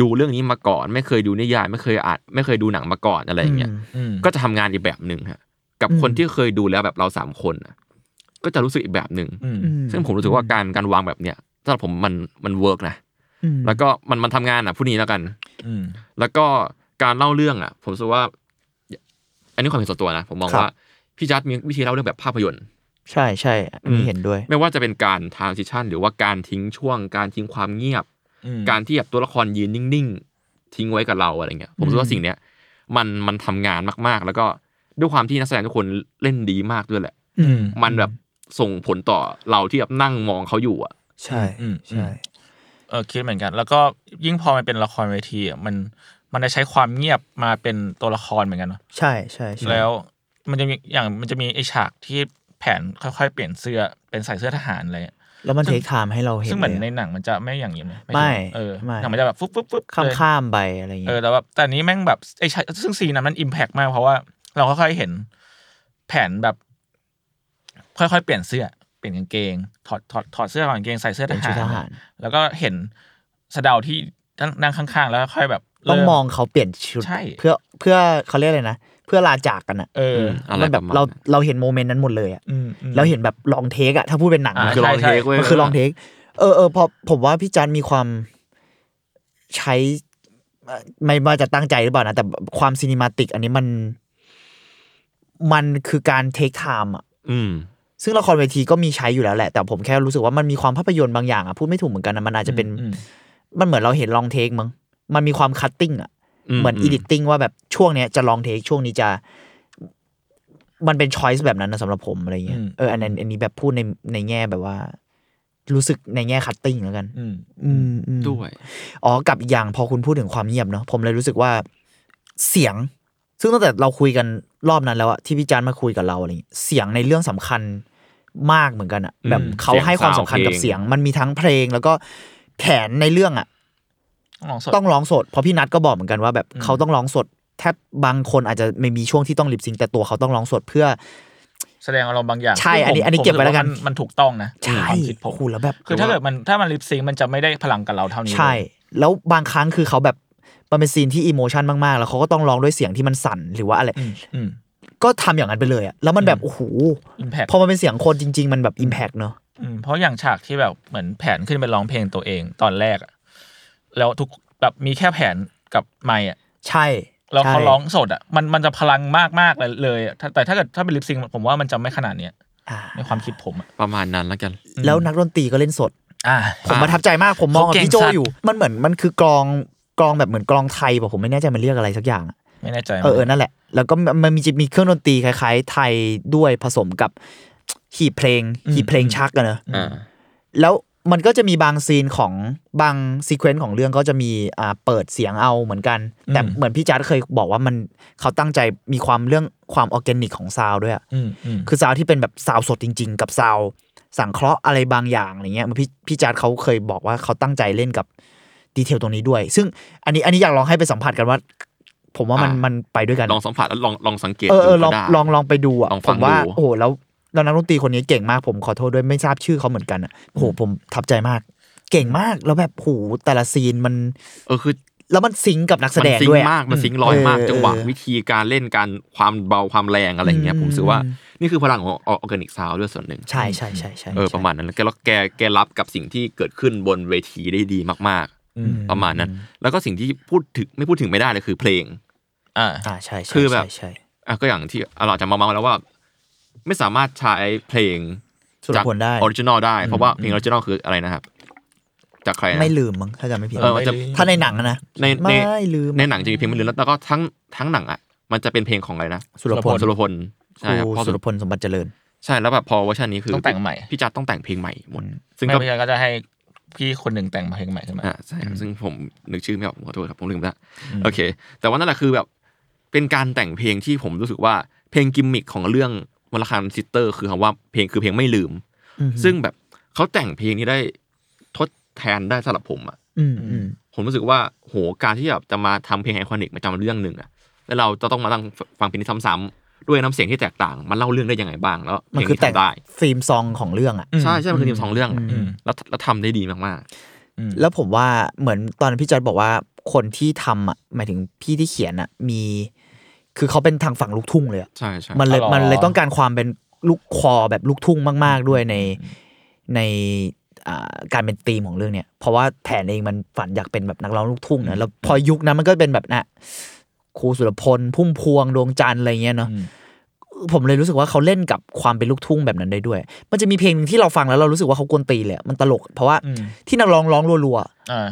ดูเรื่องนี้มาก่อน ไม่เคยดูนิยายไม่เคยอ่านไม่เคยดูหนังมาก่อนอะไรอย่างเงี้ย ม อืม ก็จะทำงานอีกแบบหนึ่งฮะกับ อืม คนที่เคยดูแล้วแบบเราสามคนน่ะก็จะรู้สึกอีกแบบหนึ่ง อืม อืม ซึ่งผมรู้สึกว่าการการวางแบบเนี้ยสำหรับผมมันมันเวิร์กนะ อืม แล้วก็มันมันทำงานอ่ะผู้นี้แล้วกัน อืม แล้วก็การเล่าเรื่องอ่ะ ผมรู้สึกว่า อันนี้ความเห็นส่วนตัวนะผมมองว่าพี่จัดมีวิธีเล่าเรื่องแบบภาพยนตร์ ใช่ใช่อัน อื นี้ ม เห็นด้วย ไม่ว่าจะเป็นการทางซิชันหรือว่าการทิ้งช่วง การทิ้งความเงียบ อืม การที่แบบตัวละครยืนนิ่งๆ ทิ้งไว้กับเราอะไรเงี้ยผมรู้สึกว่าสิ่งเนี้ยมันมันทำงานมากๆ แล้วก็ด้วยความที่นักแสดงทุกคนเล่นดีมากด้วยแหละ อืม มันแบบส่งผลต่อเราที่แบบนั่งมองเขาอยู่อ่ะ ใช่ อืม ใช่ เออคิดเหมือนกัน แล้วก็ยิ่งพอมันเป็นละครเวทีอ่ะมันมันได้ใช้ความเงียบมาเป็นตัวละครเหมือนกันเนอะ ใช่ใช่ใช่ แล้วมันจะมีอย่างมันจะมีไอฉากที่แผนค่อยๆ เปลี่ยนเสื้อเป็นใส่เสื้อทหารอะไรอะ แล้วมันเทคไทม์ให้เราเห็น ซึ่งเหมือนใน เลยอะ หนังมันจะไม่อย่างนี้ไหม ไม่ เออ ไม่ หนังมันจะแบบฟุ๊บฟุ๊บฟุ๊บ ข้าม เลย ข้ามไปอะไร เอ เงี้ อย แต่แบบแต่อันนี้แม่งแบบไอฉากซึ่งซีนนั้นมันอิมแพกมากเพราะว่าเราค่อยๆเห็นแผนแบบ ค่อยๆเปลี่ยนเสื้อเปลี่ยนกางเกง ถอดถอดถอดเสื้อถอดกางเกงใส่เสื้อท เป็น หา ชุด ร ทหาร แล้วก็เห็นสะเดาที่นั่งข้างๆ แล้วค่อยแบบเริ่ ต้องมองเขาเปลี่ยนชุด ใช่ เพื่อเพื่อเขาเรียกอะไรนะ เพื่อลาจากกันอะ เออ อะไร มันแบบ ประมาณ เราเราเห็นโมเมนต์นั้นหมดเลยอะ อืมอืม เราเห็นแบบลองเทคอะถ้าพูดเป็นหนัง อ่า นะ คือลองเทคเว้ย มันคือลองเทคเออเออพอผมว่าพี่จันมีความใช้เอ่อไม่ว่าจะตั้งใจหรือเปล่านะ แต่ความซีนิมาติก อันนี้มัน มันคือการเทคไทม์อะ อืม ซึ่งละครเวทีก็มีใช้อยู่แล้วแหละ แต่ผมแค่รู้สึกว่ามันมีความภาพยนตร์บางอย่างอะพูดไม่ถูกเหมือนกันนะมันอาจจะเป็น อืม มันเหมือนเราเห็นลองเทคมั้งมันมีความคัตติ้งอะ อืม เหมือน อื อี ม ดิตติ้งว่าแบบช่วงเนี้ยจะลองเทคช่วงนี้จะ มันเป็นช้อยส์แบบนั้นนะสำหรับผมอะไรเงี้ย อืม เอออันนั้นอันนี้แบบพูดในในแง่แบบว่า รู้สึกในแง่คัตติ้งแล้วกัน อืม อืมอืม ด้วย อ๋อกับอีกอย่างพอคุณพูดถึงความเงียบเนาะผมเลยรู้สึกว่าเสียง ซึ่งตั้งแต่เราคุยกันรอบนั้นแล้วอะที่พี่จานมาคุยกับเราอะไรเงี้ยเสียงในเรื่องสำคัญมากเหมือนกันอะแบบเขาให้ความสำคัญกับเสียง มันมีทั้งเพลง แล้วก็แผนในเรื่องอะ ต้องลองสด ต้องร้องสดเพราะพี่นัทก็บอกเหมือนกันว่าแบบ อืม เขาต้องร้องสดแทบบางคนอาจจะไม่มีช่วงที่ต้องลิปซิงค์แต่ตัวเขาต้องร้องสดเพื่อ แสดงอารมณ์บางอย่าง ใช่ ซึ่งผม อันนี้อันนี้ ผม เก็บไว้แล้วกัน รู้สึามัมันถูกต้องนะ ใช่ ความคิดผม คุณแล้วแบบ คือถ้าเกิดมันถ้ามันลิปซิงมันจะไม่ได้พลังกับเราเท่านี้ ใช่ แล้วบางครั้งคือเขาแบบมันเป็นซีนที่อิโมชันมากๆ แล้วเขาก็ต้องร้องด้วยเสียงที่มันสั่นหรือว่าอะไร อืมอืม ก็ทำอย่างนั้นไปเลยอะแล้วมันแบบโอ้โห อิมแพค พอมันเป็นเสียงคนจริง ๆ มันแบบอิมแพกเนอะ เพราะอย่างฉากที่แบบเหมือนแผนขึ้นไปร้องเพลงตัวเองตอนแรกอะแล้วทุกแบบมีแค่แผนกับไม่อะ ใช่ แล้วเขา ใช่ ร้องสดอ่ะมันมันจะพลังมากมากๆเลยเลยอะถ้าแต่ถ้าเกิดถ้าเป็นลิปซิงผมว่ามันจะไม่ขนาดเนี้ย อ่า ในความคิดผมอะ ประมาณนั้นแล้วกัน แล้วนักดนตรีก็เล่นสด อ่า ผมประทับใจมากผมมองกับ เขาเก่ง พี่โจ สัตว์ อยู่ มันเหมือนมันคือกลองกลองแบบเหมือนกลองไทยป่ะผมไม่แน่ใจมันเรียกอะไรสักอย่างอะ ไม่แน่ใจ เออเออนั่นแหละ แล้วก็มันมีจะมีเครื่องดนตรีคล้ายๆ ไทยด้วยผสมกับหีบเพลงหีบเพลงชักกันเนอะ อ่า แล้วมันก็จะมีบางซีนของบางซีเควนต์ของเรื่องก็จะมีอ่าเปิดเสียงเอาเหมือนกัน แต่ อืม เหมือนพี่จัดเคยบอกว่ามันเขาตั้งใจมีความเรื่องความออร์แกนิกของซาวด์ด้วยอะ อืมอืม คือซาวด์ที่เป็นแบบซาวด์สดจริง ๆ กับซาวด์สังเคราะห์อะไรบางอย่างอะไรเงี้ยเหมือนพี่พี่จัดเขาเคยบอกว่าเขาตั้งใจเล่นกับดีเทลตรงนี้ด้วย ซึ่งอันนี้อันนี้อยากลองให้ไปสัมผัสกันว่า ผมว่ามัน อ่ามั มันไปด้วยกัน ลองสัมผัสแล้วลองลองสังเกต เออเออ ดู ล ก็ อง ได้ ลองลองไปดูอ่ะ ลอง ผ ฟั ม ง ว่า ดู โอ้โหแล้วแล้วนักดนตรีคนนี้เก่งมาก ผมขอโทษด้วยไม่ทราบชื่อเขาเหมือนกันอ่ะโอ้โหผมทับใจมาก เก่งมากแล้วแบบโหแต่ละซีนมัน เออคือ แล้วมันซิงก์กับนักแส มัน ดง ซิง ด้วย ค์ อะ มากมันซิงค์ร้อยมาก เออ จังหวะ เออ วิธีการเล่นการความเบาความแรงอะไรอย่างเงี้ย อืม ผมรู้สึกว่านี่คือพลังของออร์แกนิกซาวด้วยส่วนหนึ่ง ใช่ใช่ใช่ใช่ เออประมาณนั้นแล้วแกแล้วแกแกรับกับสิ่งที่เกิดขึ้นบนเวทีได้ดีมาก อืม ๆ ประมาณนั้น แล้วก็สิ่งที่พูดถึงไม่พูดถึงไม่ได้เลยคือเพลง อ่า อ่าใช่ใช่ คือแบบ ใช่ใช่ อ่ะก็อย่างที่เราจะมาเมาแล้วว่า ไม่สามารถใช้เพลง สุร จาก พลได้ ออริจินอลได้เพราะว่าเพลงออริจินอลคืออะไรนะครับ จากใครนะ ไม่ลืมมั้งถ้าจำไม่ผิด เออมันจะ ถ้าในหนังอะนะ ในใน ไม่ลืม ในหนังจะมีเพลงไม่ลืมแล้วแล้วก็ทั้งทั้งหนังอ่ะมันจะเป็นเพลงของอะไรนะ สุรพล สุรพลใช่ครับ ค พ รู อ สุ สุ ร ร พลสมบัติเจริญ ใช่แล้วแบบพอเวอร์ชันนี้คือ ต้องแต่งใหม่ พี่จัดต้องแต่งเพลงใหม่หมดซึ่ ซึ่ง งก็ ก็จะให้พี่คนหนึ่งแต่งเพลงใหม่ขึ้นมา อ่าใช่ครับซึ่งผมนึกชื่อไม่ออกขอโทษครับผมลืมไปละโอเค แต่ว่านั่นแหละคือแบบเป็นการแต่งเพลงที่ผมรู้สึกว่าเพลงกิมมิคของเรื่องมลคันซิสเตอร์ คือคำว่าเพลงคือเพลงไม่ลืม อืม ซึ่งแบบเขาแต่งเพลงนี้ได้ทดแทนได้สำหรับผมอ่ะ อืมอืม ผมรู้สึกว่าโหการที่แบบจะมาทำเพลงไอคอนิกมาจำเรื่องหนึ่งอะแล้วเราจะต้องมานั่งฟังเพลงนี้ซ้ำๆด้วยน้ำเสียงที่แตกต่างมันเล่าเรื่องได้ยังไงบ้างแล้วเพ มัน ลง คือ ที่ แต่ง ทำได้ ฟิล์มซองของเรื่องอ่ะ ใช่ใช่มันคือทีมสองเรื่องอะ อืม แล้วแล้วทำได้ดีมาก แล้วผมว่าเหมือนตอนนนพี่จอยบอกว่าคนที่ทำอ่ะหมายถึงพี่ที่เขียนอ่ะมี คือเขาเป็นทางฝั่งลูกทุ่งเลยอะ ๆ ใช่ใช่ มันเลย อ๋อ มันเลยต้องการความเป็นลูกคอแบบลูกทุ่งมาก ๆ ด้วยในในอ่าการเป็นธีมของเรื่องเนี่ย เพราะว่าแผนเองมันฝันอยากเป็นแบบนักร้องลูกทุ่งนะแล้วพอยุคนั้นมันก็เป็นแบบน่ะครูสุรพล พุ่มพวงดวงจันทร์อะไรเงี้ยเนาะ อืม ผมเลยรู้สึกว่าเขาเล่นกับความเป็นลูกทุ่งแบบนั้นได้ด้วย มันจะมีเพลงหนึ่งที่เราฟังแล้วเรารู้สึกว่าเขากวนตีนเลยอะมันตลก เพราะว่า อืม ที่นักร้องร้องรัวๆ อ่า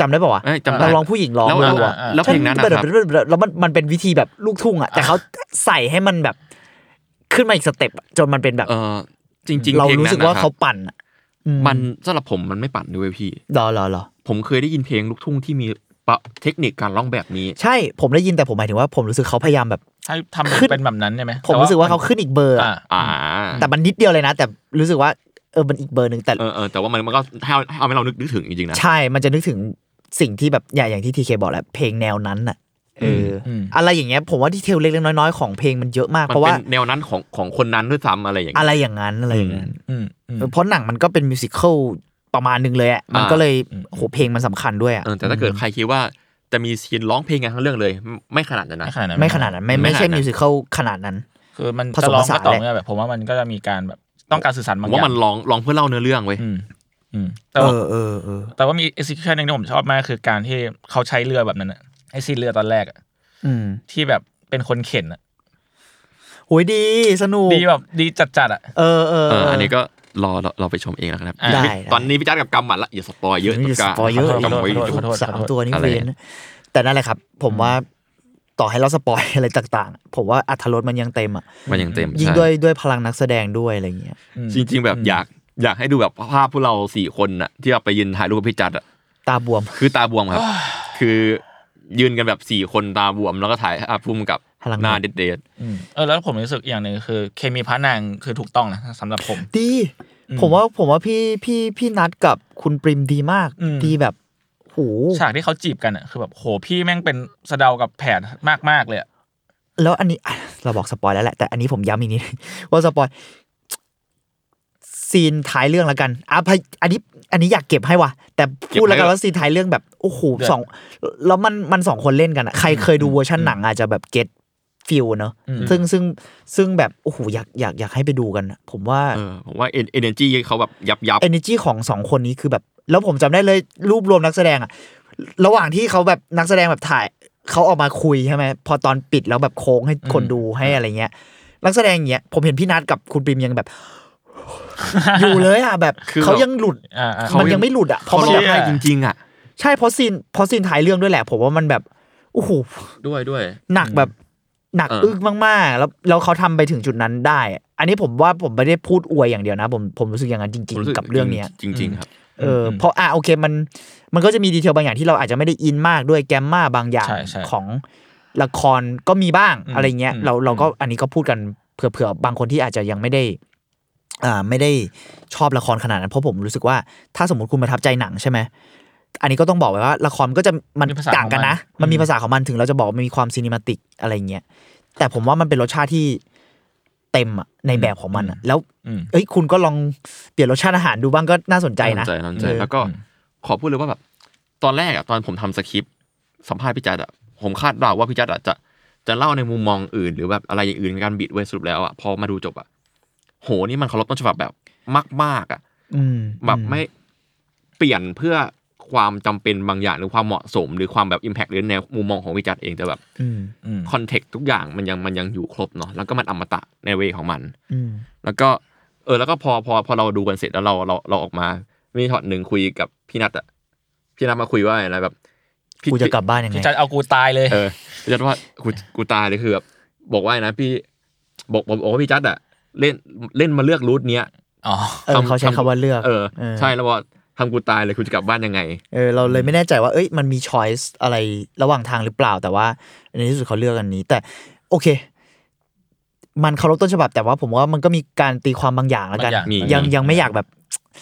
จำได้ป่าวะ เอ้ยจำ นั ได้ กร้องผู้หญิงร้อง แล้ว เล แล้ว ยว่ะ อ่า แล้วเพลงนั้นนะ ใช่ ครับ แล้วมันมันเป็นวิธีแบบลูกทุ่งอ่ะ แต่เขาใส่ให้มันแบบขึ้นมาอีกสเต็ปอะจนมันเป็นแบบ เออจริงๆ เรา พลง รู้ นั้น สึกว่า นะครับ เขาปั่นอะอื มันสำหรับผมมันไม่ปั่นด้วยเวยพี่ รอรอรอ ผมเคยได้ยินเพลงลูกทุ่งที่มีปะเทคนิคการร้องแบบนี้ ใช่ผมได้ยินแต่ผมหมายถึงว่าผมรู้สึกเขาพยายามแบบ ให้ทำเป็นแบบนั้นใช่ไหม ผมรู้สึกว่าเขาขึ้นอีกเบอร์อะ อ่า อ่า แต่มันนิดเดียวเลยนะ แต่รู้สึกว่าเออมันอีกเบอร์หนึ่งแต่ เออเออแต่ว่ามันมันก็ให้เอาให้เอาให้เรานึกนึกถึงจริงๆนะ ใช่มันจะนึกถึงสิ่งที่แบบอย่างอย่างที่ทีเคบอกแหละเพลงแนวนั้นอ่ะเอออ ม อะไรอย่างเงี้ยผมว่าดีเทลเล็กๆน้อยๆของเพลงมันเยอะมาก มัน เพราะ เป็ ว่า นแนวนั้นของของคนนั้นด้วยซ้ำอะไรอย่างเงี้ย อะไรอย่างนั้นอะไรอย่างนั้น อืมอืม เออเพราะหนังมันก็เป็นมิวสิควลประมาณหนึ่งเลยอ่ะ มัน อ่า ก็เลยโหเพลงมันสำคัญด้วยอ่ะ เออแต่ถ้าเกิดใครคิดว่าจะมีซีนร้องเพลงกันทั้งเรื่องเลย ไม่ไม่ขนาดนั้นนะ ไม่ขนาดนั้น ไม่ขนาดนั้นไม่ ไม่ ไม่ ขนาดนั้น ใช่มิวสิควลขนาดนั้น คือมัน ผส จะ ม ร้อ ผ ง สา ก็ น ต่อ แหละ เมื่อแบบผมว่ามันก็จะมีการแบบต้องการสื่อสาร ผ บาง ม อ ว่า ย่า มัน ง ร้องร้องเพื่อเล่าเนื้อเรื่องเว้ย อืมอืมแต่ เอ ว่า อเออเออ แต่ว่ามี execution หนึ่งที่ผมชอบมากคือการที่เขาใช้เรือแบบนั้นอะไอซีนเรือตอนแรกอะ อืม ที่แบบเป็นคนเข็นอะ โหยดีสนุก ดีแบบดีจัดจัดๆอะ เออเออ เอ เอ อ ออ อันนี้ก็รอรอเราไปชมเองแล้วกันครับ อ่า ได้ ตอนนี้พี่จัดกับกำหมัดละอย่าสปอยเยอะ นี่สปอยเยอะ ขอ กั โทษ ไว้ ขอโทษ สามตัวนี้ อะไร เวนแต่นั่นแหละครับ ผมว่าต่อให้เราสปอยอะไรต่างๆ ผมว่าอัธรสมันยังเต็มอ่ะ มันยังเต็ม ยิ่ง ใช่ ด้วยด้วยพลังนักแสดงด้วยอะไรเงี้ย อืม จริง ๆ แบบอยากอยากให้ดูแบบภาพพวกเราสี่คนน่ะที่เราไปยืนถ่ายรูปกับพี่จัดอะ ตาบวม คือตาบวมครับ คือยืนกันแบบสี่คนตาบวมแล้วก็ถ่ายอาพุ่มกับ พลัง หน้า ดี เด็ด อืมเออแล้วผมรู้สึกอย่างหนึ่งคือ เคมีพระนางคือถูกต้องนะสำหรับผม ดี ผมว่าผมว่าพี่พี่พี่นัดกับคุณปริมดีมาก อืม ดีแบบโห ฉากที่เขาจีบกันอะคือแบบโหพี่แม่งเป็นสะเดากับแผนมากๆเลยอะ แล้วอันนี้ อ่ะเราบอกสปอยแล้วแหละแต่อันนี้ผมย้ำอีกนิด ว่าสปอยซีนท้ายเรื่องแล้วกันอ่ะพะอันนี้ อันนี้อยากเก็บให้ว่ะแต่พูดแล้วกันว่าซีนท้ายเรื่องแบบโอ้โห เดือด สองแล้วมันมันสองคนเล่นกันอะใครเคยดูเวอร์ชันหนังอาจจะแบบเก็ตฟิลเนอะซึ่งซึ่งซึ่งแบบโอ้โหอยากอยากอยากให้ไปดูกันอะผมว่า ๆเออผมว่าเอเนจีเขาแบบยับยับ energy ของสองคนนี้คือแบบ แล้วผมจำได้เลยรูปรวมนักแสดงอะระหว่างที่เขาแบบนักแสดงแบบถ่าย เขาออกมาคุยใช่ไหมพอตอนปิดแล้วแบบโค้งให้คนดูให้อะไรเงี้ยนักแสดงอย่างเงี้ยผมเห็นพี่นัทกับคุณปริมยังแบบ อยู่เลยอ่ะแบบ คือ เขา แบบ ยังหลุด อ่าอ่า มันยังไม่หลุดอ่ะเพ เขา ราะมัน เล่นแบบ ได้จริงๆอ่ะ ใช่เพราะซีนเพราะซีนท้ายเรื่องด้วยแหละ ผมว่ามันแบบโอ้โห ด้วยด้วย หนักแบบหนัก เอออึ้ อึ้งมากๆ แล้วแล้วเขาทำไปถึงจุดนั้นได้ อันนี้ผมว่าผมไม่ได้พูดอวยอย่างเดียวนะ ผมผมรู้สึกอย่างนั้นจริง ผมสึ ๆ กับเรื่องเนี้ย จริง ๆ ครับ เอออ ม เพราะอ่ะโอเคมันมันก็จะมีดีเทลบางอย่างที่เราอาจจะไม่ได้อินมากด้วยแกมมาบางอย่าง ใช่ใช่ ของละครก็มีบ้าง อืม อะไรเงี้ย อืม เราเราก็ อืม อันนี้ก็พูดกันเผื่อเผื่อบางคนที่อาจจะยังไม่ได้อ่าไม่ได้ชอบละครขนาดนั้นเพราะผมรู้สึกว่าถ้าสมมติคุณประทับใจหนังใช่ไหมอันนี้ก็ต้องบอกไว้ว่าละครก็จะมัน มีภาษาของ ต่างกันนะ มัน มันมี อืม ภาษาของมันถึงเราจะบอกว่ามันมีความซีนิมาติกอะไรเงี้ย แต่ผมว่ามันเป็นรสชาติที่เต็มอะในแบบของมันอะแล้ว อืม เอ้ยคุณก็ลองเปลี่ยนรสชาติอาหารดูบ้างก็น่าสนใจนะ น่าสนใจน่าสนใจ เออ แล้วก็ขอพูดเลยว่าแบบ ตอนแรกอะตอนผมทำสคริปต์สัมภาษณ์พี่จัดอะผมคาดเดาว่าพี่จัดอะจะจะเล่าในมุมมองอื่น หรือแบบอะไรอย่างอื่นในการบิดเว้ยสรุปแล้วอะพอมาดูจบอะโหนี่มันเคารพต้นฉบับแบบมาก ๆอะ อืม แบบไม่เปลี่ยนเพื่อความจำเป็นบางอย่างหรือความเหมาะสม หรือความแบบอิมแพคหรือแนวมุมมองของพี่จัดเองแต่แบบ อืม อืม คอนเทกต์ทุกอย่างมันยังมันยังอยู่ครบเนาะแล้วก็มันอมตะในเวของมัน อืม แล้วก็เออแล้วก็พอพอพอเราดูกันเสร็จแล้วเราเราเราออกมา มีช็อตหนึ่งคุยกับพี่นัทอะพี่นัทมาคุยว่าอะไรนะแบบพี่ กูจะกลับบ้านยังไง พี่จัดเอากูตายเลย เออพี่จัดว่ากูกูตายเลยคือแบบบอกว่าไงนะพี่บอกบอกบอกว่าพี่จัดอะเล่นเล่นมาเลือกรูทเนี้ย อ๋อ เออ ทำ เขาใช้ ทำ คำว่าเลือก เออ เออ ใช่แล้วว่าทำกูตายเลยกูจะกลับบ้านยังไง เออเราเลยไม่แน่ใจว่าเอ้ยมันมีช้อยส์อะไรระหว่างทางหรือเปล่าแต่ว่าในที่สุดเขาเลือกอันนี้ แต่โอเค มันเคารพต้นฉบับ แต่ว่าผมว่ามันก็มีการตีความบางอย่างแล้วกัน บางอย่าง มี ยังยังไม่อยากแบบ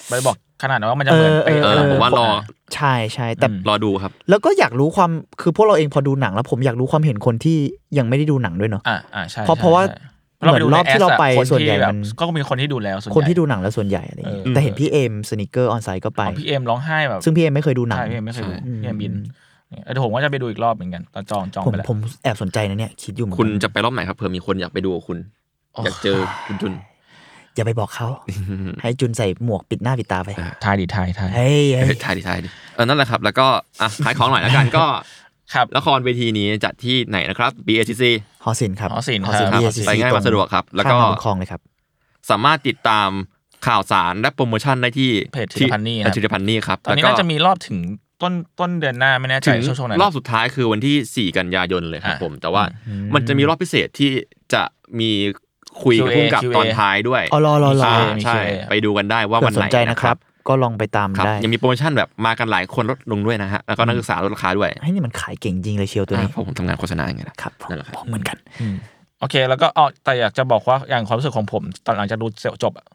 ไม่ได้บอกขนาดนั้นว่ามันจะเหมือนไปะ เอ เอ อ อผมว่ารอ ใช่ใช่แต่ อืม รอดูครับ แล้วก็อยากรู้ความคือพวกเราเองพอดูหนังแล้วผมอยากรู้ความเห็นคนที่ยังไม่ได้ดูหนังด้วยเนาะ อ่าอ่าใช่ เพราะเพราะว่า ใช่เพราะเราไปดู เหมือนรอบที่เราไป แอสอะ ส่วนใหญ่ คที่แบบ มัน ก็มีคนที่ดูแล้วส่วนใหญ่ คนที่ดูหนังแล้วส่วนใหญ่อะไรอย่างเงี้ย เออ แต่เห็นพี่เอมสนิเกอร์ออนไซต์ก็ไป อ๋อพี่เอ็มร้องไห้แบบ ซึ่งพี่เอมไม่เคยดูหนัง ใช่พี่เอ็มไม่เคยดู ใพี่ช่เอ็มบิน อืม เนี่ยเดี๋ยวผมว่าจะไปดูอีกรอบเหมือนกันตอนจองจอง ผม ไปแล้ว ผมแอบสนใจนะเนี่ยคิดอยู่เหมือน คุณ กัน จะไปรอบไหนครับเผื่อมีคนอยากไปดูกับคุณ อยากเจอคุณจุน อย่าไปบอกเขา ให้จุนใส่หมวกปิดหน้าปิดตาไป ทายดิทายทาย เฮ้ยเฮ้ย เอ้ยถ่ายดิถ่ายดิเออนั่นแหละครับ แล้วก็อ่ะขายของหน่อยแล้วกันก็ ครับ ละครเวทีนี้จัดที่ไหนนะครับ BATC หอศิลป์ครับ หอศิลป์ หอศิลป์ ครับ ที่ ACC ไปง่ายมาสะดวกครับแล้วก็ ข้ามมาบุญคลองเลยครับ สามารถติดตามข่าวสารและโปรโมชั่นได้ที่ เพจธีรพันธ์นี่ครับ อ่ะธีรพันธ์นี่ครับ ตอนนี้ แล้วก็ น่าจะมีรอบถึงต้นต้นเดือนหน้าไม่แน่ใจ ถึง ช่วงๆไหน รอบสุดท้ายคือวันที่ 4 กันยายนเลยครับ อ่ะ ผม แต่ว่ามันจะมีรอบพิเศษที่จะมีคุยกับ QA ผู้กำกับตอน QA ท้ายด้วย อ๋อรอรอรอ า มี ใช่ QA ไปดูกันได้ว่า เผื่ วั อน ส ไห น น ใจนะครับ ก็ลองไปตาม ครับ ได้ ยังมีโปรโมชั่นแบบมากันหลายคนลดลงด้วยนะฮะแล้วก็นักศึกษาลดราคาด้วย ให้นี่มันขายเก่งจริงเลยเชียวตัวนี้ อ่ะเพราะผมทำงานโฆษณาไงล่ะ ครับผม นั่นแหละครับ ผมเหมือนกัน โอเค แล้วก็อ๋อแต่อยากจะบอกว่าอย่างความรู้สึกของผม ตอนหลังจากดูเสร็จจบอะ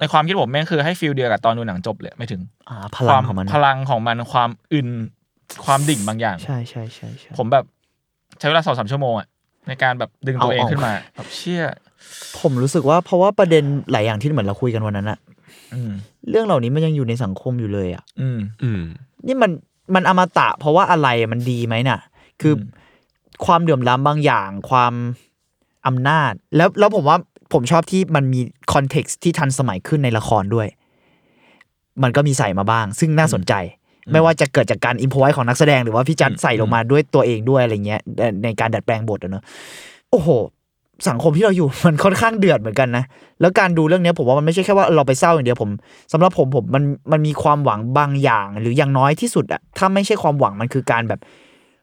ในความคิดผมแม่งคือให้ฟีลเดียวกับตอนดูหนังจบเลยไม่ถึง อ่าพลังของมัคนวามพลังของมันความอึนความดิ่งบางอย่าง ใช่ใช่ใช่ใช่ ผมแบบใช้เวลาสองสามชั่วโมงอะในการแบบดึงตัวเอง เอา ขึ้นมาแบบเชี่ย ผมรู้สึกว่าเพราะว่าประเด็นหลายอย่างที่เหมือนเราคุยกันวันนั้นอะ อืม เรื่องเหล่านี้มันยังอยู่ในสังคมอยู่เลยอะ อืม อืม นี่มันมันอมตะ เพราะว่าอะไรมันดีไหมน่ะ คืออความเดือมล้ำบางอย่างความอำนาจ แล้วแล้วผมว่าผมชอบที่มันมีคอนเท็กซ์ที่ทันสมัยขึ้นในละครด้วย มันก็มีใส่มาบ้าง ซึ่งน่าสนใจ ไม่ว่าจะเกิดจากการอิมพอไว้ของนักแสดงหรือว่าพี่จัด อืม ใส่ลงมาด้วยตัวเองด้วยอะไรเงี้ยในในการดัดแปลงบทอะเนอะโอ้โห สังคมที่เราอยู่ มันค่อนข้างเดือดเหมือนกันนะ แล้วการดูเรื่องเนี้ยผมว่ามันไม่ใช่แค่ว่าเราไปเศร้าอย่างเดียวผมสำหรับผมผมมันมันมีความหวังบางอย่าง หรืออย่างน้อยที่สุดอะถ้าไม่ใช่ความหวังมันคือการแบบ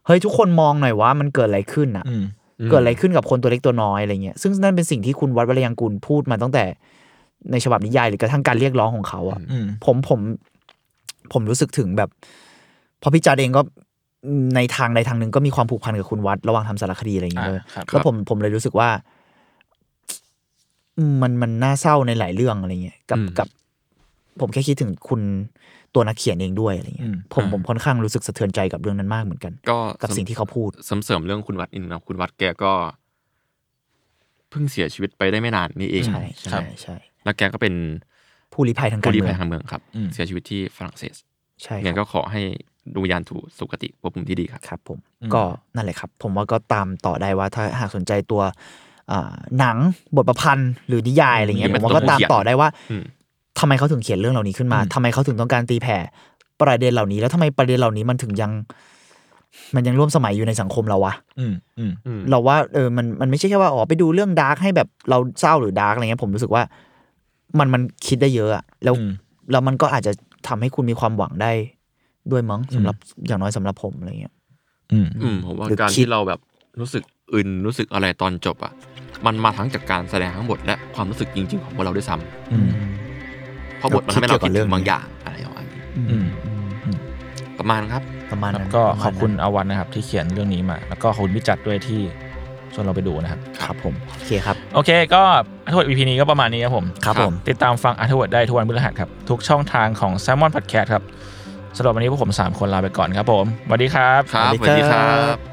เฮ้ยทุกคนมองหน่อยว่ามันเกิดอะไรขึ้นอะ อืม อืม เกิดอะไรขึ้นกับคนตัวเล็กตัวน้อยอะไรเงี้ย ซึ่งนั่นเป็นสิ่งที่คุณวัดวรยังกูลพูดมาตั้งแต่ในฉบับนิยายหรือกระทั่งการเรียกร้องของเขาอะ อืม ผมผม ผมรู้สึกถึงแบบเพอพี่จัดเองก็ในทางใดทางหนึ่งก็มีความผูกพันกับคุณวัดระหว่างทำสารคดีอะไรอย่างเงี้ย อ่า ด้วย ครับ แล้วผมผมเลยรู้สึกว่าอืมมันมันน่าเศร้าในหลายเรื่องอะไรเงี้ยกับ อืม กับ ผมแค่คิดถึงคุณตัวนักเขียนเองด้วยอะไรเงี้ย อืม ผมผมค่อนข้างรู้สึกสะเทือนใจกับเรื่องนั้นมากเหมือนกัน ก็ กับสิ่งที่เขาพูด เสริมเสริมเรื่องคุณวัดอินนะคุณวัดแกก็เพิ่งเสียชีวิตไปได้ไม่นานนี่เอง ใช่ ครั ใช่ บ ใช่ แล้วแกก็เป็น ผู้ลี้ภัยทางการ ผู้ลี้ เมื ภั อย ง ทางเมืองครับ อืม เสียชีวิตที่ฝรั่งเศส ใช่ค งั้ รับ นก็ขอให้ดวงวิญญาณถูกสุคติภพภูมิที่ดีครับ ครับผม อืม ก็นั่นแหละครับ ผมว่าก็ตามต่อได้ว่าถ้าหากสนใจตัวอ่าหนังบทประพันธ์หรือนิยายอะไรเงี้ย อื ผม มว่าก็ตามต่อได้ว่า อืม ทำไมเขาถึงเขียนเรื่องเหล่านี้ขึ้นมาทำไมเขาถึงต้องการตีแผ่ประเด็นเหล่านี้ แล้วทำไมประเด็นเหล่านี้มันถึงยัง มันยังร่วมสมัยอยู่ในสังคมเราวะ อืมอืม อืม เราว่าเออมันมันไม่ใช่แค่ว่าอ๋อไปดูเรื่องดาร์กให้แบบเราเศร้าหรือดาร์กอะไรเงี้ยผมรู้สึกว่า มันมันคิดได้เยอะอะแล้ว อืม แล้วมันก็อาจจะทำให้คุณมีความหวังได้ด้วยมั้งสำหรับอย่างน้อยสำหรับผมอะไรเงี้ย อืม อืมผมว่า หรือ การ คิด ที่เราแบบรู้สึกอึนรู้สึกอะไรตอนจบอ่ะ มันมาทั้งจากการแสดงทั้งหมดและความรู้สึกจริง ๆ ของพวกเราด้วยซ้ อืม ำเพราะบทมันทำให้เราคิดถึงบางอย่างอะไรอย่างนี้ อืม ประมาณครับ ประมาณ แล้ นั้ วน ก็ ประมาณ ขอบคุณ นั้น อาวันนะครับ ที่เขียนเรื่องนี้มา แล้วก็ขอบคุณพี่จัดด้วยที่ชวนเราไปดูนะครับ ครับผมโอเคครับ โอเค ก็อัธวัต EP นี้ก็ประมาณนี้ครับผม ครับผม ติดตามฟังอัธวัตได้ทุกวันพฤหัสครับ ทุกช่องทางของ s ซ l m o n Podcast ครับสำหรับวันนี้พวกผม 3 คนลาไปก่อนครับผมสวัสดีครับ ครับสวัสดีครับ